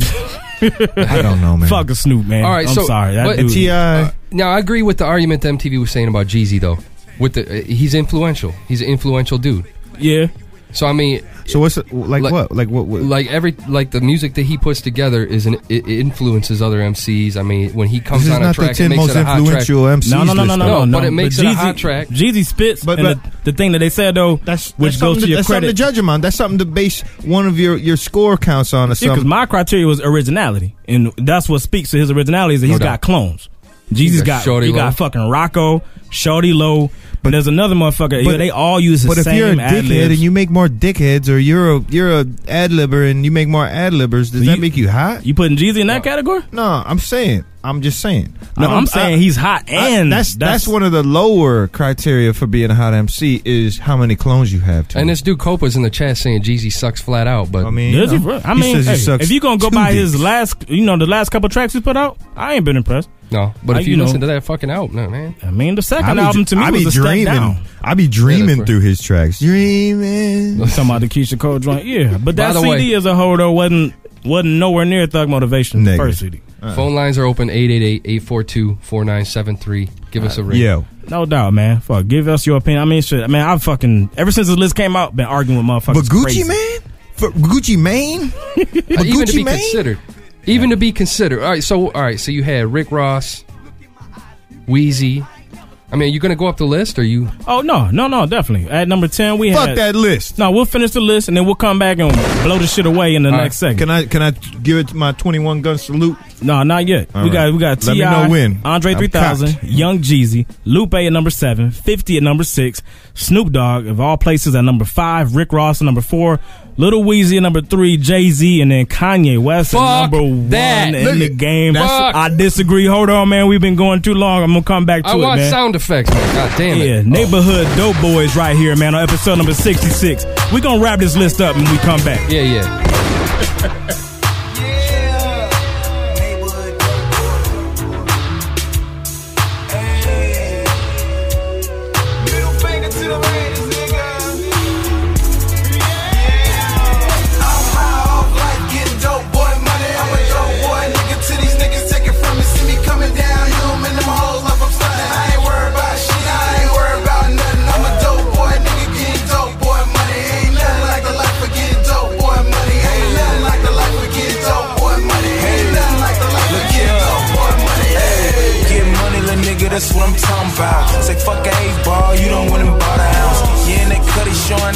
Speaker 2: I don't know, man.
Speaker 5: Fuck a Snoop, man.
Speaker 4: All right,
Speaker 5: I'm
Speaker 4: so-
Speaker 5: sorry. That
Speaker 4: but-
Speaker 5: dude,
Speaker 2: Ti.
Speaker 4: Now I agree with the argument that MTV was saying about Jeezy though. With the uh, he's influential. He's an influential dude.
Speaker 5: yeah.
Speaker 4: So I mean,
Speaker 2: so what's the, like,
Speaker 4: Like-
Speaker 2: what like what, what
Speaker 4: like every like the music that he puts together is an it it influences other MCs. I mean, when he
Speaker 2: This
Speaker 4: comes
Speaker 2: is
Speaker 4: on a
Speaker 2: not the
Speaker 4: track, it
Speaker 2: ten
Speaker 4: makes
Speaker 2: most
Speaker 4: it a hot track.
Speaker 2: influential MCs.
Speaker 5: No, no, no, no, no,
Speaker 2: list,
Speaker 5: no,
Speaker 4: No,
Speaker 2: though.
Speaker 5: no.
Speaker 4: but it makes it a
Speaker 5: Jeezy-
Speaker 4: hot track.
Speaker 5: Jeezy spits,
Speaker 2: But-
Speaker 5: and
Speaker 2: but-
Speaker 5: the, the thing that they said though,
Speaker 2: That's
Speaker 5: which
Speaker 2: that's
Speaker 5: goes
Speaker 2: something
Speaker 5: to your
Speaker 2: that's
Speaker 5: credit.
Speaker 2: something to judge him on. That's something to base one of your your score counts
Speaker 5: Yeah,
Speaker 2: on or
Speaker 5: because
Speaker 2: something.
Speaker 5: my criteria was originality, and that's what speaks to his originality is that he's
Speaker 4: No
Speaker 5: got
Speaker 4: doubt.
Speaker 5: clones. Jesus
Speaker 4: got
Speaker 5: got
Speaker 4: Shorty
Speaker 5: you
Speaker 4: Low.
Speaker 5: got fucking Rocco, Shorty Low, but there's another motherfucker.
Speaker 2: But-
Speaker 5: yeah, they all use the
Speaker 2: but if
Speaker 5: same
Speaker 2: you're a dickhead
Speaker 5: ad-libs.
Speaker 2: and you make more dickheads, or you're a you're a ad libber and you make more ad libbers, does
Speaker 5: You-
Speaker 2: that make you hot?
Speaker 5: You putting Jeezy in that category?
Speaker 2: no, I'm saying, I'm just saying.
Speaker 5: No,
Speaker 2: I-
Speaker 5: I'm saying he's hot
Speaker 2: I-
Speaker 5: and
Speaker 2: that's, that's one of the lower criteria for being a hot MC is how many clones you have. To
Speaker 4: And this dude Copa's in the chat saying Jeezy sucks flat out, but
Speaker 2: I mean,
Speaker 5: Does
Speaker 2: you
Speaker 5: he
Speaker 2: know,
Speaker 5: really? I
Speaker 2: he
Speaker 5: mean,
Speaker 2: says he
Speaker 5: hey,
Speaker 2: sucks
Speaker 5: if you gonna go
Speaker 2: two
Speaker 5: by his
Speaker 2: dicks.
Speaker 5: last, you know, the last couple tracks he put out, I ain't been impressed.
Speaker 4: no. But
Speaker 5: I-
Speaker 4: if you,
Speaker 5: you know-
Speaker 4: listen to that fucking album, no man.
Speaker 5: I mean, the
Speaker 2: I
Speaker 5: second
Speaker 2: be-
Speaker 5: album to me
Speaker 2: I
Speaker 5: was
Speaker 2: be
Speaker 5: a
Speaker 2: dreaming,
Speaker 5: step down.
Speaker 2: I be
Speaker 4: Yeah,
Speaker 2: dreaming
Speaker 4: that's
Speaker 2: through his tracks, dreaming.
Speaker 5: Talking about the Keisha Cole joint, yeah. But
Speaker 4: By
Speaker 5: that
Speaker 4: the
Speaker 5: CD
Speaker 4: way-
Speaker 5: as a whole though wasn't wasn't nowhere near Thug Motivation. the
Speaker 2: Negative.
Speaker 5: First CD.
Speaker 4: Phone lines are open 888-842-4973. Give us
Speaker 2: Uh,
Speaker 4: a ring.
Speaker 2: Yo,
Speaker 5: No doubt, man. Fuck, give us your opinion. I mean, shit, man. I fucking ever since this list came out, been arguing with motherfuckers.
Speaker 2: but Gucci
Speaker 5: crazy.
Speaker 2: man, for
Speaker 4: <laughs>
Speaker 2: Gucci Mane,
Speaker 4: Uh, even to
Speaker 2: Gucci
Speaker 4: be
Speaker 2: Mane?
Speaker 4: considered. Even to be considered. All right, so all right, so you had Rick Ross, Wheezy. I mean, are you going to go up the list or you
Speaker 5: Oh no, no, no, definitely. At number ten, we
Speaker 2: fuck
Speaker 5: had,
Speaker 2: that list.
Speaker 5: No, we'll finish the list and then we'll come back and blow the shit away in the
Speaker 4: All
Speaker 5: next
Speaker 2: Can
Speaker 5: second.
Speaker 2: I can I give it my twenty one gun salute?
Speaker 5: no, not yet.
Speaker 2: All
Speaker 5: we
Speaker 2: right.
Speaker 5: got we got
Speaker 2: Let me
Speaker 5: Ti,
Speaker 2: know when.
Speaker 5: Andre
Speaker 2: I'm
Speaker 5: three thousand,
Speaker 2: cocked.
Speaker 5: Young Jeezy, Lupe at number seven, 50 at number six, Snoop Dogg of all places at number five, Rick Ross at number four, Little Weezy at number three, Jay Z, and then Kanye West at
Speaker 4: Fuck
Speaker 5: number
Speaker 4: that.
Speaker 5: one in
Speaker 4: Look
Speaker 5: the
Speaker 2: at-
Speaker 5: game.
Speaker 4: Fuck.
Speaker 5: I disagree. Hold on, man. We've been going too long. I'm gonna come back to
Speaker 4: I
Speaker 5: it,
Speaker 4: want
Speaker 5: man.
Speaker 4: sound effects, man. God damn it.
Speaker 5: Yeah, neighborhood dope boys right here, man. On episode number sixty six, we gonna wrap this list up when we come back.
Speaker 4: Yeah, yeah.
Speaker 9: Dope boy money ain't nothing like the life of getting dope boy money ain't nothing like the life of
Speaker 1: <laughs>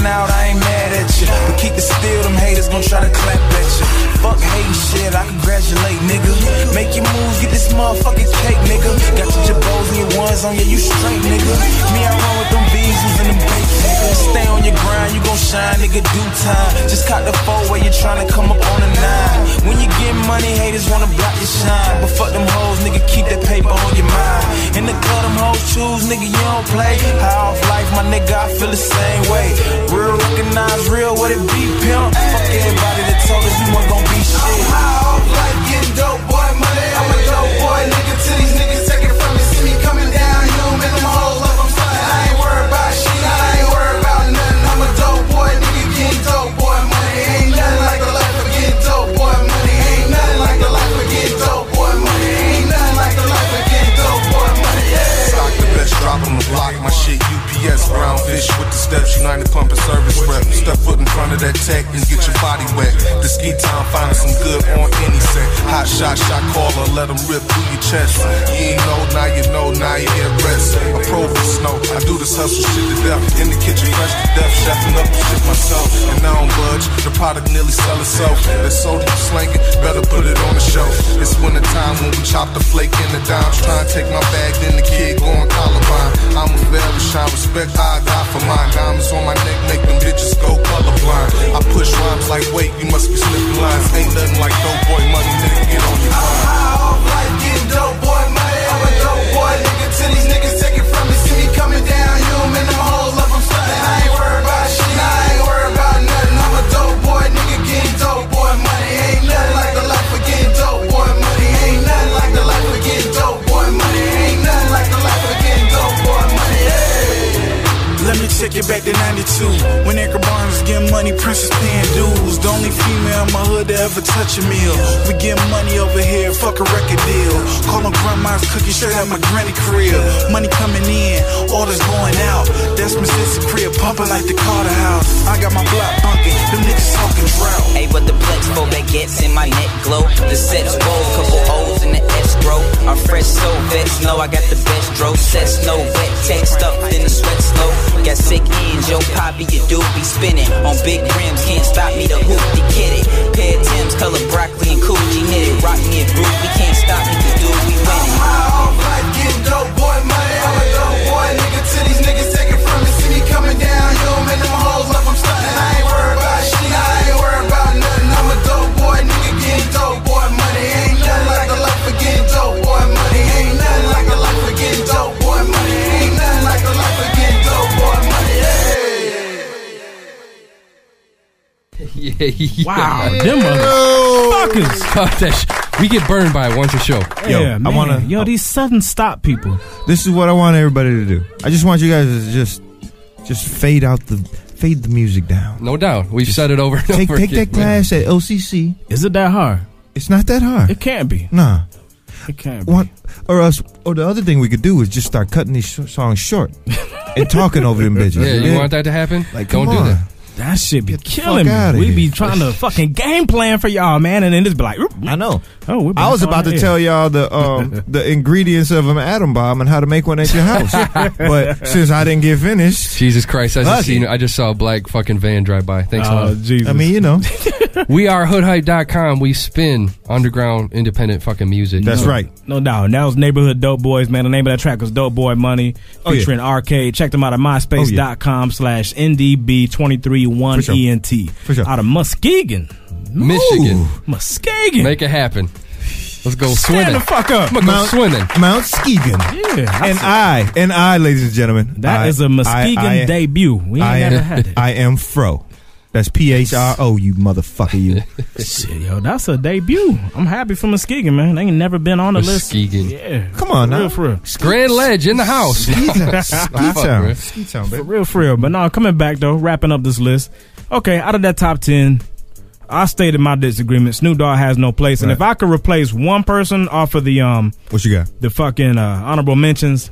Speaker 1: I ain't mad at you. But keep it still, them haters gon' try to clap at you. Fuck hating shit, I congratulate, nigga. Make your moves, get this motherfucking cake, nigga. Got your jabos and your ones on, yeah, you straight, nigga. Me, I run with them beezes and them bakes, nigga. Stay on your grind, you gon' shine, nigga, due time. Just caught the four where you tryna come up on a nine. When you get money, haters wanna block your shine. But fuck them hoes, nigga, keep that paper on your mind. In the club, them hoes choose, nigga, you don't play. High off life, my nigga, I feel the same way. Real recognize real, what it be, pimp. Fuck everybody that told us you weren't gon' be shit. I'm high off life, getting dope boy money. I'm a dope boy, nigga, till these niggas take it from me. See me coming down, you don't make them hoes up, I'm fine. I ain't worried about shit, I ain't worried about nothing. I'm a dope boy, nigga, getting dope boy money. Ain't nothing like the life of getting dope boy money. Ain't nothing like the life of getting dope boy money. Ain't nothing like the life of getting dope boy money. Yeah. Stock the best drop on the block, my shit UPS, brown fish with the steps, United Pump and Service Rep. Step foot in front of that tech and get your body wet. The ski time, finding some good on any set. Hot shot, shot caller, let them rip through your chest. You ain't know, now you know, now you at rest. A pro for snow, I do this hustle shit to death. In the kitchen, fresh to death, chefing up and shit myself. And I don't budge, the product nearly sell itself. That soda you slanging, better put it on the shelf. It's winter time when we chop the flake in the dimes. Try and take my bag, then the kid going Columbine. I'm a forever shine, respect I die for mine. Diamonds on my neck make them bitches go colorblind. I push rhymes like, wait, you must be slipping lines. Ain't nothing like dope boy money, nigga, get on your mind. high off life, getting dope boy money. I'm a dope boy, nigga, till these niggas take it from me. See me coming down, you don't make them hoes up, I'm stunning. I ain't worried about shit, I ain't worried about nothing. I'm a dope boy, nigga, getting dope boy money. Ain't nothing like the life of getting dope boy money. Ain't nothing like the life of getting dope boy money. Ain't nothing like the life of getting dope boy money. Let me take it back to 92. When Erica Barnes was getting money, Princess paying dues. The only female in my hood to ever touch a meal. We get money over here, fuck a record deal. Call them grandma's cookies, straight out my granny crib. Money coming in, orders going out. That's Mississippi crib, pumping like the Carter house. I got my block uh, bunking, them niggas talking drought.
Speaker 11: Hey, but the plex for baguettes in my neck glow. The sets roll, couple O's in the escrow. I'm fresh, so vets know I got the best dro. Sets no wet, tech stuffed in the sweat slow. Got sick ends, yo poppy, you do be spinning. On big rims, can't stop me, the hoop the kitty. Pair of Tim's, color broccoli and coochie knitted. Rock me a group, we can't stop me, the dude we winning.
Speaker 1: high off life, getting dope boy money. I'm a dope boy, nigga, till these niggas take it from me. See me coming down, you don't make them hoes up, I'm stunting. I ain't worried about shit, I ain't worried about nothing. I'm a dope boy, nigga, getting dope boy money. Ain't nothing like the life of getting dope boy money. Ain't nothing like the life of getting dope boy money. Ain't nothing like the life of getting dope boy money. Hey.
Speaker 4: Yeah, yeah.
Speaker 5: Wow, them motherfuckers.
Speaker 4: Fuck that sh- we get burned by it once a show.
Speaker 2: Yo,
Speaker 5: yeah,
Speaker 2: I
Speaker 5: man.
Speaker 2: wanna-
Speaker 5: Yo, these sudden stop people.
Speaker 2: This is what I want everybody to do. I just want you guys to just just fade out the fade the music down.
Speaker 4: No doubt. We've said
Speaker 5: <laughs>
Speaker 4: it over and
Speaker 2: Take
Speaker 4: over
Speaker 2: take
Speaker 4: again.
Speaker 2: that class at OCC.
Speaker 5: Is it that hard?
Speaker 2: It's not that hard.
Speaker 5: It can't be.
Speaker 2: Nah.
Speaker 5: It can't be.
Speaker 2: One, or else, or the other thing we could do is just start cutting these sh- songs short
Speaker 5: <laughs>
Speaker 2: and talking over them bitches.
Speaker 4: Yeah, you want that to happen?
Speaker 2: Like,
Speaker 4: Don't
Speaker 2: come
Speaker 4: do
Speaker 2: on.
Speaker 4: that.
Speaker 5: That shit be
Speaker 2: Get the
Speaker 5: killing
Speaker 2: fuck outta
Speaker 5: me. We
Speaker 2: here.
Speaker 5: be trying to fucking game plan for y'all, man, and then just be like, "Oop."
Speaker 2: I know.
Speaker 5: oh, we're
Speaker 2: I was
Speaker 5: back
Speaker 2: about
Speaker 5: on
Speaker 2: to
Speaker 5: air.
Speaker 2: tell y'all the
Speaker 5: <laughs>
Speaker 2: um, the ingredients of an atom bomb and how to make one at your house, <laughs> but since I didn't get finished,
Speaker 4: Jesus Christ! I
Speaker 2: Fuck
Speaker 4: just seen.
Speaker 2: it.
Speaker 4: I just saw a black fucking van drive by. Thanks a
Speaker 5: Oh,
Speaker 4: lot.
Speaker 5: Jesus.
Speaker 2: I mean, you know,
Speaker 4: We are hoodhype.com. We spin underground independent fucking music.
Speaker 2: that's right.
Speaker 5: No doubt. And that was Neighborhood Dope Boys, man. The name of that track was Dope Boy Money
Speaker 2: Oh, yeah. Oh,
Speaker 5: featuring Arcade. Check them out at myspace.com slash NDB231ENT.
Speaker 2: For sure.
Speaker 5: Out of Muskegon.
Speaker 4: Michigan.
Speaker 5: Muskegon.
Speaker 4: Make it happen. Let's go
Speaker 5: Stand
Speaker 4: swimming.
Speaker 5: the fuck up.
Speaker 4: I'm gonna go swimming.
Speaker 2: Mount Skegan.
Speaker 5: Yeah. I
Speaker 2: And
Speaker 5: said-
Speaker 2: I, and I, ladies and gentlemen,
Speaker 5: that
Speaker 2: I-
Speaker 5: is a
Speaker 2: I-
Speaker 5: Muskegon
Speaker 2: I-
Speaker 5: debut. We ain't
Speaker 2: I
Speaker 5: never
Speaker 2: am-
Speaker 5: had that.
Speaker 2: I am fro. That's P H R O. You motherfucker. You.
Speaker 5: <laughs> Shit, yo, that's a debut. I'm happy for Muskegon, man. They ain't never been on the
Speaker 4: Muskegon.
Speaker 5: list. Yeah.
Speaker 2: Come on now.
Speaker 5: Real for real.
Speaker 4: Grand Ledge in the house.
Speaker 2: Ski town. Ski
Speaker 4: <laughs> Fuck, bro.
Speaker 2: town. Ski town,
Speaker 5: For
Speaker 2: baby.
Speaker 5: real, for real. But now coming back though, wrapping up this list. Okay, out of that top ten, I stated my disagreement. Snoop Dogg has no place, and
Speaker 2: Right.
Speaker 5: if I could replace one person off of the um
Speaker 2: What you got?
Speaker 5: the fucking uh, honorable mentions,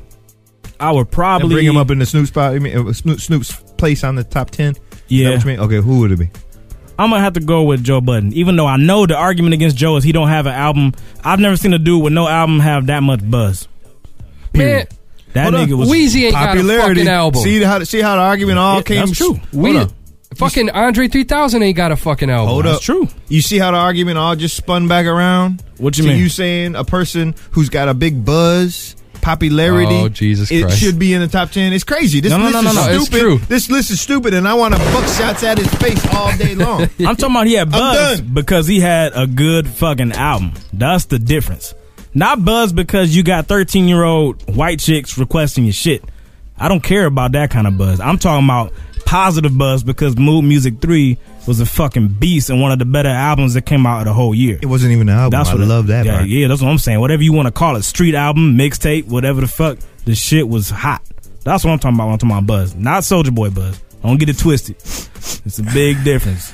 Speaker 5: I would
Speaker 2: And
Speaker 5: probably
Speaker 2: bring him up in the Snoop spot. I mean, uh, Snoop, Snoop's place on the top ten. Is that
Speaker 5: Yeah,
Speaker 2: what you mean? Okay, who would it be?
Speaker 5: I'm gonna have to go with Joe Budden. Even though I know the argument against Joe is he don't have an album. I've never seen a dude with no album have that much buzz.
Speaker 4: Man,
Speaker 5: That
Speaker 2: Hold on.
Speaker 5: nigga was
Speaker 4: Wheezy ain't got a
Speaker 2: Popularity.
Speaker 4: fucking album.
Speaker 2: See how see how the argument all
Speaker 5: Yeah,
Speaker 2: came.
Speaker 5: that's true.
Speaker 2: We
Speaker 4: We Fucking Andre 3000 ain't got a fucking album.
Speaker 2: Hold
Speaker 5: That's
Speaker 2: up.
Speaker 5: true.
Speaker 2: You see how the argument all just spun back around?
Speaker 5: What you
Speaker 2: to
Speaker 5: mean?
Speaker 2: You saying a person who's got a big buzz, popularity,
Speaker 4: Oh, Jesus
Speaker 2: it
Speaker 4: Christ.
Speaker 2: should be in the top ten. It's crazy. This
Speaker 5: No, no,
Speaker 2: list
Speaker 5: no, no,
Speaker 2: is
Speaker 5: no.
Speaker 4: It's
Speaker 2: stupid.
Speaker 4: true.
Speaker 2: This list is stupid, and I want to buck shots at his face all day long.
Speaker 5: <laughs> I'm talking about he had buzz
Speaker 2: done.
Speaker 5: because he had a good fucking album. That's the difference. Not buzz because you got 13 year old white chicks requesting your shit. I don't care about that kind of buzz. I'm talking about positive buzz because Mood Music 3 was a fucking beast and one of the better albums that came out of the whole year.
Speaker 2: it wasn't even an album.
Speaker 5: That's
Speaker 2: I
Speaker 5: what
Speaker 2: love that.
Speaker 5: Yeah,
Speaker 2: Mark.
Speaker 5: yeah, that's what I'm saying. Whatever you want to call it, street album, mixtape, whatever the fuck, the shit was hot. That's what I'm talking about. When I'm talking about buzz, not Soldier Boy buzz. Don't get it twisted. It's a big difference.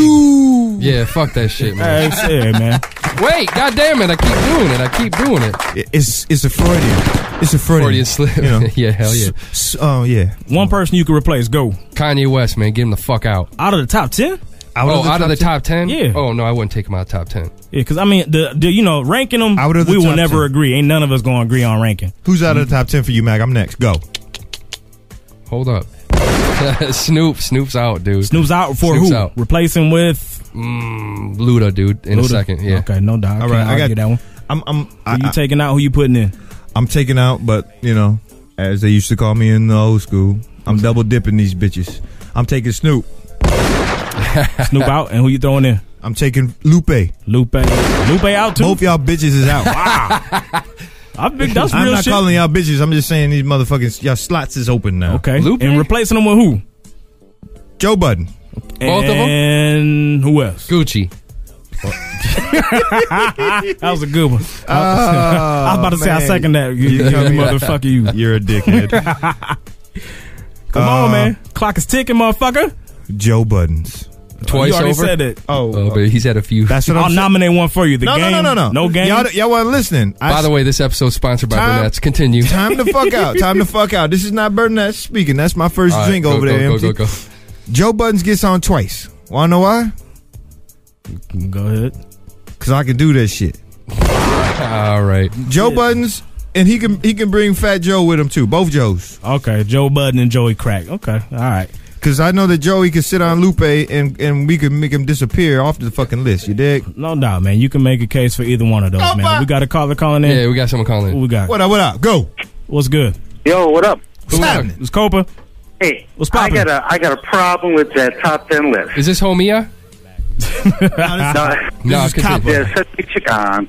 Speaker 2: You.
Speaker 4: Yeah, fuck that shit, man. <laughs>
Speaker 5: Hey, sorry, man.
Speaker 4: Wait, god damn it, I keep doing it. I keep doing it.
Speaker 2: It's it's a Freudian. It's a
Speaker 4: Freudian
Speaker 2: Freudian,
Speaker 4: slip.
Speaker 2: You know.
Speaker 4: <laughs> Yeah, hell yeah.
Speaker 2: S- s- oh yeah.
Speaker 5: One person you can replace. Go
Speaker 4: Kanye West, man, get him the fuck out.
Speaker 5: out of the top ten.
Speaker 2: Out
Speaker 4: oh, out of the top 10?
Speaker 5: Yeah.
Speaker 4: Oh, no, I wouldn't take him out of top 10.
Speaker 5: Yeah, because I mean, the, the you know ranking them,
Speaker 2: Out of the
Speaker 5: we will
Speaker 2: top
Speaker 5: never
Speaker 2: 10.
Speaker 5: agree. Ain't none of us gonna agree on ranking.
Speaker 2: Who's out of the top ten for you, Mac? I'm next. Go.
Speaker 4: Hold up. Snoop, Snoop's out, dude.
Speaker 5: Snoop's out for
Speaker 4: Snoop's
Speaker 5: who?
Speaker 4: out.
Speaker 5: Replace him with
Speaker 4: Mm, Luda, dude, in a
Speaker 5: Luda?
Speaker 4: second. Yeah.
Speaker 5: Okay, no doubt.
Speaker 2: All right, I got
Speaker 5: get that one.
Speaker 2: I'm I'm I,
Speaker 5: Who you
Speaker 2: I,
Speaker 5: taking out? Who you putting in?
Speaker 2: I'm taking out, but you know, as they used to call me in the old school, I'm double dipping these bitches. I'm taking Snoop.
Speaker 5: <laughs> Snoop out, and who you throwing in?
Speaker 2: I'm taking Lupe.
Speaker 5: Lupe. Lupe out too.
Speaker 2: Both y'all bitches
Speaker 5: <laughs>
Speaker 2: is out.
Speaker 5: I think that's
Speaker 2: I'm
Speaker 5: real
Speaker 2: not
Speaker 5: shit.
Speaker 2: calling y'all bitches. I'm just saying these motherfuckers, y'all slots is open now.
Speaker 5: Okay.
Speaker 4: Lupe?
Speaker 5: And replacing them with who?
Speaker 2: Joe Budden.
Speaker 4: Both of 'em?
Speaker 5: And <laughs> who else?
Speaker 4: Gucci.
Speaker 5: That was a good one. <laughs> I was about to say I
Speaker 2: Oh, man.
Speaker 5: second that. You, you <laughs> motherfucker, you.
Speaker 2: You're a dickhead.
Speaker 5: <laughs> Come
Speaker 2: Uh,
Speaker 5: on, man. Clock is ticking, motherfucker.
Speaker 2: Joe Buttons.
Speaker 4: Twice
Speaker 5: you already
Speaker 4: over.
Speaker 5: said it.
Speaker 2: Oh,
Speaker 4: Oh, but he's had a few.
Speaker 2: that's what
Speaker 5: I'll
Speaker 2: I'm saying.
Speaker 5: nominate one for you. The
Speaker 2: No,
Speaker 5: game.
Speaker 2: no, no, no, no.
Speaker 5: No game.
Speaker 2: Y'all, y'all weren't listening. I
Speaker 4: By the way, this episode's sponsored by
Speaker 2: Time-
Speaker 4: Burnett's. Continue.
Speaker 2: <laughs> Time to fuck out.
Speaker 4: <laughs>
Speaker 2: Time to fuck out. This is not Burnett speaking. That's my first
Speaker 4: All right,
Speaker 2: drink
Speaker 4: go,
Speaker 2: over
Speaker 4: go,
Speaker 2: there.
Speaker 4: Go,
Speaker 2: empty.
Speaker 4: go, go,
Speaker 2: Joe Buttons gets on twice. Wanna know why?
Speaker 5: Go ahead.
Speaker 2: Cause I can do that shit.
Speaker 4: <laughs> All right.
Speaker 2: Joe Buttons, and he can he can bring Fat Joe with him too. Both Joes,
Speaker 5: Okay. Joe Budden and Joey Crack. Okay. All right.
Speaker 2: because I know that Joey can sit on Lupe and and we can make him disappear off the fucking list. You dig?
Speaker 5: No doubt, man. You can make a case for either one of those, man. We got a caller calling in.
Speaker 4: Yeah, we got someone calling.
Speaker 5: Who
Speaker 4: in.
Speaker 5: we got?
Speaker 2: What up? What up? Go.
Speaker 5: What's good?
Speaker 12: Yo, what up?
Speaker 2: What's happening?
Speaker 5: It's Copa.
Speaker 12: Hey,
Speaker 5: What's
Speaker 12: I
Speaker 5: poppin'?
Speaker 12: got a I got a problem with that top ten list.
Speaker 4: Is
Speaker 5: <laughs>
Speaker 4: this Homia?
Speaker 12: No,
Speaker 4: No,
Speaker 2: is
Speaker 4: continue.
Speaker 2: Kappa.
Speaker 12: there's such a
Speaker 5: <laughs>
Speaker 12: chick on.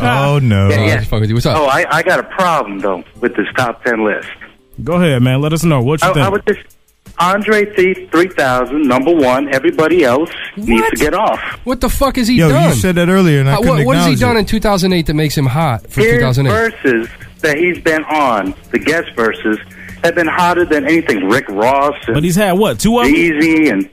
Speaker 2: Oh no.
Speaker 4: Oh, I
Speaker 12: Yeah.
Speaker 4: was fucking with you. What's up?
Speaker 12: Oh, I, I got a problem though with this top ten list.
Speaker 5: Go ahead, man. Let us know what you
Speaker 12: I,
Speaker 5: think.
Speaker 12: I would just Andre three three thousand number one. Everybody else needs
Speaker 4: What?
Speaker 12: to get off.
Speaker 4: What the fuck has he
Speaker 2: Yo,
Speaker 4: done?
Speaker 2: you said that earlier, and I
Speaker 4: Uh,
Speaker 2: couldn't
Speaker 4: what, what has he
Speaker 2: acknowledge
Speaker 4: done
Speaker 2: it.
Speaker 4: in 2008 that makes him hot for
Speaker 12: His
Speaker 4: 2008?
Speaker 12: verses that he's been on, the guest verses, have been hotter than anything. Rick Ross
Speaker 5: but
Speaker 12: and
Speaker 5: he's had what? Two of 'em?
Speaker 12: Easy and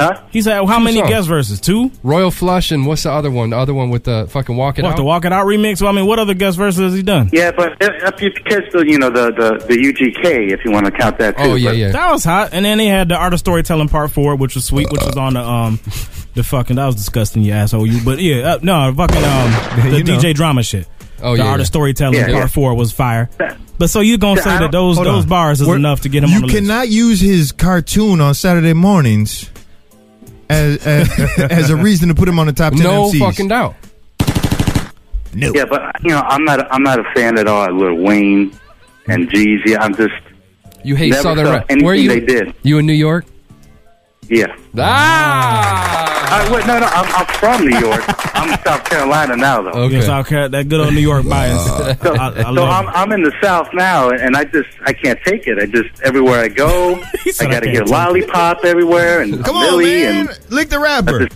Speaker 12: huh?
Speaker 5: He's had how many
Speaker 4: songs.
Speaker 5: guest verses? Two?
Speaker 4: Royal Flush and what's the other one? The other one with the fucking Walk It
Speaker 5: What,
Speaker 4: Out?
Speaker 5: the Walk It Out remix? Well, I mean, what other guest verses has he done?
Speaker 12: <laughs> Yeah, but if if you catch the you know the the the UGK if you want to count that too.
Speaker 4: oh, yeah,
Speaker 12: but-
Speaker 4: yeah.
Speaker 5: That was hot. And then they had the Art of Storytelling Part 4, which was sweet, which was on the, um, the fucking, that was disgusting, you asshole, you. But yeah, uh, no, fucking, um, the
Speaker 2: you know.
Speaker 5: DJ drama shit.
Speaker 4: Oh,
Speaker 5: the
Speaker 4: yeah,
Speaker 5: Art
Speaker 4: yeah.
Speaker 5: of Storytelling
Speaker 12: Yeah,
Speaker 5: Part
Speaker 12: yeah.
Speaker 5: 4 was fire.
Speaker 12: Yeah.
Speaker 5: But so you gonna
Speaker 12: Yeah,
Speaker 5: say
Speaker 12: I
Speaker 5: that
Speaker 12: don't-
Speaker 5: those,
Speaker 2: Hold
Speaker 5: those
Speaker 2: on.
Speaker 5: bars is
Speaker 2: We're-
Speaker 5: enough to get him
Speaker 2: You
Speaker 5: on the list.
Speaker 2: cannot use his cartoon on Saturday mornings as <laughs> as, as a reason to put him on the top ten
Speaker 4: No
Speaker 2: MCs.
Speaker 4: fucking doubt.
Speaker 2: no.
Speaker 12: Yeah, but you know, I'm not I'm not a fan at all of Lil Wayne and Jeezy. I'm just
Speaker 4: You hate
Speaker 12: Never
Speaker 4: Southern
Speaker 12: saw
Speaker 4: rap.
Speaker 12: anything
Speaker 4: Where are you?
Speaker 12: they did.
Speaker 4: You in New York?
Speaker 12: yeah.
Speaker 4: Ah!
Speaker 12: I, wait, no, no, I'm, I'm from New York. I'm in South Carolina now, though.
Speaker 4: Okay.
Speaker 5: Yes, I'll cut that good old New York bias.
Speaker 12: So,
Speaker 5: I, I
Speaker 12: so
Speaker 5: love
Speaker 12: I'm,
Speaker 5: it.
Speaker 12: I'm in the South now, and I just I can't take it. I just everywhere I go,
Speaker 5: He said,
Speaker 12: I got
Speaker 5: "I
Speaker 12: to
Speaker 5: can't
Speaker 12: hear
Speaker 5: take it."
Speaker 12: lollipop everywhere and
Speaker 2: Come on,
Speaker 12: Millie,
Speaker 2: man. Lick the rapper.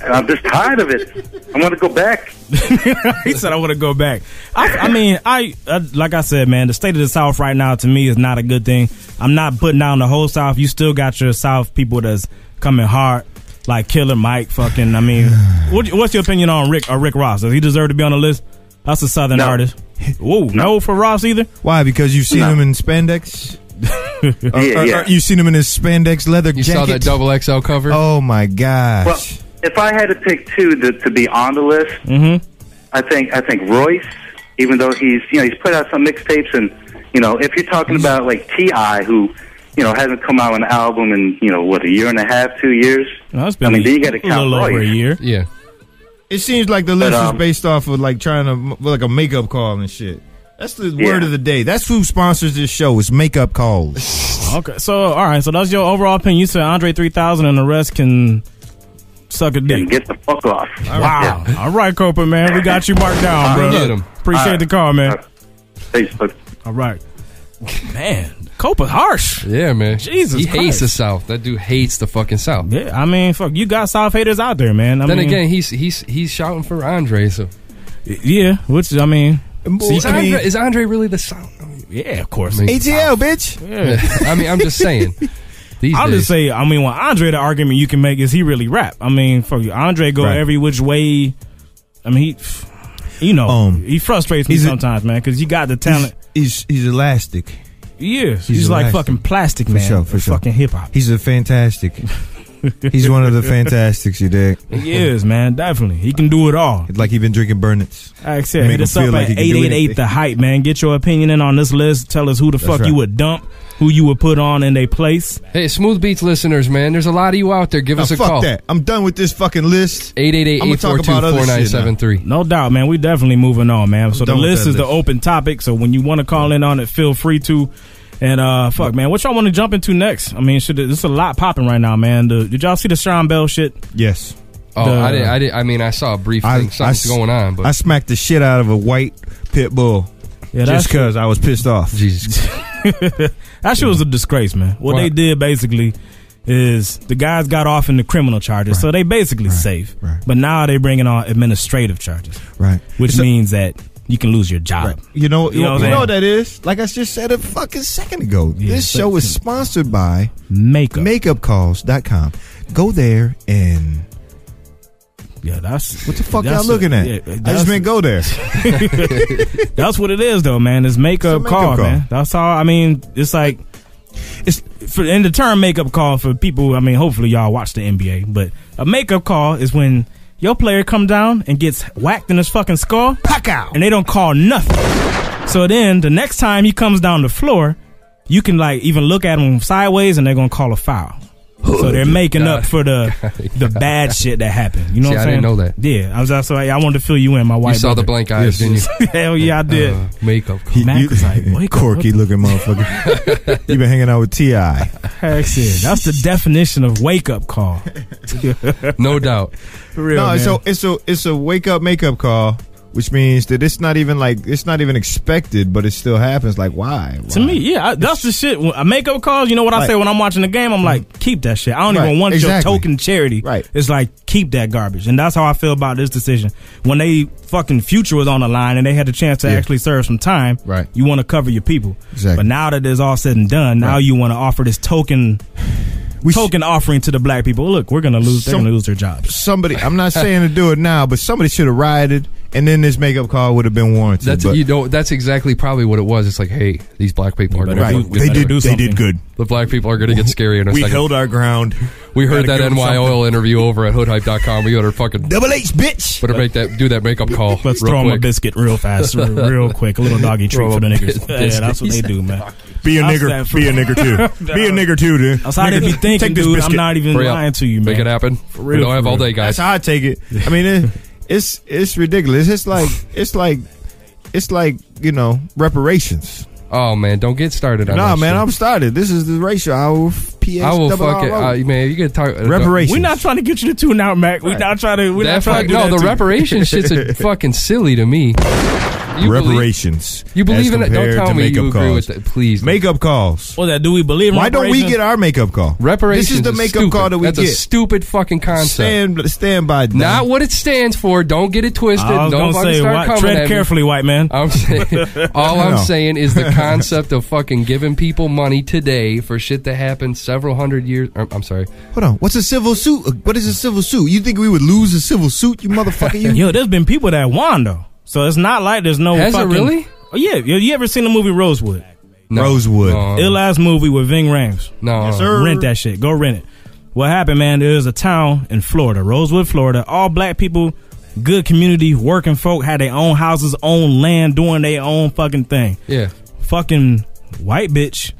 Speaker 12: and I'm just tired of it. I want to go back.
Speaker 5: <laughs> he said I want to go back. I, I mean, I, I like I said, man, the state of the South right now to me is not a good thing. I'm not putting down the whole South. You still got your South people that's coming hard, like Killer Mike. Fucking, I mean, <sighs> what, what's your opinion on Rick or Rick Ross? Does he deserve to be on the list? That's a Southern
Speaker 12: No.
Speaker 5: artist. Whoa, no. for Ross either.
Speaker 2: Why? Because you've seen him
Speaker 4: <laughs>
Speaker 2: in spandex. Or-
Speaker 12: yeah,
Speaker 2: or-
Speaker 12: yeah.
Speaker 2: or You've seen him in his spandex leather
Speaker 4: You
Speaker 2: jacket.
Speaker 4: saw that double XL cover?
Speaker 2: Oh my gosh.
Speaker 12: Well, if I had to pick two to, to be on the list,
Speaker 5: Mhm.
Speaker 12: I think I think Royce,
Speaker 5: Mm-hmm.
Speaker 12: even though he's you know he's put out some mixtapes and you know if you're talking about like Ti, who
Speaker 13: you know, hasn't come out with an album in, you know, what, a year and a half, two years?
Speaker 5: No, it's
Speaker 13: I mean, then you got to
Speaker 5: a
Speaker 13: count
Speaker 5: little over a
Speaker 13: Royce.
Speaker 5: year.
Speaker 4: Yeah.
Speaker 2: It seems like the
Speaker 13: But,
Speaker 2: list
Speaker 13: um,
Speaker 2: is based off of like trying to m- like a makeup call and shit. That's the
Speaker 13: Yeah.
Speaker 2: word of the day. That's who sponsors this show is makeup calls.
Speaker 5: <laughs> Okay, so all right, so that's your overall opinion. You said Andre three thousand and the rest can suck a
Speaker 13: And
Speaker 5: dick.
Speaker 13: get the fuck off.
Speaker 5: Wow. <laughs> all right, Copa man, we got you marked down, bro.
Speaker 4: Get 'em.
Speaker 5: Appreciate
Speaker 13: All right.
Speaker 5: the call, man.
Speaker 13: Facebook.
Speaker 5: All right, man, Copa harsh.
Speaker 4: Yeah, man.
Speaker 5: Jesus
Speaker 4: He hates
Speaker 5: Christ.
Speaker 4: the South. That dude hates the fucking South.
Speaker 5: Yeah, I mean, fuck, you got South haters out there, man. I
Speaker 4: Then
Speaker 5: mean,
Speaker 4: again, he's he's he's shouting for Andre. So
Speaker 5: yeah, which I mean,
Speaker 4: is,
Speaker 2: I mean,
Speaker 4: Andre, is Andre really the South? I mean,
Speaker 5: yeah, of course.
Speaker 2: ATL, bitch. <laughs>
Speaker 5: Yeah.
Speaker 4: <laughs> I mean, I'm
Speaker 5: <laughs>
Speaker 4: just saying. These
Speaker 5: I'll
Speaker 4: days,
Speaker 5: just say, I mean, when Andre, the argument you can make is he really rap. I mean, fuck you, Andre go
Speaker 2: Right.
Speaker 5: every which way. I mean, he, you know,
Speaker 2: Um,
Speaker 5: he frustrates me
Speaker 2: he's a-
Speaker 5: sometimes, man, because you got the
Speaker 2: He's,
Speaker 5: talent.
Speaker 2: he's he's elastic.
Speaker 5: He is. He's,
Speaker 2: He's
Speaker 5: like
Speaker 2: elastic.
Speaker 5: fucking plastic,
Speaker 2: For
Speaker 5: man.
Speaker 2: sure, for sure.
Speaker 5: Fucking hip hop.
Speaker 2: He's
Speaker 5: <laughs>
Speaker 2: a fantastic. he's one of the fantastics, you dig?
Speaker 5: He is, man. Definitely. He can do it all.
Speaker 2: Like he been drinking Burnets.
Speaker 5: Like I said,
Speaker 2: Make
Speaker 5: hit
Speaker 2: him
Speaker 5: us up
Speaker 2: feel like
Speaker 5: at
Speaker 2: he can do
Speaker 5: 888 The
Speaker 2: anything.
Speaker 5: Hype, man. Get your opinion in on this list. Tell us who the fuck you
Speaker 2: right.
Speaker 5: would dump, who you would put on in their place.
Speaker 4: hey, Smooth Beats listeners, man, there's a lot of you out there. Give
Speaker 2: Now,
Speaker 4: us a
Speaker 2: fuck
Speaker 4: call.
Speaker 2: that. I'm done with this fucking list. I'ma talk about other shit now.
Speaker 4: 888-842-4973.
Speaker 5: No doubt, man. We definitely moving on, man. So the
Speaker 2: done with
Speaker 5: list
Speaker 2: that
Speaker 5: is the
Speaker 2: list.
Speaker 5: open topic. So when you want to call in on it, feel free to. And uh, fuck, man, what y'all want to jump into next? I mean, shit, there's a lot popping right now, man. The, did y'all see the Sean Bell shit?
Speaker 2: Yes.
Speaker 4: Oh,
Speaker 5: The-
Speaker 4: I did. I did. I mean, I saw a brief
Speaker 2: I-
Speaker 4: thing.
Speaker 2: I
Speaker 4: Something's
Speaker 2: s-
Speaker 4: going on, but
Speaker 2: I smacked the shit out of a white pit bull
Speaker 5: Yeah,
Speaker 2: just because I was pissed off.
Speaker 5: <laughs>
Speaker 4: Jesus,
Speaker 5: That shit was a disgrace, man. What
Speaker 4: Why?
Speaker 5: they did basically is the guys got off in the criminal charges, so they basically safe.
Speaker 2: right.
Speaker 5: But now they bringing on administrative charges,
Speaker 2: Right.
Speaker 5: which
Speaker 2: So-
Speaker 5: means that you can lose your job.
Speaker 2: Right. You know, you,
Speaker 5: You know
Speaker 2: know,
Speaker 5: what
Speaker 2: you
Speaker 5: I'm
Speaker 2: know what that is? Like I just said a fucking second ago.
Speaker 5: Yeah,
Speaker 2: this
Speaker 5: but-
Speaker 2: show is sponsored by
Speaker 5: Makeup.
Speaker 2: makeupcalls.com. Go there and
Speaker 5: yeah, that's
Speaker 2: what the fuck
Speaker 5: that's
Speaker 2: y'all looking
Speaker 5: a-
Speaker 2: at?
Speaker 5: yeah,
Speaker 2: I
Speaker 5: that's-
Speaker 2: just meant go there.
Speaker 5: <laughs> That's what it is, though, man. It's makeup,
Speaker 2: It's a makeup
Speaker 5: call,
Speaker 2: call.
Speaker 5: man. That's all. I mean, it's like it's for in the term makeup call for people. I mean, hopefully y'all watch the NBA, but a makeup call is when your player come down and gets whacked in his fucking skull, and they don't call nothing. So then the next time he comes down the floor, you can like even look at him sideways, and they're gonna call a foul. So they're making <laughs> up for the the <laughs>
Speaker 4: <laughs>
Speaker 5: bad shit that happened. You know
Speaker 4: See,
Speaker 5: what I'm
Speaker 4: I
Speaker 5: saying?
Speaker 4: didn't know that.
Speaker 5: Yeah, I was also I wanted to fill you in. My
Speaker 4: you
Speaker 5: wife
Speaker 4: saw the blank eyes, didn't you?
Speaker 5: <laughs> Hell yeah, I did.
Speaker 4: Uh,
Speaker 2: <laughs>
Speaker 4: makeup.
Speaker 5: Mac was like, "Wake up, <laughs>
Speaker 2: Corky looking motherfucker. you been hanging out with T.I.
Speaker 5: Heck shit. That's the definition of wake up call.
Speaker 4: No doubt.
Speaker 5: For real.
Speaker 2: No,
Speaker 5: man.
Speaker 2: it's a it's a it's a wake up makeup call, which means that it's not even like it's not even expected, but it still happens. Like why?
Speaker 5: to
Speaker 2: Why?
Speaker 5: me, yeah, I, that's the shit. When I make up calls, you know what I
Speaker 2: Right. Mm.
Speaker 5: say when I'm watching the game? I'm like, keep that shit. I don't
Speaker 2: Right,
Speaker 5: even want your
Speaker 2: exactly.
Speaker 5: token charity.
Speaker 2: Right.
Speaker 5: It's like, keep that garbage. And that's how I feel about this decision. When they fucking future was on the line and they had the chance to
Speaker 2: Yeah.
Speaker 5: actually serve some time,
Speaker 2: Right.
Speaker 5: you want to cover your people.
Speaker 2: Exactly.
Speaker 5: But now that it's all said and done, now
Speaker 2: Right.
Speaker 5: you want to offer this token
Speaker 2: <sighs> we sh-
Speaker 5: token offering to the black people. Look, we're going to lose, they're
Speaker 2: Some-
Speaker 5: going to lose their jobs.
Speaker 2: somebody. I'm not saying to do it now, but somebody should have rioted, and then this makeup call would have been warranted.
Speaker 4: That's
Speaker 2: but,
Speaker 4: you know. That's exactly probably what it was. It's like, hey, these black people are
Speaker 5: better
Speaker 4: going
Speaker 5: do-
Speaker 2: right.
Speaker 5: we
Speaker 2: They
Speaker 5: better
Speaker 2: did.
Speaker 5: do
Speaker 2: They
Speaker 5: something.
Speaker 2: did good.
Speaker 4: the black people are
Speaker 5: <laughs>
Speaker 4: going to get scary in a second.
Speaker 2: our ground.
Speaker 4: we heard
Speaker 2: gotta
Speaker 4: that
Speaker 2: give 'em
Speaker 4: NY
Speaker 2: something.
Speaker 4: Oil interview over at hoodhype.com. We better fucking
Speaker 2: Double H, bitch.
Speaker 4: better make that do that makeup call.
Speaker 5: Let's
Speaker 4: real
Speaker 5: throw them a
Speaker 4: quick.
Speaker 5: biscuit real fast,
Speaker 4: <laughs>
Speaker 5: r- real quick. A little doggy treat
Speaker 4: Throw
Speaker 5: for the
Speaker 4: a
Speaker 5: niggas.
Speaker 4: bi-
Speaker 5: Yeah, that's what they do, man.
Speaker 2: Be a
Speaker 5: How's
Speaker 2: nigger.
Speaker 5: that
Speaker 2: Be a nigger
Speaker 5: <laughs>
Speaker 2: too. Be a nigger too, dude.
Speaker 5: That's how they be thinking,
Speaker 2: Take this
Speaker 5: dude. I'm
Speaker 2: biscuit.
Speaker 5: not even
Speaker 4: Hurry up.
Speaker 5: lying to you, man.
Speaker 4: Make it happen.
Speaker 5: real,
Speaker 4: we don't
Speaker 5: for
Speaker 4: have all
Speaker 5: real.
Speaker 4: day,
Speaker 2: That's
Speaker 4: guys.
Speaker 2: how I take it. I mean, it, it's it's ridiculous. It's like it's like it's like you know reparations.
Speaker 4: Oh man, don't get started on
Speaker 2: Nah,
Speaker 4: that
Speaker 2: man,
Speaker 4: shit.
Speaker 2: I'm started. This is the racial hour. PH
Speaker 4: I will
Speaker 2: double R
Speaker 4: fuck it.
Speaker 2: road.
Speaker 4: Uh, man, you can talk
Speaker 2: <laughs> reparations.
Speaker 5: We're not trying to get you to tune out, Mac. We're not trying to. We're
Speaker 4: That
Speaker 5: not trying
Speaker 4: fuck,
Speaker 5: to do
Speaker 4: no,
Speaker 5: that
Speaker 4: the
Speaker 5: to you.
Speaker 4: reparation shit's
Speaker 5: <laughs>
Speaker 4: a fucking silly to me. You believe,
Speaker 2: reparations.
Speaker 4: you believe
Speaker 2: as
Speaker 4: in it? Don't
Speaker 2: compared
Speaker 4: tell
Speaker 2: to
Speaker 4: me you
Speaker 2: makeup
Speaker 4: agree with
Speaker 2: calls.
Speaker 4: that, please.
Speaker 2: Makeup calls.
Speaker 5: Well, that do we believe? in
Speaker 2: Why don't we
Speaker 5: reparations?
Speaker 2: get our makeup call?
Speaker 4: reparations.
Speaker 2: This is the makeup
Speaker 4: stupid.
Speaker 2: call that we
Speaker 4: That's a
Speaker 2: get.
Speaker 4: stupid fucking concept.
Speaker 2: stand stand by. that.
Speaker 4: Not what it stands for. Don't get it twisted.
Speaker 5: I was
Speaker 4: don't
Speaker 5: gonna
Speaker 4: fucking
Speaker 5: say,
Speaker 4: start
Speaker 5: why, <laughs>
Speaker 4: coming at
Speaker 5: tread
Speaker 4: me.
Speaker 5: carefully, white man.
Speaker 4: I'm saying, <laughs> all I'm
Speaker 2: No.
Speaker 4: saying
Speaker 5: <laughs>
Speaker 4: is the concept of fucking giving people money today for shit that happened several hundred years. or, I'm sorry.
Speaker 2: Hold on. What's a civil suit? Uh, What is a civil suit? You think we would lose a civil suit? You motherfucker.
Speaker 5: <laughs>
Speaker 2: You.
Speaker 5: Yo, there's been people that won though, so it's not like there's no.
Speaker 4: Has it
Speaker 5: fucking,
Speaker 4: really?
Speaker 5: Oh, yeah, you, you ever seen the movie Rosewood?
Speaker 4: No.
Speaker 2: Rosewood.
Speaker 4: No.
Speaker 5: Ill ass movie with Ving Rhames.
Speaker 4: Um, no.
Speaker 2: sir.
Speaker 5: Uh, Rent that shit. Go rent it. What happened, man? There was a town in Florida, Rosewood, Florida. All black people, good community, working folk had their own houses, own land, doing their own fucking thing.
Speaker 4: Yeah.
Speaker 5: Fucking white bitch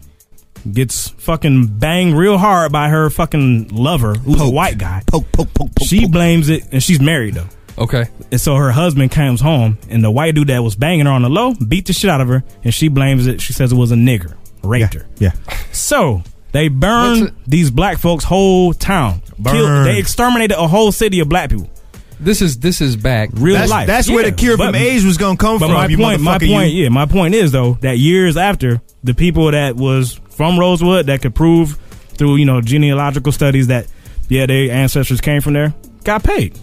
Speaker 5: gets fucking banged real hard by her fucking lover, who's a white guy.
Speaker 2: Poke, poke, poke, poke.
Speaker 5: She blames it, and she's married though.
Speaker 4: Okay.
Speaker 5: And so her husband comes home, and the white dude that was banging her on the low beat the shit out of her, and she blames it. She says it was a nigger, raped her.
Speaker 2: Yeah.
Speaker 5: So they burned
Speaker 4: What's
Speaker 5: these black folks' whole town.
Speaker 2: Burn.
Speaker 5: Killed, they exterminated a whole city of black people.
Speaker 4: This is this is back.
Speaker 5: Real
Speaker 2: That's,
Speaker 5: life.
Speaker 2: that's where the
Speaker 5: Yeah,
Speaker 2: cure from
Speaker 5: but-
Speaker 2: AIDS was gonna come
Speaker 5: But
Speaker 2: from.
Speaker 5: my
Speaker 2: you
Speaker 5: point, my
Speaker 2: motherfucker,
Speaker 5: point,
Speaker 2: you.
Speaker 5: yeah, my point is though that years after the people that was from Rosewood that could prove through you know genealogical studies that yeah their ancestors came from there got paid.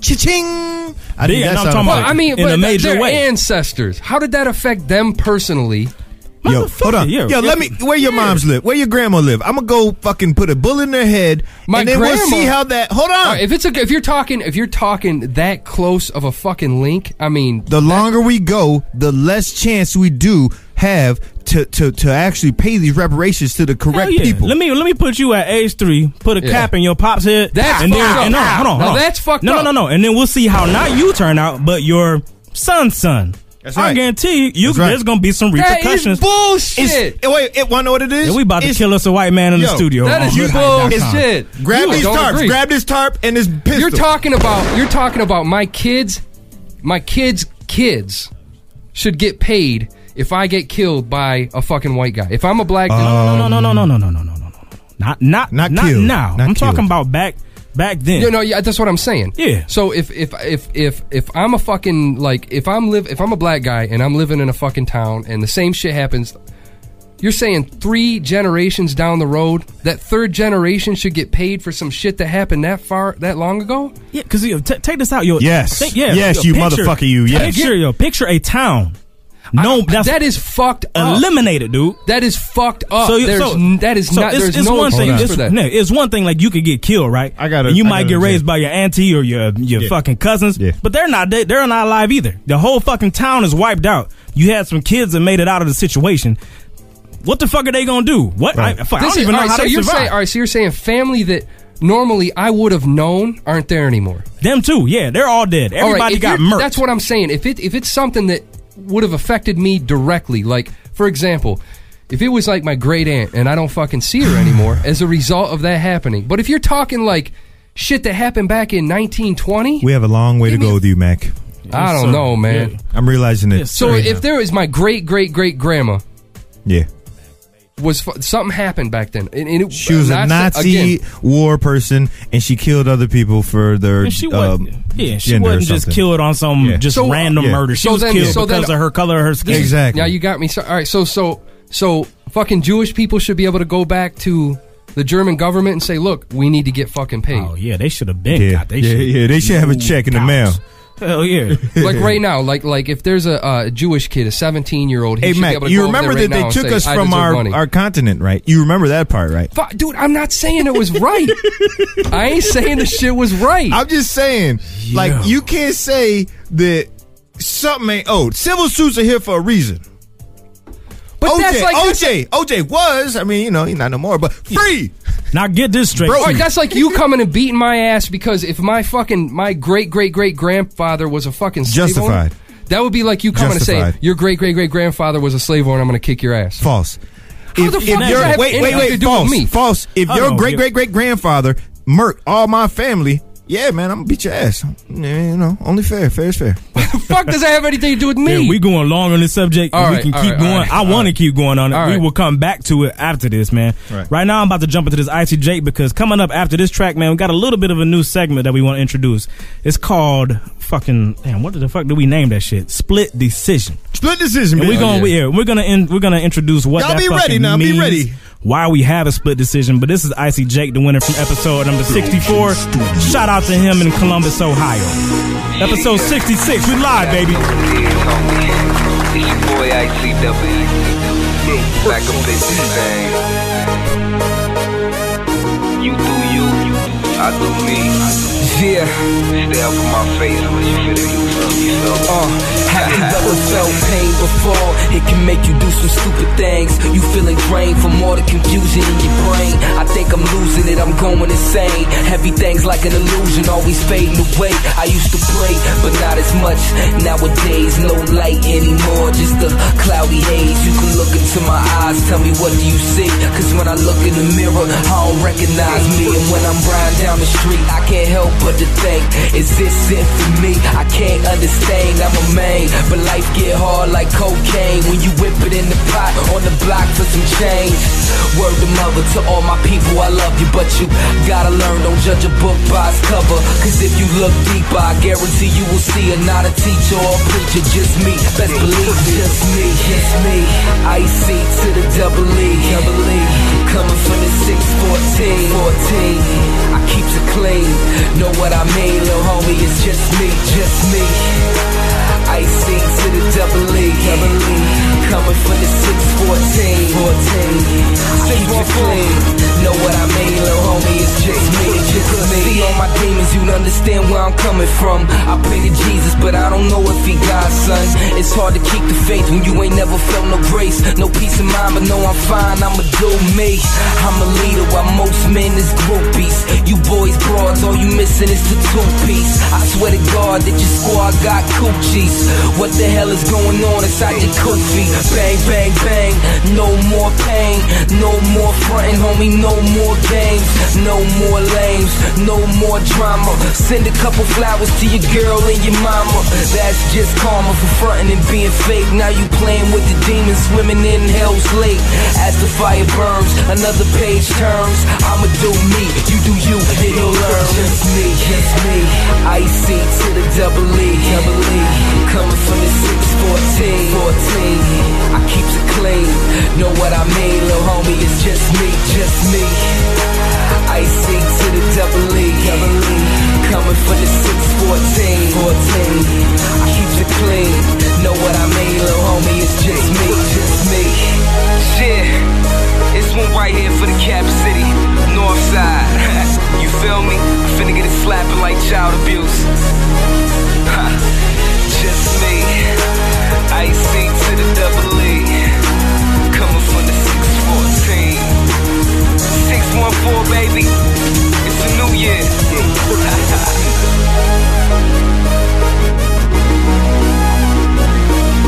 Speaker 2: Cha-ching. I think
Speaker 5: Yeah,
Speaker 2: that's
Speaker 5: no, I'm talking
Speaker 2: how-
Speaker 5: about-
Speaker 4: Well, I mean,
Speaker 5: In a
Speaker 4: but
Speaker 5: major
Speaker 4: their
Speaker 5: way.
Speaker 4: ancestors. How did that affect them personally?
Speaker 2: Yo,
Speaker 5: Motherfucker,
Speaker 2: hold on.
Speaker 5: yeah.
Speaker 2: Yo, let me. Where your moms live? Where your grandma live? I'm gonna go fucking put a bullet in their head,
Speaker 4: My
Speaker 2: and then we'll
Speaker 4: grandma-
Speaker 2: see how that. Hold on.
Speaker 4: All right, if it's a, if you're talking if you're talking that close of a fucking link, I mean,
Speaker 2: the longer we go, the less chance we do have to to, to actually pay these reparations to the
Speaker 5: Hell
Speaker 2: correct
Speaker 5: yeah.
Speaker 2: people.
Speaker 5: Let me let me put you at age three. Put a
Speaker 4: Yeah.
Speaker 5: cap in your pop's head.
Speaker 4: That's
Speaker 5: and then,
Speaker 4: fucked up.
Speaker 5: and no, hold on,
Speaker 4: Now
Speaker 5: hold on.
Speaker 4: that's fucked
Speaker 5: no,
Speaker 4: up.
Speaker 5: No, no, no. And then we'll see how not you turn out, but your son's son.
Speaker 2: That's
Speaker 5: I
Speaker 2: right.
Speaker 5: guarantee you,
Speaker 2: That's right.
Speaker 5: there's gonna be some
Speaker 4: that is
Speaker 5: repercussions.
Speaker 2: It's-
Speaker 4: bullshit.
Speaker 2: eh, wait, it, wanna know what it is?
Speaker 5: Yeah, we about to
Speaker 2: It's-
Speaker 5: kill us a white man in the
Speaker 2: Yo,
Speaker 5: studio.
Speaker 4: that
Speaker 5: on
Speaker 4: is
Speaker 5: hoodhide.com.
Speaker 4: bullshit.
Speaker 2: Grab
Speaker 4: You
Speaker 2: these
Speaker 4: don't
Speaker 2: tarps.
Speaker 4: agree.
Speaker 2: Grab this tarp and this pistol.
Speaker 4: You're talking about you're talking about my kids, my kids' kids should get paid if I get killed by a fucking white guy. If I'm a black dude,
Speaker 5: No, no, no, no, no, no, no, no, no, no, no. Not not
Speaker 2: Not
Speaker 5: not,
Speaker 2: killed.
Speaker 5: now.
Speaker 2: Not
Speaker 5: I'm
Speaker 2: killed.
Speaker 5: talking about back back then.
Speaker 4: You know, yeah, that's what I'm saying.
Speaker 5: Yeah.
Speaker 4: So if if if if if I'm a fucking like if I'm live if I'm a black guy and I'm living in a fucking town and the same shit happens, you're saying three generations down the road that third generation should get paid for some shit that happened that far that long ago?
Speaker 5: Yeah, because you know, t- take this out. Yo,
Speaker 2: Yes.
Speaker 5: think- yeah,
Speaker 2: Yes,
Speaker 5: yo,
Speaker 2: you motherfucker, you, yes.
Speaker 5: Picture, yo, picture a town. No, that's
Speaker 4: that is fucked up.
Speaker 5: eliminated, dude.
Speaker 4: that is fucked up.
Speaker 5: you-
Speaker 4: there's n- that is
Speaker 5: so
Speaker 4: not.
Speaker 5: It's,
Speaker 4: there's
Speaker 5: it's
Speaker 4: no
Speaker 5: one thing.
Speaker 4: excuse
Speaker 5: It's,
Speaker 4: for that.
Speaker 5: no, it's one thing. Like you could get killed, right?
Speaker 2: I gotta-
Speaker 5: And you
Speaker 2: I
Speaker 5: might
Speaker 2: gotta
Speaker 5: get raised
Speaker 2: understand.
Speaker 5: by your auntie or your your
Speaker 2: Yeah.
Speaker 5: fucking cousins.
Speaker 2: Yeah.
Speaker 5: But they're not. They, they're not alive either. The whole fucking town is wiped out. You had some kids that made it out of the situation. What the fuck are they gonna do? What?
Speaker 2: Right.
Speaker 5: I, fuck, I
Speaker 4: This
Speaker 5: don't
Speaker 4: is-
Speaker 5: even know
Speaker 4: all right,
Speaker 5: how
Speaker 4: so
Speaker 5: they
Speaker 4: you're
Speaker 5: survive.
Speaker 4: saying all right. So you're saying family that normally I would have known aren't there anymore.
Speaker 5: Them too. Yeah, they're all dead.
Speaker 4: All right,
Speaker 5: Everybody
Speaker 4: if
Speaker 5: got
Speaker 4: you're-
Speaker 5: murked.
Speaker 4: That's what I'm saying. If it if it's something that would have affected me directly, like for example, if it was like my great aunt and I don't fucking see
Speaker 5: <sighs>
Speaker 4: her anymore as a result of that happening. But if you're talking like shit that happened back in 1920,
Speaker 2: we have a long way to go with you, Mac.
Speaker 4: I don't
Speaker 5: sir.
Speaker 4: know, man.
Speaker 5: Yeah.
Speaker 2: I'm realizing it.
Speaker 5: Yes.
Speaker 4: So
Speaker 5: Sure, yeah.
Speaker 4: if there was my great great great grandma
Speaker 2: Yeah.
Speaker 4: was fu- something happened back then, and, and it,
Speaker 2: She was a
Speaker 4: not-
Speaker 2: Nazi
Speaker 4: again,
Speaker 2: war person, and she killed other people for their
Speaker 5: And she
Speaker 2: um,
Speaker 5: wasn't. yeah, she
Speaker 2: gender or
Speaker 5: wasn't just
Speaker 2: something.
Speaker 5: killed on some
Speaker 2: Yeah.
Speaker 5: just
Speaker 4: So- uh,
Speaker 5: random
Speaker 2: Yeah.
Speaker 5: murder. She
Speaker 4: So
Speaker 5: was
Speaker 4: then-
Speaker 5: killed
Speaker 4: so then-
Speaker 5: because of her color of her skin.
Speaker 2: Exactly.
Speaker 4: Now you got me. So, all right. So so so fucking Jewish people should be able to go back to the German government and say, look, we need to get fucking paid.
Speaker 5: Oh yeah, they should have been.
Speaker 2: Yeah.
Speaker 5: got. They
Speaker 2: Yeah,
Speaker 5: should-
Speaker 2: yeah, they should have a
Speaker 5: No
Speaker 2: check in the
Speaker 5: doubt.
Speaker 2: mail.
Speaker 5: Hell
Speaker 2: <laughs>
Speaker 5: yeah.
Speaker 4: like right now, like like if there's a uh, Jewish kid, a 17 year old, he
Speaker 2: Hey
Speaker 4: should be
Speaker 2: Mac,
Speaker 4: able to
Speaker 2: you
Speaker 4: go over
Speaker 2: remember
Speaker 4: there right
Speaker 2: that
Speaker 4: now
Speaker 2: they
Speaker 4: and
Speaker 2: took
Speaker 4: say,
Speaker 2: us
Speaker 4: "I
Speaker 2: from
Speaker 4: deserve
Speaker 2: our
Speaker 4: money."
Speaker 2: our continent, right? You remember that part, right?
Speaker 4: Fu- dude. I'm not saying it was
Speaker 2: <laughs>
Speaker 4: right. I ain't saying the shit was right.
Speaker 2: I'm just saying, like you can't say that something ain't owed. Civil suits are here for a reason.
Speaker 4: but
Speaker 2: OJ,
Speaker 4: that's like that's-
Speaker 2: OJ, OJ was. I mean, you know, he's not no more, but free.
Speaker 5: now get this straight.
Speaker 4: All right, that's like you coming and beating my ass because if my fucking my great great great grandfather was a fucking slave owner,
Speaker 2: Justified.
Speaker 4: that would be like you coming to
Speaker 2: Justified.
Speaker 4: say your great great great grandfather was a slave owner. I'm going to kick your ass.
Speaker 2: False.
Speaker 4: How the fuck does
Speaker 2: your-
Speaker 4: that have anything to do with
Speaker 2: false,
Speaker 4: me?
Speaker 2: false. If
Speaker 5: Oh,
Speaker 2: your
Speaker 5: no,
Speaker 2: great
Speaker 5: yeah.
Speaker 2: great great grandfather murked all my family, yeah, man, I'm gonna beat your ass. Yeah, You know, only fair. Fair is fair.
Speaker 4: the fuck does that have anything to do with me?
Speaker 5: Yeah, we going long on this subject.
Speaker 4: All
Speaker 5: we
Speaker 4: right,
Speaker 5: can
Speaker 4: all
Speaker 5: keep
Speaker 4: right,
Speaker 5: going.
Speaker 4: all right,
Speaker 5: I
Speaker 4: all
Speaker 5: want to
Speaker 4: right.
Speaker 5: keep going on it.
Speaker 4: All
Speaker 5: we
Speaker 4: right.
Speaker 5: will come back to it after this, man.
Speaker 2: Right.
Speaker 5: now, I'm about to jump into this icy Jake because coming up after this track, man, we got a little bit of a new segment that we want to introduce. It's called fucking damn. What the fuck do we name that shit? Split decision.
Speaker 2: Split decision,
Speaker 5: And
Speaker 2: bitch.
Speaker 5: we're gonna
Speaker 4: Oh, yeah.
Speaker 5: yeah, we're gonna in, we're gonna introduce what
Speaker 2: Y'all
Speaker 5: that
Speaker 2: be
Speaker 5: fucking
Speaker 2: ready now, be
Speaker 5: means,
Speaker 2: ready.
Speaker 5: Why we have a split decision, but this is Icy Jake, the winner from episode number sixty four. Shout out to him in Columbus, Ohio. Episode sixty six, we live, baby.
Speaker 10: It's your boy ICW. Back up this thing. You do you, I do me.
Speaker 14: Yeah. Stay up in my face unless you feel that you love yourself.
Speaker 11: Uh, have you ever felt pain before? It can make you do some stupid things. You feeling drained from all the confusion in your brain. I think I'm losing it, I'm going insane. Everything's like an illusion, always fading away. I used to play, but not as much. Nowadays, no light anymore, just a cloudy haze. You can look into my eyes, tell me what do you see? Cause when I look in the mirror, I don't recognize me. And when I'm riding down the street, I can't help but to think, is this it for me? I can't understand, I'm a man. But life get hard like cocaine when you whip it in the pot on the block for some change. Word to mother, to all my people, I love you, but you gotta learn, don't judge a book by its cover. Cause if you look deeper, I guarantee you will see I'm not a teacher or a preacher, just me. Best believe me, just me, just me. Icy to the double E, double E. Coming from the 614, 14. I keeps it clean, know what I mean, little homie, it's just me, just me. Icy to the double E, double E. Coming from the 614, 14. I keeps it clean, know what I mean, little homie, it's just me, just me. See all my demons, you don't understand where I'm coming from. I pray to Jesus, but I don't know if he God, son. It's hard to keep the faith when you ain't never felt no grace, no peace of mind. But no, I'm fine. I'ma do me. I'm a leader while most men is groupies. You boys, broads, all you missing is the two piece. I swear to God that your squad got coochies. What the hell is going on inside your coochie? Bang, bang, bang. No more pain, no more frontin', homie. No more games, no more lames, no more drama. Send a couple flowers to your girl and your mama. That's just karma for frontin' and being fake. Now you playing with the demons, swimming in hell's lake. As the fire burns, another page turns. I'ma do me, you do you, and you'll learn. Just me, just me. Icy to the double E, double E. Coming from the 614, 14. I keeps it clean. Know what I mean, little homie? It's just me, just me. Icy to the double E, double E. Coming from the 614, 14. I keeps it clean. Know what I mean, little homie? It's just me, just me. Shit. It's one right here for the Cap City, North Side. <laughs> you feel me? I'm finna get it slapping like child abuse. <laughs> Ha, Just me, icy to the double E, coming from the 614. 614, baby, it's a new year. <laughs>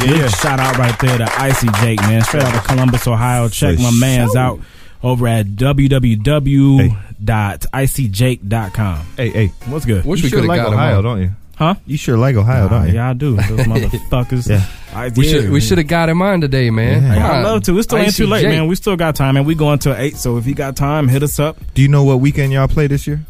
Speaker 5: Big shout out right there to Icy Jake, man. Straight out of Columbus, Ohio. Check
Speaker 2: For
Speaker 5: my man's
Speaker 2: sure.
Speaker 5: out over at www.icyjake.com. Hey, hey, what's good?
Speaker 2: Wish You we sure coulda like got him Ohio, on. don't you?
Speaker 5: Huh?
Speaker 2: You sure like Ohio, don't you?
Speaker 5: Yeah, I do.
Speaker 2: <laughs>
Speaker 5: Those motherfuckers.
Speaker 2: Yeah.
Speaker 5: I
Speaker 4: We should
Speaker 5: did, man.
Speaker 4: we should have got him on today, man.
Speaker 5: Hey,
Speaker 4: Come
Speaker 5: I
Speaker 4: on.
Speaker 5: love to. It still ain't
Speaker 4: Icy
Speaker 5: too late,
Speaker 4: J.
Speaker 5: man. We still got time, and we going till eight. So if you got time, hit us up.
Speaker 2: Do you know what weekend y'all play this year?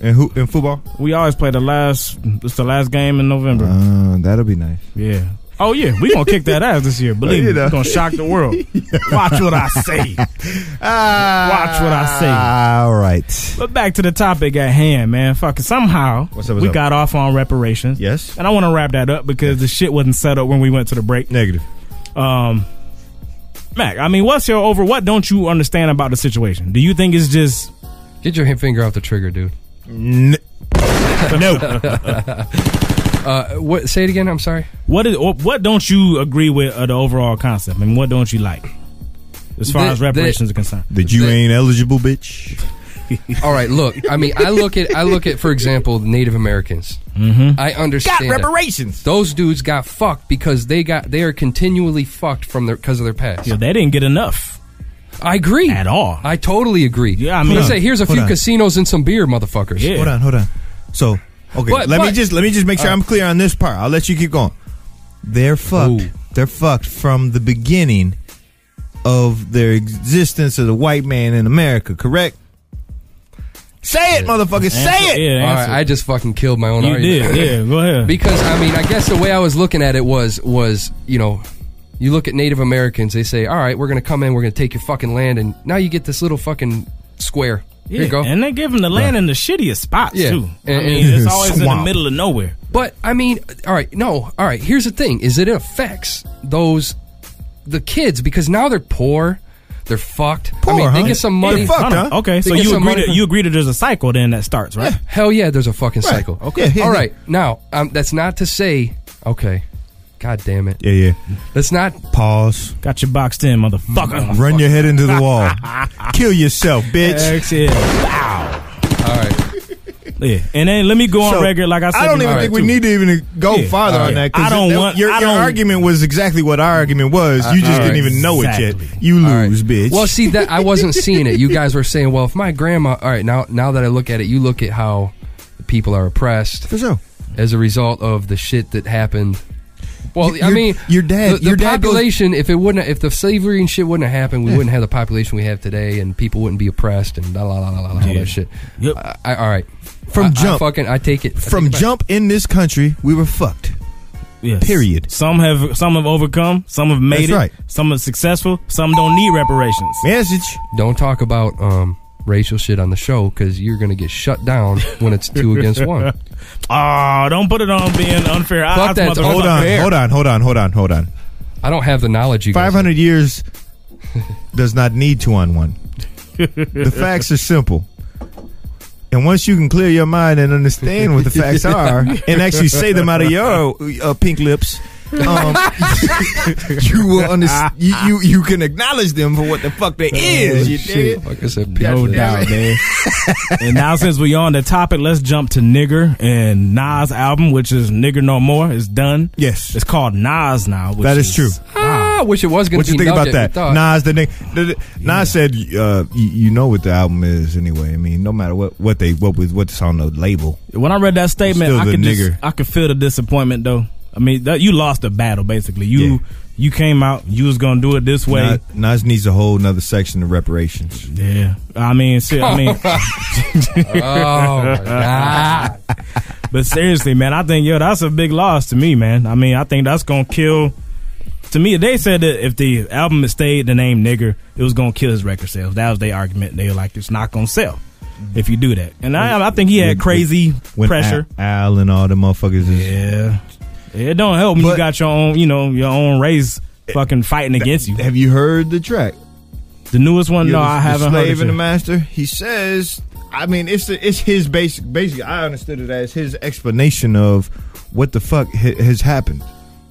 Speaker 2: And who in football?
Speaker 5: We always play the last. It's the last game in November.
Speaker 2: Uh, that'll be nice.
Speaker 5: Yeah. Oh yeah, we gonna kick that ass this year.
Speaker 2: <laughs>
Speaker 5: Believe me,
Speaker 2: Oh, You know.
Speaker 5: we gonna shock the world. Watch what I say. Watch what I say.
Speaker 2: Ah. All right.
Speaker 5: But back to the topic at hand, man. Fucking somehow
Speaker 2: up, what's
Speaker 5: we
Speaker 2: up?
Speaker 5: got off on reparations.
Speaker 2: Yes.
Speaker 5: And I want to wrap that up because the shit wasn't set up when we went to the break.
Speaker 2: Negative.
Speaker 5: Um, Mac, I mean, what's your over? What don't you understand about the situation? Do you think it's just
Speaker 4: Get your finger off the trigger, dude.
Speaker 5: <laughs> no?
Speaker 4: <laughs> Uh, what? Say it again. I'm sorry.
Speaker 5: what is or what don't you agree with uh, the overall concept? I mean, what don't you like as far
Speaker 4: The-
Speaker 5: as
Speaker 4: the-
Speaker 5: reparations are concerned?
Speaker 2: That you ain't eligible, bitch.
Speaker 4: <laughs> All right, look. I mean, I look at I look at for example Native Americans. Mm-hmm. I understand. it.
Speaker 2: reparations.
Speaker 4: Those dudes got fucked because they got they are continually fucked from their because of their past.
Speaker 5: Yeah, they didn't get enough
Speaker 4: I agree.
Speaker 5: at all.
Speaker 4: I totally agree.
Speaker 5: Yeah, I
Speaker 4: am
Speaker 5: mean-
Speaker 4: gonna say here's a
Speaker 2: Hold
Speaker 4: few
Speaker 2: on.
Speaker 4: casinos and some beer, motherfuckers.
Speaker 5: Yeah.
Speaker 2: Hold on, hold on. So, okay,
Speaker 4: But-
Speaker 2: let me
Speaker 4: but- Uh.
Speaker 2: just let me just make sure I'm clear on this part. I'll let you keep going. They're fucked.
Speaker 4: Ooh.
Speaker 2: They're fucked from the beginning of their existence as a white man in America. Correct? Say it, motherfucker. Say it.
Speaker 5: Yeah,
Speaker 4: All right,
Speaker 5: answer.
Speaker 4: I just fucking killed my own
Speaker 5: you
Speaker 4: argument.
Speaker 5: did. Yeah, go ahead.
Speaker 4: Because I mean, I guess the way I was looking at it was was you know, you look at Native Americans. They say, "All right, we're gonna come in, we're gonna take your fucking land, and now you get this little fucking square." Here
Speaker 5: Yeah,
Speaker 4: you go.
Speaker 5: And they give them the land in the shittiest spots
Speaker 4: Yeah.
Speaker 5: too. I
Speaker 4: And-
Speaker 5: mean,
Speaker 4: and- <laughs>
Speaker 5: it's always in the
Speaker 2: Swamp.
Speaker 5: middle of nowhere.
Speaker 4: But I mean, all right, no, all right. Here's the thing: is it affects those the kids because now they're poor, they're fucked. I mean, they get some money.
Speaker 5: Hold on. Okay,
Speaker 4: They
Speaker 5: so
Speaker 4: get
Speaker 5: you
Speaker 4: some
Speaker 5: agree
Speaker 4: money
Speaker 5: that
Speaker 4: from-
Speaker 5: you agree that there's a cycle then that starts, right?
Speaker 4: Hell yeah, there's a fucking cycle.
Speaker 5: Okay. Yeah, yeah,
Speaker 4: All
Speaker 5: yeah.
Speaker 4: right. Now, um, that's not to say. Okay. God damn it.
Speaker 2: Yeah, yeah.
Speaker 4: Let's not Mm-hmm.
Speaker 2: pause.
Speaker 5: Got you boxed in, motherfucker.
Speaker 2: Run your head into the
Speaker 5: <laughs>
Speaker 2: wall. Oh. Kill yourself, bitch.
Speaker 5: Exhale. Wow.
Speaker 4: All right.
Speaker 5: <laughs> Yeah, and then let me go on
Speaker 2: So,
Speaker 5: record. Like I said,
Speaker 2: I don't even
Speaker 5: before,
Speaker 2: think we
Speaker 5: too.
Speaker 2: need to even go
Speaker 5: Yeah.
Speaker 2: farther on that.
Speaker 5: I
Speaker 2: 'cause
Speaker 5: don't
Speaker 2: that-
Speaker 5: want-
Speaker 2: your,
Speaker 5: I
Speaker 2: your
Speaker 5: don't-
Speaker 2: argument was exactly what our argument was.
Speaker 4: Uh,
Speaker 2: You just
Speaker 4: all
Speaker 2: didn't
Speaker 4: right.
Speaker 2: even know it yet.
Speaker 4: Exactly.
Speaker 2: You lose, bitch.
Speaker 4: Well, see that I wasn't seeing it.
Speaker 2: <laughs>
Speaker 4: You guys were saying, well, if my grandma. All right. Now, now that I look at it, you look at how people are oppressed
Speaker 2: For sure.
Speaker 4: as a result of the shit that happened. Well,
Speaker 2: Your-
Speaker 4: I mean,
Speaker 2: your dad-
Speaker 4: the, the
Speaker 2: your dad goes-
Speaker 4: population. if it wouldn't, if the slavery and shit wouldn't have happened, we wouldn't have the population we have today, and people wouldn't be oppressed and la la la la la la all
Speaker 5: Yeah.
Speaker 4: that shit.
Speaker 5: Yep.
Speaker 4: I, I, all right.
Speaker 2: From
Speaker 4: I- I
Speaker 2: jump.
Speaker 4: fucking, I take it I take
Speaker 2: From
Speaker 4: it back.
Speaker 2: jump in this country, we were fucked.
Speaker 5: Yes.
Speaker 2: Period.
Speaker 5: Some have some have overcome. Some have made
Speaker 2: That's
Speaker 5: it.
Speaker 2: right.
Speaker 5: Some are successful. Some don't need reparations.
Speaker 2: Message.
Speaker 4: don't talk about um, racial shit on the show because you're gonna get shut down when it's two
Speaker 5: <laughs>
Speaker 4: against one.
Speaker 5: Oh, don't put it on being unfair. I-
Speaker 4: Fuck
Speaker 5: I-
Speaker 4: that.
Speaker 5: motherfucker.
Speaker 2: Hold on, hold on, hold on, hold on, hold on.
Speaker 4: I don't have the knowledge. You guys
Speaker 2: Five
Speaker 4: <laughs>
Speaker 2: hundred years does not need two on one. <laughs> The facts are simple. And once you can clear your mind and understand what
Speaker 4: <laughs>
Speaker 2: the facts are, and actually say them out of your uh,
Speaker 4: <laughs>
Speaker 2: pink lips, um, you will understand. You, you you can acknowledge them for what the fuck they is. You
Speaker 4: Oh, Shit,
Speaker 2: dig?
Speaker 4: like I said,
Speaker 5: No
Speaker 4: people-
Speaker 5: doubt, man.
Speaker 2: <laughs>
Speaker 5: and now since we on the topic, let's jump to Nigger and Nas album, which is Nigger No More, is done.
Speaker 2: Yes.
Speaker 5: It's called Nas now. Which
Speaker 2: That is true.
Speaker 4: Ah, I wish it was gonna
Speaker 2: What
Speaker 4: be.
Speaker 2: you think about
Speaker 4: Nugget, uh, I
Speaker 2: that?
Speaker 4: thought.
Speaker 2: Nas the nigga. The, the- Nas said, uh, you, "You know what the album is anyway. I mean, no matter what what they what was what's on the label,
Speaker 5: When I read that statement,
Speaker 2: Still
Speaker 5: I
Speaker 2: the
Speaker 5: could just,
Speaker 2: nigger.
Speaker 5: I could feel the disappointment though. I mean, that, you lost the battle basically. You
Speaker 2: Yeah.
Speaker 5: you came out, you was gonna do it this way.
Speaker 2: Na- Nas needs a whole nother section of reparations.
Speaker 5: yeah, I mean, shit, I mean,
Speaker 4: <laughs> Oh my god!
Speaker 5: But seriously, man, I think yo, that's a big loss to me, man. I mean, I think that's gonna kill. To me, they said that if the album had stayed the name "Nigger," it was gonna kill his record sales. That was their argument. They were like, it's not gonna sell if you do that. And I, I think he had
Speaker 2: When-
Speaker 5: crazy
Speaker 2: When
Speaker 5: pressure.
Speaker 2: Al, Al and all the motherfuckers is
Speaker 5: yeah, it don't help when you
Speaker 2: But-
Speaker 5: got your own, you know, your own race fucking fighting against you.
Speaker 2: Have you heard the track?
Speaker 5: The newest one,
Speaker 2: You
Speaker 5: no,
Speaker 2: know, the,
Speaker 5: I
Speaker 2: the
Speaker 5: haven't heard.
Speaker 2: Slave
Speaker 5: it
Speaker 2: and the
Speaker 5: yet.
Speaker 2: master. He says, I mean, it's the, it's his basic. Basically, I understood it as his explanation of what the fuck ha- has happened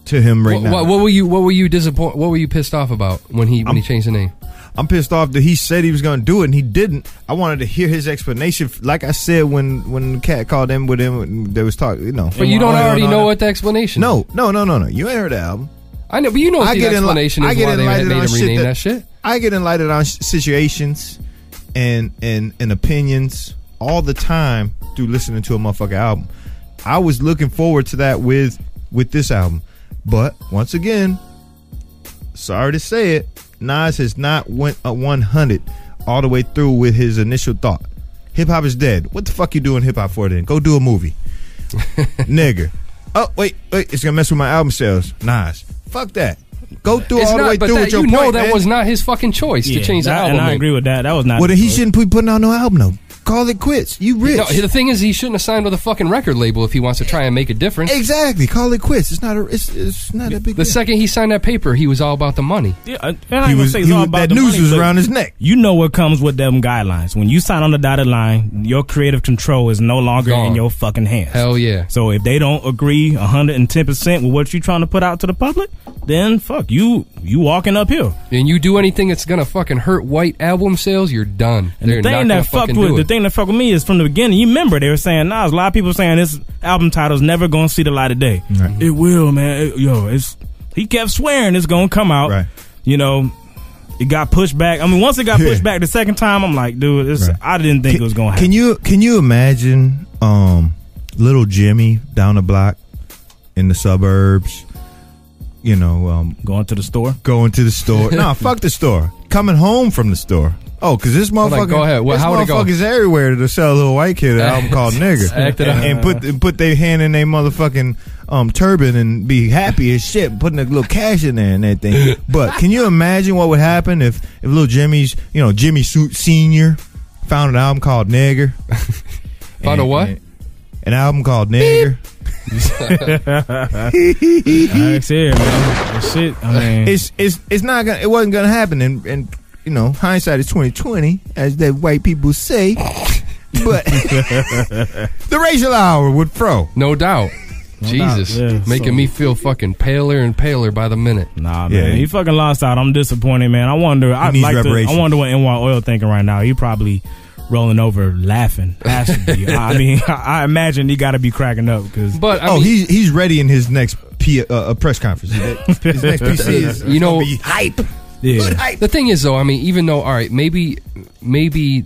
Speaker 2: to him right
Speaker 4: what,
Speaker 2: now.
Speaker 4: what, what were you? What were you disappointed? What were you pissed off about when he when he changed the name?
Speaker 2: I'm pissed off that he said he was going to do it and he didn't. I wanted to hear his explanation. Like I said when when the cat called in with him, when they was talking. You know,
Speaker 4: But you don't
Speaker 2: on and
Speaker 4: already
Speaker 2: on
Speaker 4: know
Speaker 2: and-
Speaker 4: what the explanation. is.
Speaker 2: No, no, no, no, no. You ain't heard the album.
Speaker 4: I know, but you know what the explanation
Speaker 2: enli-
Speaker 4: is why they made
Speaker 2: on
Speaker 4: him
Speaker 2: shit
Speaker 4: rename that, shit.
Speaker 2: I get enlightened on sh- situations and and and opinions all the time through listening to a motherfucking album. I was looking forward to that with with this album, but once again, sorry to say it, Nas has not went a 100 all the way through with his initial thought. Hip hop is dead. What the fuck you doing hip hop for then? Go do a movie <laughs> nigga. Oh wait, wait, it's gonna mess with my album sales. Nas, fuck that. Go through
Speaker 4: It's
Speaker 2: all the way
Speaker 4: not, but
Speaker 2: through
Speaker 4: that,
Speaker 2: with your
Speaker 4: you
Speaker 2: point,
Speaker 4: know that
Speaker 2: man.
Speaker 4: was not his fucking choice
Speaker 5: Yeah,
Speaker 4: to change the
Speaker 5: that-
Speaker 4: album.
Speaker 5: and I
Speaker 4: name.
Speaker 5: agree with that. That was not.
Speaker 2: well, then he shouldn't be putting out no album though. Call it quits. You rich.
Speaker 4: No, the thing is, he shouldn't have signed with a fucking record label if he wants to try and make a difference.
Speaker 2: exactly. Call it quits. It's not a. It's, it's not a big.
Speaker 4: The
Speaker 2: deal.
Speaker 4: second he signed that paper, he was all about the money.
Speaker 5: Yeah, and I
Speaker 2: he
Speaker 5: ain't gonna
Speaker 2: was,
Speaker 5: say
Speaker 2: he
Speaker 5: it's all
Speaker 2: was,
Speaker 5: about
Speaker 2: that
Speaker 5: the
Speaker 2: news
Speaker 5: money,
Speaker 2: was
Speaker 5: but-
Speaker 2: around his neck.
Speaker 5: you know what comes with them guidelines. When you sign on the dotted line, your creative control is no longer
Speaker 4: Gone.
Speaker 5: in your fucking hands.
Speaker 4: Hell yeah.
Speaker 5: So if they don't agree 110% with what you're trying to put out to the public, then fuck you. You walking uphill.
Speaker 4: And you do anything that's gonna fucking hurt white album sales, you're done.
Speaker 5: And
Speaker 4: They're
Speaker 5: the
Speaker 4: not
Speaker 5: thing
Speaker 4: gonna
Speaker 5: that fucked
Speaker 4: fucking
Speaker 5: with
Speaker 4: do
Speaker 5: <laughs> the
Speaker 4: it.
Speaker 5: thing that fucked with me is from the beginning. You remember they were saying Nas. A lot of people saying this album title's never gonna see the light of day.
Speaker 2: Right.
Speaker 5: It will, man. It- yo, it's he kept swearing it's gonna come out.
Speaker 2: Right.
Speaker 5: You know, it got pushed back. I mean, once it got
Speaker 2: Yeah.
Speaker 5: pushed back the second time, I'm like, dude, this,
Speaker 2: Right.
Speaker 5: I didn't think it was gonna happen.
Speaker 2: Can you can you imagine um little Jimmy down the block in the suburbs? You know, um,
Speaker 5: Going to the store.
Speaker 2: going to
Speaker 5: <laughs>
Speaker 2: the store. nah, fuck the store. Coming home from the store. Oh, because this
Speaker 4: on,
Speaker 2: motherfucker.
Speaker 4: go ahead. Well,
Speaker 2: this
Speaker 4: how would it go?
Speaker 2: motherfuckers everywhere to sell a little white kid an album
Speaker 4: <laughs>
Speaker 2: called Nigger.
Speaker 4: Act it
Speaker 2: and,
Speaker 4: out.
Speaker 2: and put and put their hand in their motherfucking um, turban and be happy as shit, putting a little cash in there and everything.
Speaker 5: <laughs>
Speaker 2: But can you imagine what would happen if if little Jimmy's, you
Speaker 5: <laughs>
Speaker 2: know, Jimmy Suit Senior found an album called Nigger?
Speaker 4: Found a
Speaker 2: And-
Speaker 4: what?
Speaker 2: And, an album
Speaker 5: <laughs>
Speaker 2: called Nigger.
Speaker 5: That's it, man. Shit, I mean,
Speaker 2: it's it's it's not gonna it wasn't gonna happen and and you know hindsight is twenty twenty as that white people say.
Speaker 5: <laughs>
Speaker 2: but the racial hour would fro.
Speaker 4: No doubt. Jesus,
Speaker 5: doubt, yeah,
Speaker 4: making
Speaker 5: so-
Speaker 4: me feel fucking paler and paler by the minute.
Speaker 5: Nah,
Speaker 2: Yeah.
Speaker 5: man, he fucking lost out. I'm disappointed, man. I wonder. I
Speaker 2: needs
Speaker 5: like. To, I
Speaker 2: reparations.
Speaker 5: wonder what NY Oil thinking right now. He probably rolling over laughing. Has to
Speaker 2: <laughs>
Speaker 5: be. I mean, <laughs> I, I imagine he got to be cracking up because
Speaker 4: But I
Speaker 2: oh,
Speaker 4: mean,
Speaker 2: he's he's ready in his next P, uh, uh, press conference.
Speaker 4: <laughs>
Speaker 2: His next PC is
Speaker 4: You know-
Speaker 2: gonna be hype.
Speaker 5: yeah,
Speaker 4: the thing is, though, I mean, even though, all right, maybe, maybe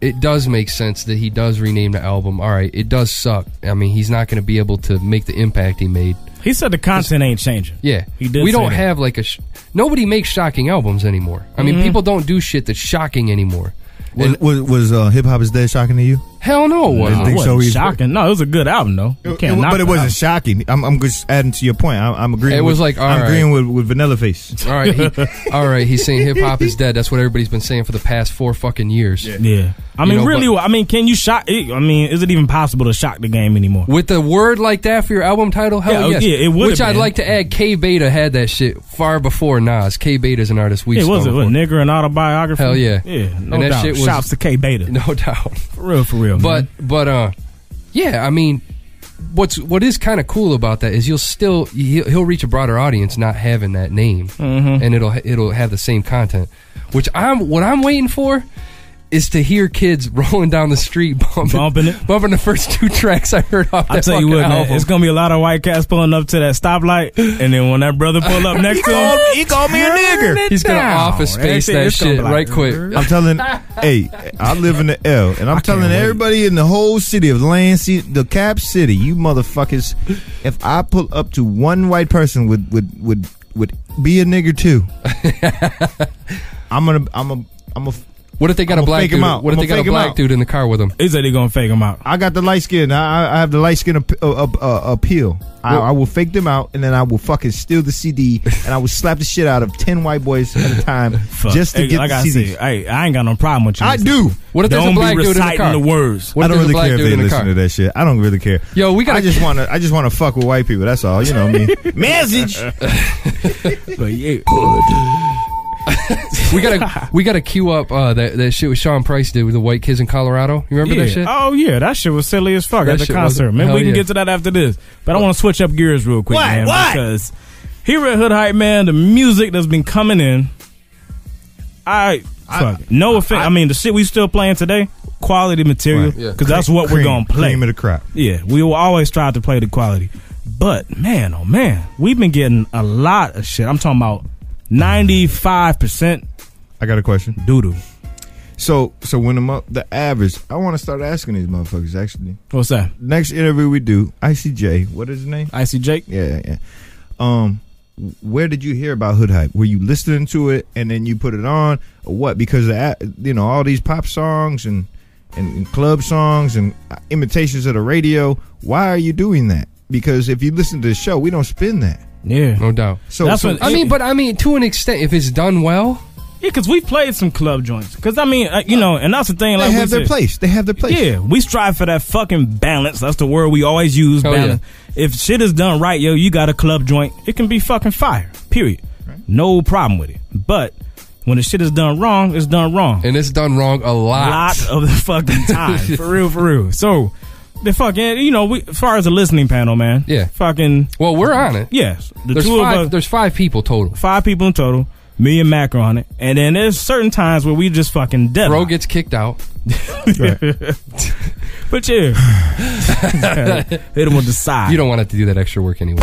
Speaker 4: it does make sense that he does rename the album. All right, it does suck. I mean, he's not going to be able to make the impact he made.
Speaker 5: he said the content ain't changing.
Speaker 4: Yeah,
Speaker 5: He did
Speaker 4: We
Speaker 5: say
Speaker 4: don't
Speaker 5: that.
Speaker 4: have like a. Sh- Nobody makes shocking albums anymore. I
Speaker 5: Mm-hmm.
Speaker 4: mean, people don't do shit that's shocking anymore.
Speaker 2: Was was, was uh, hip hop is dead shocking to you?
Speaker 4: Hell no, it wasn't.
Speaker 5: Nah,
Speaker 2: think
Speaker 5: it
Speaker 2: so
Speaker 5: wasn't
Speaker 2: either.
Speaker 5: shocking. No, it was a good album though. You
Speaker 2: It-
Speaker 5: can't
Speaker 2: it-
Speaker 5: knock
Speaker 2: but
Speaker 5: the
Speaker 2: it wasn't
Speaker 5: album.
Speaker 2: shocking. I'm, I'm just adding to your point. I'm, I'm agreeing.
Speaker 4: It
Speaker 2: with-
Speaker 4: was like, all
Speaker 2: I'm
Speaker 4: right.
Speaker 2: agreeing with, with Vanilla Face.
Speaker 4: <laughs> All
Speaker 5: <laughs>
Speaker 4: right, he, all right. He's saying hip hop is dead. That's what everybody's been saying for the past four fucking years.
Speaker 5: Yeah, I mean,
Speaker 4: know,
Speaker 5: really.
Speaker 4: but-
Speaker 5: I mean, can you shock? it- I mean, is it even possible to shock the game anymore?
Speaker 4: With a word like that for your album title, hell
Speaker 5: Yeah, oh,
Speaker 4: yes.
Speaker 5: yeah, it would've
Speaker 4: Which I'd
Speaker 5: been.
Speaker 4: like to add, K Beta had that shit far before Nas. K Beta is an artist we
Speaker 5: Yeah,
Speaker 4: stung
Speaker 5: was it what,
Speaker 4: before.
Speaker 5: nigger and autobiography?
Speaker 4: Hell yeah.
Speaker 5: yeah, no
Speaker 4: And that
Speaker 5: doubt.
Speaker 4: shit was-
Speaker 5: Shouts to K Beta,
Speaker 4: <laughs> No doubt.
Speaker 5: for real, for real.
Speaker 4: But
Speaker 5: man.
Speaker 4: but uh, yeah. I mean, what's what is kind of cool about that is you'll still he'll, he'll reach a broader audience not having that name,
Speaker 5: Mm-hmm.
Speaker 4: and it'll it'll have the same content. Which I'm what I'm waiting for is to hear kids <laughs> rolling down the street bumping
Speaker 5: Bumping it.
Speaker 4: bumping the first two tracks I heard off that
Speaker 5: I tell you
Speaker 4: fucking
Speaker 5: what, man,
Speaker 4: album.
Speaker 5: it's gonna be a lot of white cats pulling up to that stoplight, and then when that brother pull
Speaker 4: <laughs>
Speaker 5: up next to him,
Speaker 2: he called me a nigger.
Speaker 4: He's gonna
Speaker 5: down.
Speaker 4: office space
Speaker 5: That's it.
Speaker 4: that
Speaker 5: It's gonna
Speaker 4: shit
Speaker 5: be like-
Speaker 4: right quick.
Speaker 5: <laughs>
Speaker 2: I'm telling, hey, I live in the L, and I'm telling
Speaker 5: wait.
Speaker 2: everybody in the whole city of Lansing, the Cap City, you motherfuckers, if I pull up to one white person would would would would be a nigger
Speaker 4: <laughs>
Speaker 2: too. I'm gonna, I'm a, I'm a.
Speaker 4: What if they got
Speaker 2: I'ma
Speaker 4: a black
Speaker 2: fake 'em
Speaker 4: dude?
Speaker 2: out.
Speaker 4: What if
Speaker 2: I'ma
Speaker 4: they got
Speaker 2: fake
Speaker 4: a
Speaker 2: 'em
Speaker 4: black
Speaker 2: out.
Speaker 4: dude in the car with them?
Speaker 5: he said he gonna fake him out.
Speaker 2: I got the light skin. I, I- I have the light skin ap- uh, uh, uh, appeal. I, I will fake them out, and then I will fucking steal the
Speaker 4: <laughs>
Speaker 2: CD, and I will slap the shit out of ten white boys at a time
Speaker 5: Fuck.
Speaker 2: just to
Speaker 5: Hey,
Speaker 2: get
Speaker 5: like
Speaker 2: the
Speaker 5: I
Speaker 2: CD.
Speaker 5: said, hey, I ain't got no problem with you.
Speaker 2: I do.
Speaker 4: What if there's
Speaker 5: Don't
Speaker 4: a black
Speaker 5: be
Speaker 4: dude in the
Speaker 5: reciting
Speaker 4: car?
Speaker 5: the words.
Speaker 4: What
Speaker 2: I
Speaker 4: if there's
Speaker 2: don't
Speaker 4: a
Speaker 2: really
Speaker 4: black
Speaker 2: care if
Speaker 4: dude
Speaker 2: they
Speaker 4: in the
Speaker 2: listen
Speaker 4: car?
Speaker 2: to that shit. I don't really care.
Speaker 4: Yo, we gotta-
Speaker 2: I just want to. I just want to fuck with white people. That's all. You know what I mean?
Speaker 4: <laughs>
Speaker 2: <laughs> Message.
Speaker 13: <laughs>
Speaker 5: But yeah,
Speaker 4: we
Speaker 5: <laughs>
Speaker 4: gotta we gotta queue up uh, that that shit with Sean Price did with the white kids in Colorado. You remember
Speaker 5: yeah.
Speaker 4: that shit?
Speaker 5: Oh yeah, that shit was silly as fuck
Speaker 4: That
Speaker 5: at the
Speaker 4: shit
Speaker 5: concert.
Speaker 4: wasn't-
Speaker 5: Maybe
Speaker 4: hell
Speaker 5: we can
Speaker 4: yeah.
Speaker 5: get to that after this. But I want to switch up gears real quick, man. Because here at Hood Hype, man, the music that's been coming in, I fuck. it. no offense. I, mean, the shit we still playing today, quality material.
Speaker 2: Right,
Speaker 5: Because
Speaker 4: yeah.
Speaker 5: that's what we're
Speaker 2: Cream.
Speaker 5: gonna play.
Speaker 2: Cream of the crop.
Speaker 5: Yeah, we will always try to play the quality. But man, oh man, we've been getting a lot of shit. I'm talking about 95%
Speaker 2: I got a question.
Speaker 5: doodoo.
Speaker 2: So, so when the mo- the average, I want to start asking these motherfuckers. Actually,
Speaker 5: What's that?
Speaker 2: next interview we do, ICJ. What is his name?
Speaker 5: Icy Jake?
Speaker 2: Yeah, yeah. Um, where did you hear about Hood Hype? Were you listening to it and then you put it on, or what? Because the, a- you know all these pop songs and, and and club songs and uh, imitations of the radio. Why are you doing that? Because if you listen to the show, we don't spin that.
Speaker 5: Yeah.
Speaker 4: No doubt.
Speaker 2: So,
Speaker 5: That's
Speaker 2: so
Speaker 5: what- <laughs>
Speaker 4: I mean, but I mean, to an extent, if it's done well,
Speaker 5: Yeah, because we played some club joints. Because, I mean, uh, you know, and that's the thing.
Speaker 2: they
Speaker 5: like we
Speaker 2: have their
Speaker 5: said,
Speaker 2: place. They have their place.
Speaker 5: Yeah, we strive for that fucking balance. That's the word we always use.
Speaker 4: Hell
Speaker 5: balance. If shit is done right, yo, you got a club joint. It can be fucking fire. Period. No problem with it. But when the shit is done wrong, it's done wrong.
Speaker 4: and it's done wrong a
Speaker 5: A
Speaker 4: lot.
Speaker 5: lot of the fucking time.
Speaker 2: <laughs>
Speaker 5: for real, for real. So the fucking, you know, we as far as the listening panel, man.
Speaker 4: Yeah.
Speaker 5: Fucking
Speaker 4: Well, we're on it.
Speaker 5: yes, the
Speaker 4: There's
Speaker 5: two
Speaker 4: five.
Speaker 5: of us,
Speaker 4: There's five people total.
Speaker 5: five people in total. Me and Mac are on it, and then there's certain times where we just fucking dead.
Speaker 4: Bro gets kicked
Speaker 5: <laughs>
Speaker 4: out.
Speaker 5: But
Speaker 4: <laughs>
Speaker 5: yeah, hit him with the side.
Speaker 4: You don't want to do that extra work anyway.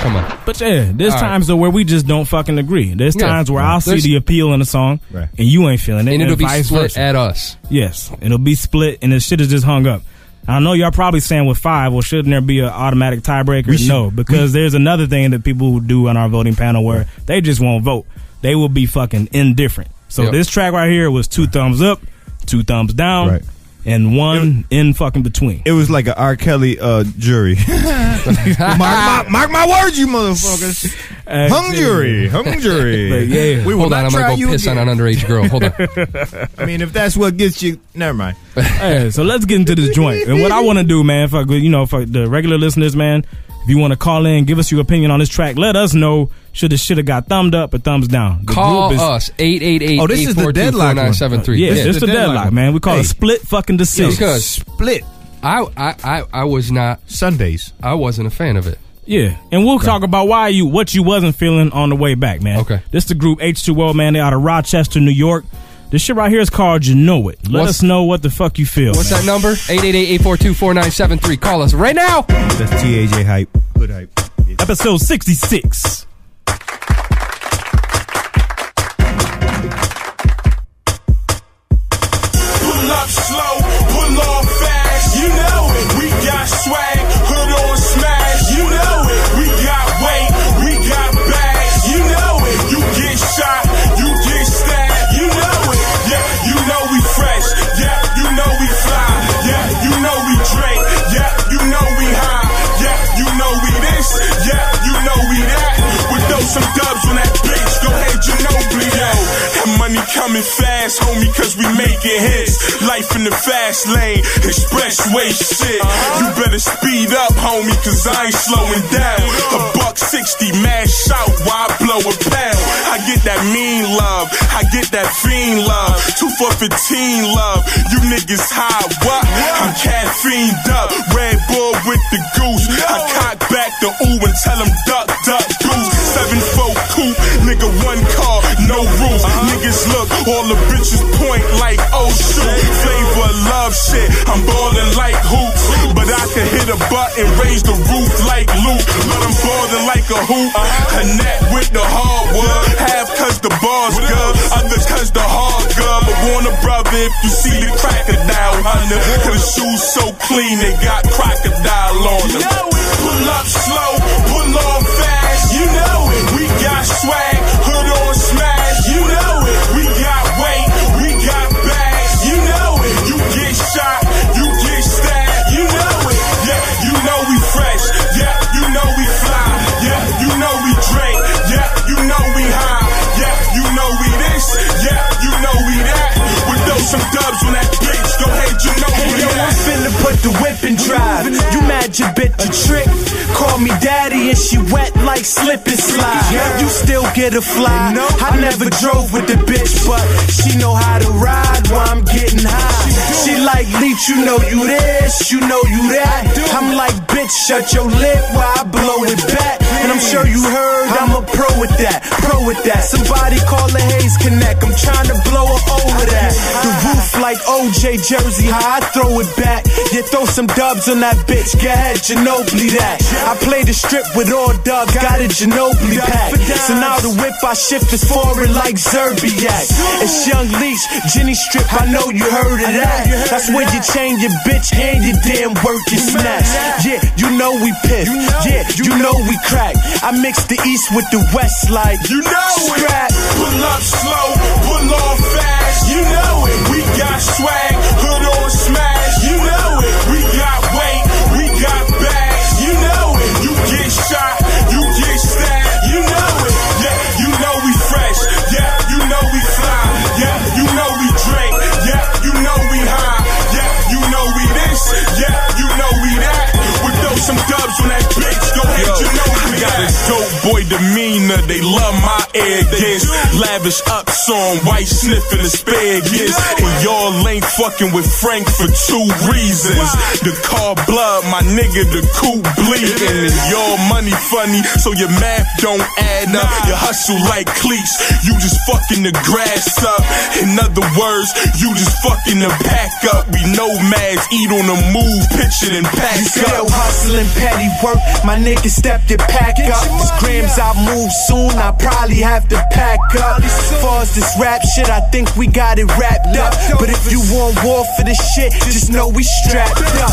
Speaker 4: Come on.
Speaker 5: But yeah, there's
Speaker 4: All right.
Speaker 5: times though where we just don't fucking agree. There's
Speaker 4: Yeah.
Speaker 5: times where I'll see
Speaker 4: There's-
Speaker 5: the appeal in a song,
Speaker 2: Right.
Speaker 5: and you ain't feeling it,
Speaker 4: And it'll be
Speaker 5: vice
Speaker 4: split
Speaker 5: versa.
Speaker 4: at us.
Speaker 5: Yes, it'll be split, and the shit is just hung up. I know y'all probably saying with five, well, shouldn't there be an automatic tiebreaker?
Speaker 2: We should-
Speaker 5: no, because there's another thing that people do on our voting panel where they just won't vote. They will be fucking indifferent. So
Speaker 4: Yep.
Speaker 5: this track right here was two thumbs up, two thumbs down.
Speaker 2: Right.
Speaker 5: and one in fucking between.
Speaker 2: It was like an R. Kelly uh, jury. mark, <laughs> my, mark my words, you motherfuckers. hung
Speaker 5: <laughs>
Speaker 2: jury, hung <laughs> jury. we will
Speaker 4: Hold on,
Speaker 2: not
Speaker 4: I'm
Speaker 2: try
Speaker 4: gonna
Speaker 2: you
Speaker 4: go piss
Speaker 2: again.
Speaker 4: on an underage girl. Hold
Speaker 2: <laughs>
Speaker 4: on.
Speaker 2: I mean, if that's what gets you, never mind.
Speaker 5: Hey, so let's get into this joint. And what I want to do, man, fuck, you know, for the regular listeners, man, if you want to call in, give us your opinion on this track. Let us know should this shit have got thumbed up or thumbs down. The
Speaker 4: Call
Speaker 5: group is-
Speaker 4: us 888
Speaker 2: Oh, this is the deadlock one.
Speaker 5: Yeah, it's, the deadlock, man. We call
Speaker 2: Hey.
Speaker 5: it split fucking
Speaker 4: Yeah,
Speaker 5: decision.
Speaker 4: because
Speaker 2: Split
Speaker 4: I, I, I, I was not,
Speaker 2: Sundays.
Speaker 4: I wasn't a fan of it.
Speaker 5: Yeah, and we'll talk about why you what you wasn't feeling on the way back, man.
Speaker 4: Okay.
Speaker 5: this the group H2O, man. They out of Rochester, New York. This shit right here is called "You Know It." Let
Speaker 4: What's-
Speaker 5: us know what the fuck you feel.
Speaker 4: What's
Speaker 5: man.
Speaker 4: that number? 888-842-4973. Call us right now.
Speaker 2: That's TAJ hype. Hood hype. Yeah.
Speaker 5: Episode sixty six.
Speaker 8: Pull up slow, pull off fast, you know it. We got swag, hood on smash, you know it. We got weight, we got bags, you know it. You get shot, you get stabbed, you know it. Yeah, you know we fresh, yeah, you know we fly, yeah, you know we drink, yeah, you know we high, yeah, you know we this, yeah, you know we that. We throw some dubs on that bitch, go ahead, you know we yo. That money coming fast, homie, cause we making hits. Life in the fast lane, expressway shit. You better speed up, homie, cause I ain't slowing down. A buck sixty, mash out, why blow a pound? I get that mean love, I get that fiend love. Two for 15 love, you niggas high, what? I'm caffeined up, Red Bull with the goose. I cock back the ooh and tell him duck, duck, goose. Seven four coupe, nigga, one car, no rules. Niggas look, all the bitches point like oh shoot. Flavor of love shit, I'm ballin' like hoops. But I can hit a button, raise the roof like Luke. But I'm ballin' like a hoop. Connect with the hardwood. Half cause the bar's good, others cause the hard good. But warn a brother if you see the crocodile hunter. Cause the shoes so clean, they got crocodile on them. Pull up slow, pull off fast, you know it. We got swag, hood on smash, you know it. We got weight, we got bags, you know it. You get shot, you get stabbed, you know it. Yeah, you know we fresh, yeah, you know we fly, yeah, you know we drink, yeah, you know we high, yeah, you know we this, yeah, you know we that. We throw some dubs on that bitch, go ahead, you know we
Speaker 1: Yo,
Speaker 8: that.
Speaker 1: I'm finna put the whip and drive. You mad your bit a trick? Call me daddy and she wet like slip and slide. You still get a fly. I never drove with the bitch, but she know how to ride while I'm getting high. She like leech, you know you this, you know you that. I'm like bitch, shut your lip while I blow it back. And I'm sure you heard I'm a pro with that, pro with that. Somebody call a Hayes Connect. I'm trying to blow her over that. The roof like OJ Jersey High, I throw it back. Yeah, throw some dubs on that bitch. Go ahead, Ginobili that. I play the strip with all dubs, got a Ginobili pack. So now the whip I shift is forward like Zerbiak. It's Young Leash, Jenny Strip, I know you heard of that. That's where you chain your bitch and your damn work is snatched. Yeah, you know we piff. Yeah, you know we crack. I mix the east with the west like
Speaker 8: You know it.
Speaker 1: Scrap.
Speaker 8: Pull up slow, pull off fast. You know it. We got swag, hood on smash. You know it. We got weight, we got bags. You know it. You get shot, you get stabbed. You know it. Yeah, you know we fresh. Yeah, you know we fly. Yeah, you know we drink. Yeah, you know we high. Yeah, you know we this. Yeah, you know we that. We throw some dubs on that bitch. Go ahead, you know we got a dope boy demeanor. They love my arrogance. Lavish ups on white sniffing asparagus. And y'all ain't fucking with Frank for two reasons. The car blood, my nigga, the coupe bleeding. And y'all money funny, so your math don't add up. You hustle like cleats, you just fucking the grass up. In other words, you just fucking the pack up. We nomads eat on the move, pitch it and pack
Speaker 1: Still
Speaker 8: up.
Speaker 1: hustling petty work. My niggas step your pack up. It's grams
Speaker 15: I move soon, I probably have to pack up. As far as this rap shit, I think we got it wrapped up. But if you want war for this shit, just know we strapped up.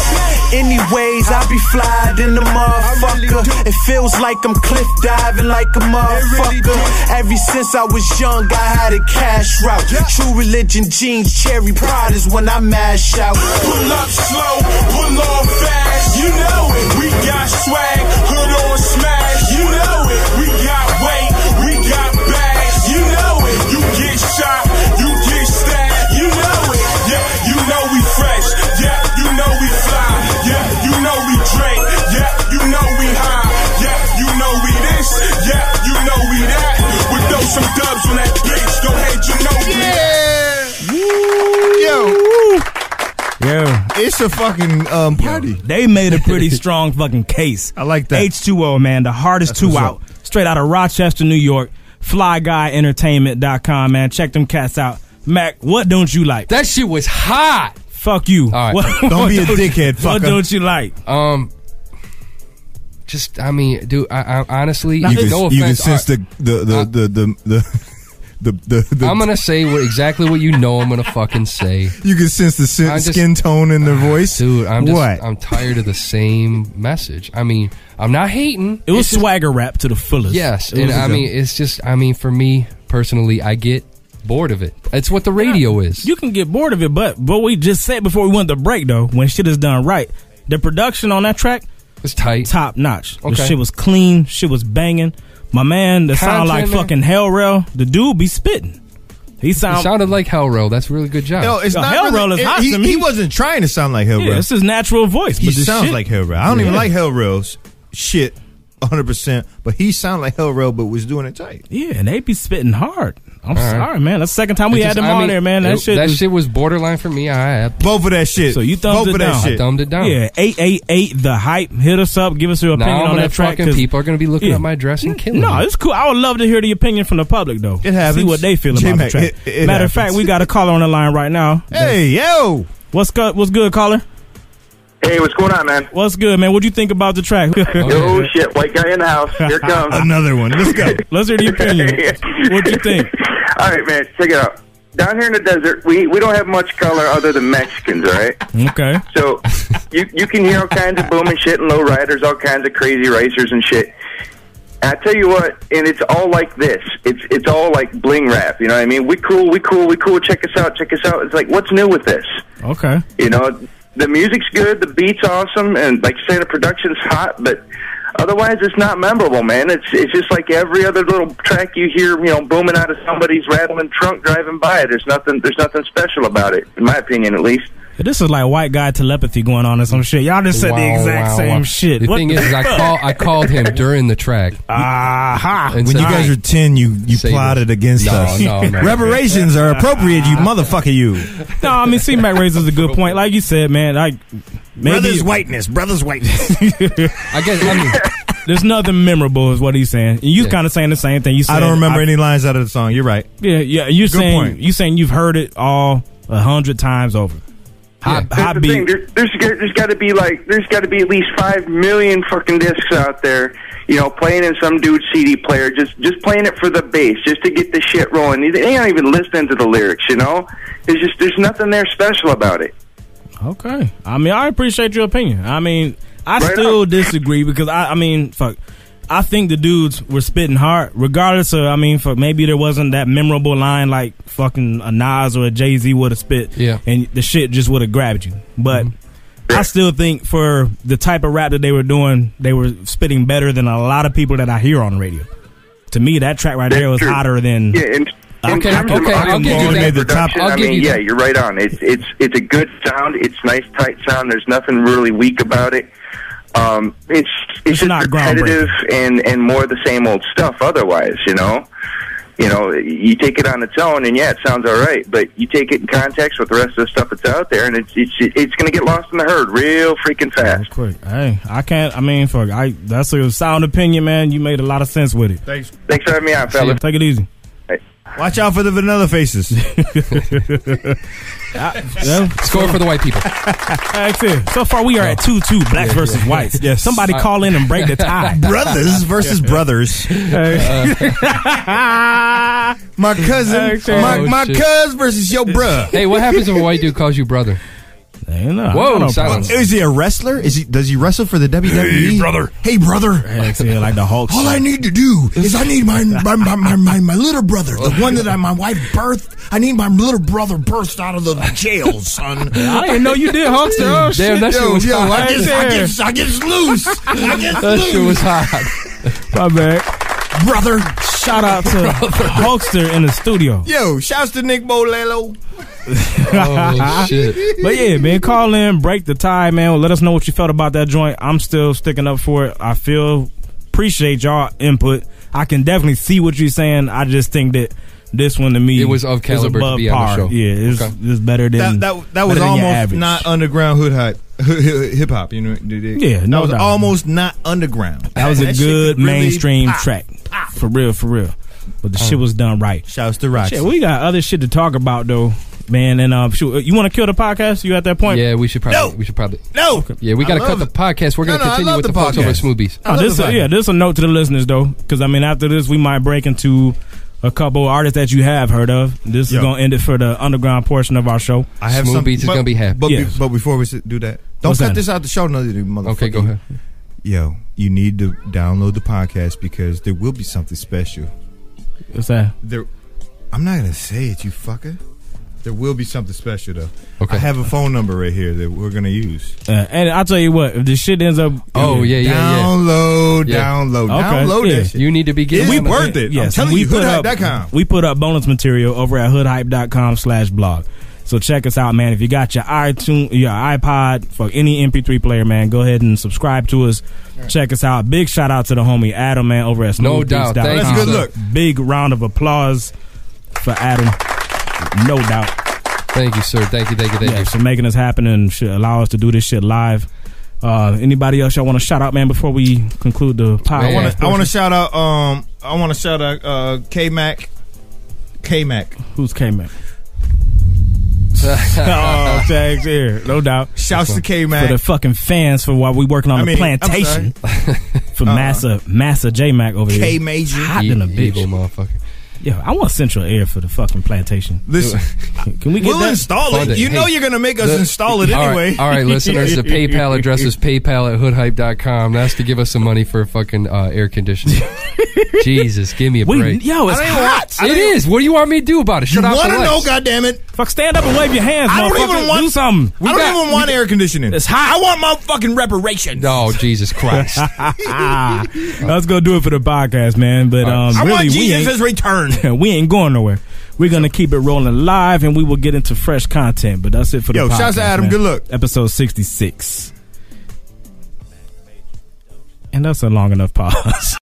Speaker 15: Anyways, I be fly than the motherfucker. It feels like I'm cliff diving like a motherfucker. Ever since I was young, I had a cash route. True religion jeans, cherry pride is when I mash out.
Speaker 8: Pull up slow, pull on fast, you know it. We got swag, hood on smash, you know it. We got weight, we got bags, you know it. You get shot, you get stabbed, you know it. Yeah, you know we fresh, yeah, you know we fly, yeah, you know we drink, yeah, you know we high, yeah, you know we this, yeah, you know we that. With those some dubs on that bitch, go ahead, you know we.
Speaker 2: Yo.
Speaker 5: Yeah.
Speaker 2: It's a fucking um, party.
Speaker 5: They made a
Speaker 2: <laughs>
Speaker 5: pretty strong fucking case. I like that. H2O, man, the hardest
Speaker 2: That's
Speaker 5: two
Speaker 2: what's
Speaker 5: out.
Speaker 2: up.
Speaker 5: Straight out of Rochester, New York. FlyGuyEntertainment.com, man. Check them cats out. Mac, what don't you like?
Speaker 4: That shit was hot.
Speaker 5: Fuck you.
Speaker 4: All right.
Speaker 5: What- what don't- What don't you like?
Speaker 4: Um, just I mean, dude. I, I honestly,
Speaker 2: you, can,
Speaker 4: no
Speaker 2: you can
Speaker 4: offense.
Speaker 2: sense
Speaker 4: all
Speaker 2: the the the, the the the the the
Speaker 4: right, I'm gonna say what, exactly what you know. I'm gonna fucking say.
Speaker 2: you can sense the sin,
Speaker 4: I just-
Speaker 2: skin tone in their voice,
Speaker 4: dude. I'm just,
Speaker 2: what?
Speaker 4: I'm tired of the same message. I mean, I'm not hating.
Speaker 5: It was
Speaker 4: It's just-
Speaker 5: swagger rap to the fullest.
Speaker 4: Yes,
Speaker 5: It
Speaker 4: and
Speaker 5: was
Speaker 4: I
Speaker 5: a-
Speaker 4: mean, it's just, I mean, for me personally, I get bored of it. It's what the radio is.
Speaker 5: You can get bored of it, but what we just said before we went to break, though, when shit is done right, the production on that track
Speaker 4: is tight,
Speaker 5: top notch. The
Speaker 4: Okay.
Speaker 5: shit was clean, shit was banging. My man, the sound like
Speaker 4: Content, man.
Speaker 5: fucking Hell Rail. The dude be spitting. He sound
Speaker 4: it sounded like Hellro. That's a really good job.
Speaker 2: No, it's
Speaker 5: Yo,
Speaker 2: not.
Speaker 5: Hell
Speaker 2: really-
Speaker 5: Rail is
Speaker 2: it-
Speaker 5: hot
Speaker 2: he,
Speaker 5: to me.
Speaker 2: he wasn't trying to sound like Hell
Speaker 5: Yeah,
Speaker 2: Rail.
Speaker 5: it's his natural voice.
Speaker 2: He
Speaker 5: but this
Speaker 2: sounds
Speaker 5: shit-
Speaker 2: like Hell Rail. I don't even
Speaker 5: Yeah.
Speaker 2: like Hell Rail's shit 100, percent but he sounded like Hell Rail, but was doing it tight.
Speaker 5: Yeah, and they be spitting hard. I'm
Speaker 4: All right.
Speaker 5: sorry, man. That's the second time we
Speaker 4: It
Speaker 5: had
Speaker 4: just-
Speaker 5: them
Speaker 4: I
Speaker 5: on
Speaker 4: mean,
Speaker 5: there, man. That
Speaker 4: it-
Speaker 5: shit.
Speaker 4: That
Speaker 5: was-
Speaker 4: shit was borderline for me. I, I
Speaker 2: Both of that shit.
Speaker 5: So you thumbed
Speaker 2: Both
Speaker 5: it
Speaker 2: of that
Speaker 5: down.
Speaker 2: shit.
Speaker 4: dumbed it down.
Speaker 5: Yeah, eight eight eight. The hype. Hit us up. Give us your opinion
Speaker 4: Now I'm
Speaker 5: on
Speaker 4: gonna
Speaker 5: that track.
Speaker 4: fucking
Speaker 5: 'cause-
Speaker 4: people are gonna be looking
Speaker 5: Yeah.
Speaker 4: at my dress and killing
Speaker 5: No,
Speaker 4: me.
Speaker 5: it's cool. I would love to hear the opinion from the public, though.
Speaker 2: It happens.
Speaker 5: See what they feel
Speaker 2: J-Mac,
Speaker 5: about the track.
Speaker 2: it- it
Speaker 5: Matter of
Speaker 2: happens.
Speaker 5: fact, we got a caller on the line right now.
Speaker 2: Hey yo,
Speaker 5: What's good? What's good, caller?
Speaker 13: Hey, what's going on, man?
Speaker 5: What's good, man? What you think about the track?
Speaker 13: <laughs>
Speaker 5: <laughs>
Speaker 13: Oh shit, white guy in the house. Here
Speaker 2: <laughs>
Speaker 13: it comes.
Speaker 2: another one.
Speaker 13: <laughs>
Speaker 2: Let's go.
Speaker 5: Let's hear the opinion. What you think?
Speaker 13: All right, man, check it out. Down here in the desert, we we don't have much color other than Mexicans, all right?
Speaker 5: Okay.
Speaker 4: <laughs>
Speaker 13: So you you can hear all kinds of booming shit and low riders, all kinds of crazy racers and shit. And I tell you what, and it's all like this. It's it's all like bling rap. You know what I mean? We cool, we cool, we cool. Check us out, check us out. It's like what's new with this?
Speaker 5: Okay.
Speaker 13: You know, the music's good, the beat's awesome, and like you say, the production's hot, but otherwise it's not memorable, man. It's it's just like every other little track you hear, you know, booming out of somebody's rattling trunk driving by. There's nothing there's nothing special about it, in my opinion at least.
Speaker 5: This is like white guy telepathy going on or some shit. Y'all just said the
Speaker 4: Wow,
Speaker 5: exact
Speaker 4: wow,
Speaker 5: same
Speaker 4: wow.
Speaker 5: shit.
Speaker 4: The
Speaker 5: What
Speaker 4: thing
Speaker 5: the
Speaker 4: is, is I
Speaker 5: fuck?
Speaker 4: call I called him during the track.
Speaker 5: Aha.
Speaker 4: And
Speaker 2: When you
Speaker 4: said,
Speaker 2: guys were ten, you you
Speaker 4: Say this.
Speaker 2: plotted against
Speaker 4: No,
Speaker 2: us.
Speaker 4: no, man. <laughs>
Speaker 2: Reparations are appropriate, you motherfucker. You
Speaker 5: <laughs> No, I mean, C Mac raises a good point. Like you said, man. Like maybe
Speaker 2: brothers whiteness,
Speaker 5: <laughs>
Speaker 2: brothers whiteness.
Speaker 4: I guess I mean,
Speaker 5: there's nothing memorable, is what he's saying. And you
Speaker 4: Yeah.
Speaker 5: kind of saying the same thing. You said
Speaker 2: I don't remember any lines out of the song. You're right.
Speaker 5: Yeah, yeah. You're
Speaker 2: Good
Speaker 5: saying
Speaker 2: point.
Speaker 5: you saying you've heard it all a hundred times over. Hot,
Speaker 4: Yeah.
Speaker 13: That's
Speaker 5: hot
Speaker 13: the thing.
Speaker 5: beat.
Speaker 13: There, there's got- there's got to be like there's got to be at least five million fucking discs out there, you know, playing in some dude's CD player, just just playing it for the bass, just to get the shit rolling. They aren't even listening to the lyrics, you know. There's just there's nothing there special about it.
Speaker 5: Okay. I mean, I appreciate your opinion. I mean, I
Speaker 13: Right
Speaker 5: still disagree because I, I mean, fuck. I think the dudes were spitting hard, regardless of. I mean, fuck. Maybe there wasn't that memorable line like fucking a Nas or a Jay Z would have spit.
Speaker 4: Yeah.
Speaker 5: And the shit just would have grabbed you, but. I still think for the type of rap that they were doing, they were spitting better than a lot of people that I hear on the radio. To me, that track right
Speaker 13: That's
Speaker 5: there was
Speaker 13: true.
Speaker 5: hotter than
Speaker 13: Yeah, and in
Speaker 4: Mm-hmm. Okay,
Speaker 13: terms
Speaker 4: okay,
Speaker 13: of
Speaker 4: I'll
Speaker 13: audio
Speaker 4: give you
Speaker 13: quality
Speaker 4: that.
Speaker 13: production,
Speaker 4: I'll
Speaker 13: I
Speaker 4: give
Speaker 13: mean,
Speaker 4: you
Speaker 13: yeah,
Speaker 4: that.
Speaker 13: you're right on. It's it's it's a good sound. It's nice, tight sound. There's nothing really weak about it. Um, it's
Speaker 5: It's
Speaker 13: it's,
Speaker 5: not
Speaker 13: just repetitive and and more of the same old stuff. Otherwise, you know. You know, you take it on its own, and yeah, it sounds all right. But you take it in context with the rest of the stuff that's out there, and it's it's it's going to get lost in the herd real freaking fast.
Speaker 5: Quick, hey, I can't. I mean, fuck. I that's a sound opinion, man. You made a lot of sense with it.
Speaker 2: Thanks.
Speaker 13: Thanks for having me on, fellas.
Speaker 5: Take it easy.
Speaker 2: Watch out for the
Speaker 5: <laughs>
Speaker 4: <laughs>
Speaker 2: vanilla faces.
Speaker 4: Score for the white people.
Speaker 5: That's it. So far, we are at 2 2, blacks versus whites.
Speaker 2: <laughs> Yes.
Speaker 5: Somebody call in and break
Speaker 2: <laughs>
Speaker 5: the
Speaker 4: <laughs>
Speaker 5: tie.
Speaker 2: brothers versus brothers.
Speaker 4: Uh,
Speaker 5: <laughs>
Speaker 2: my cousin,
Speaker 5: Okay.
Speaker 2: my,
Speaker 4: Oh,
Speaker 2: my
Speaker 4: shit.
Speaker 2: cuz versus your bruh.
Speaker 4: Hey, what happens if a white dude calls you brother?
Speaker 5: Ain't no-
Speaker 4: Whoa,
Speaker 5: I don't
Speaker 4: silence.
Speaker 5: problem.
Speaker 2: Is he a wrestler? Is he? Does he wrestle for the WWE? Hey, brother. Hey, brother.
Speaker 5: Like, yeah, like the Hulk.
Speaker 2: All I need to do is I need my my, my, my, my, my little brother, the one that I, my wife birthed. I need my little brother birthed out of the jail, son.
Speaker 5: <laughs> I didn't know you did Hulkster. Oh, shit.
Speaker 4: Damn, that shit
Speaker 2: Yo,
Speaker 4: was
Speaker 2: yo, I
Speaker 4: hot.
Speaker 2: get, I get, I get loose. I get
Speaker 4: That shit was
Speaker 2: loose,
Speaker 4: hot.
Speaker 5: My bad.
Speaker 2: brother.
Speaker 5: Shout out to Hulkster in the studio.
Speaker 2: Yo, shouts to Nick Bolelo.
Speaker 4: Oh <laughs> shit.
Speaker 5: But yeah, man, call in, break the tie, man. Let us know what you felt about that joint. I'm still sticking up for it. I feel appreciate y'all input. I can definitely see what you're saying. I just think that this one to me
Speaker 4: It was of
Speaker 5: is
Speaker 4: caliber to
Speaker 5: above
Speaker 4: be on the
Speaker 5: par.
Speaker 4: show.
Speaker 5: Yeah, it's,
Speaker 4: Okay.
Speaker 5: it's better than
Speaker 2: that, that, that
Speaker 5: better than
Speaker 2: was
Speaker 5: your
Speaker 2: almost
Speaker 5: average.
Speaker 2: not underground hood hop. Hip hop, you know.
Speaker 5: Yeah, no
Speaker 2: that was
Speaker 5: doubt.
Speaker 2: almost not underground.
Speaker 5: That was a
Speaker 2: shit
Speaker 5: good
Speaker 2: really
Speaker 5: mainstream
Speaker 2: pop. Oh.
Speaker 5: track. For real, for real. But the shit was done right.
Speaker 2: Shouts to Roxy.
Speaker 5: Shit, we got other shit to talk about though, man. And uh, shoot, you want to kill the podcast? You at that point?
Speaker 4: Yeah, we should probably.
Speaker 2: No.
Speaker 4: We should probably.
Speaker 2: no,
Speaker 4: Yeah, we
Speaker 2: I
Speaker 4: got to cut
Speaker 2: love
Speaker 4: the
Speaker 2: it.
Speaker 4: podcast. We're
Speaker 2: No,
Speaker 4: going to
Speaker 2: no, I
Speaker 4: continue
Speaker 2: love
Speaker 4: with the,
Speaker 2: the
Speaker 4: folks over at
Speaker 2: podcast.
Speaker 4: Smoothies.
Speaker 5: Oh,
Speaker 2: love
Speaker 5: this
Speaker 2: the vibe.
Speaker 5: yeah, this a note to the listeners though, because I mean after this we might break into a couple artists that you have heard of. This
Speaker 2: Yo.
Speaker 5: is gonna end it for the underground portion of our show.
Speaker 2: I
Speaker 4: Smooth Beats is
Speaker 2: but-
Speaker 4: gonna be happy.
Speaker 2: But, be-
Speaker 5: Yeah.
Speaker 2: but before we s- do that, don't
Speaker 5: What's
Speaker 2: cut
Speaker 5: that?
Speaker 2: this out the show, another motherfucker.
Speaker 4: Okay, go ahead.
Speaker 2: Yo, you need to download the podcast because there will be something special.
Speaker 5: What's that?
Speaker 2: There, I'm not gonna say it, you fucker. There will be something special though.
Speaker 4: Okay.
Speaker 2: I have a phone number right here that we're gonna use.
Speaker 5: Uh, and I'll tell you what, if this shit ends up,
Speaker 4: Oh yeah, yeah,
Speaker 2: Download,
Speaker 4: Yeah.
Speaker 2: download,
Speaker 5: Okay,
Speaker 2: download
Speaker 5: yeah.
Speaker 2: this.
Speaker 4: yeah. You need to be getting.
Speaker 2: we
Speaker 4: on the-
Speaker 2: worth it. I'm
Speaker 5: Yes,
Speaker 2: telling
Speaker 5: we
Speaker 2: you,
Speaker 5: put up
Speaker 2: hoodhype.com.
Speaker 5: we put up bonus material over at hoodhype.com slash blog. So check us out, man. If you got your iTunes, your iPod, for any MP3 player, man, go ahead and subscribe to us. Check us out. Big shout out to the homie Adam, man, over at
Speaker 4: No doubt.
Speaker 5: smoothbeats.com.
Speaker 4: Thank
Speaker 2: That's you, good sir. look.
Speaker 5: Big round of applause for Adam. No doubt.
Speaker 4: Thank you, sir. Thank you, thank you, thank
Speaker 5: Yeah,
Speaker 4: you.
Speaker 5: for making this happen and shit, allow us to do this shit live. Uh, anybody else y'all want to shout out, man, before we conclude the pod?
Speaker 4: Man.
Speaker 2: I want to. I want to
Speaker 5: to.
Speaker 2: shout out. Um, I want to shout out. Uh, K Mac. K Mac.
Speaker 5: Who's came in? <laughs> oh, tags here, no doubt.
Speaker 2: Shouts to K
Speaker 5: For the
Speaker 2: Mac.
Speaker 5: fucking fans for while we working on
Speaker 2: I
Speaker 5: the
Speaker 2: mean, Uh-huh.
Speaker 5: plantation for Massa Massa J Mac over here.
Speaker 2: K Major.
Speaker 5: hot
Speaker 4: E-
Speaker 5: than a
Speaker 4: evil
Speaker 5: bitch.
Speaker 4: motherfucker.
Speaker 5: Yeah, I want central air for the fucking plantation.
Speaker 2: Listen,
Speaker 5: <laughs> Can we get
Speaker 2: we'll
Speaker 5: that?
Speaker 2: install
Speaker 4: Fund
Speaker 2: it.
Speaker 4: it.
Speaker 2: You
Speaker 4: Hey,
Speaker 2: know you're gonna make us
Speaker 4: the-
Speaker 2: install it
Speaker 4: All right,
Speaker 2: anyway.
Speaker 4: All right, listeners,
Speaker 2: <laughs>
Speaker 4: the PayPal address
Speaker 5: <laughs>
Speaker 4: is paypal at hoodhype.com. That's to give us some money for fucking uh, air
Speaker 5: <laughs>
Speaker 4: conditioning. Jesus, give me a
Speaker 5: we,
Speaker 4: break.
Speaker 5: yo, it's
Speaker 2: I don't even
Speaker 5: hot.
Speaker 2: want- I
Speaker 4: It
Speaker 2: don't
Speaker 4: is. What do you want me to do about it?
Speaker 2: You
Speaker 4: Shut off
Speaker 2: want
Speaker 4: the
Speaker 2: to know?
Speaker 4: lights.
Speaker 2: God damn it!
Speaker 5: Fuck, stand up and wave your hands,
Speaker 2: I don't
Speaker 5: motherfucker.
Speaker 2: even want-
Speaker 5: do something.
Speaker 2: I don't
Speaker 4: got-
Speaker 2: even want air conditioning.
Speaker 5: It's hot.
Speaker 2: I want my fucking reparations.
Speaker 4: Oh, Jesus Christ.
Speaker 2: <laughs>
Speaker 5: ah, that's gonna do it for the podcast, man. But um,
Speaker 2: Uh, I
Speaker 5: really,
Speaker 2: want
Speaker 5: we
Speaker 2: Jesus'
Speaker 5: ain't,
Speaker 2: return.
Speaker 5: <laughs> we ain't going nowhere. We're gonna keep it rolling live, and we will get into fresh content. But that's it for
Speaker 2: Yo,
Speaker 5: the podcast.
Speaker 2: shouts to Adam.
Speaker 5: man.
Speaker 2: Good luck.
Speaker 5: Episode sixty six, and that's a long enough pause.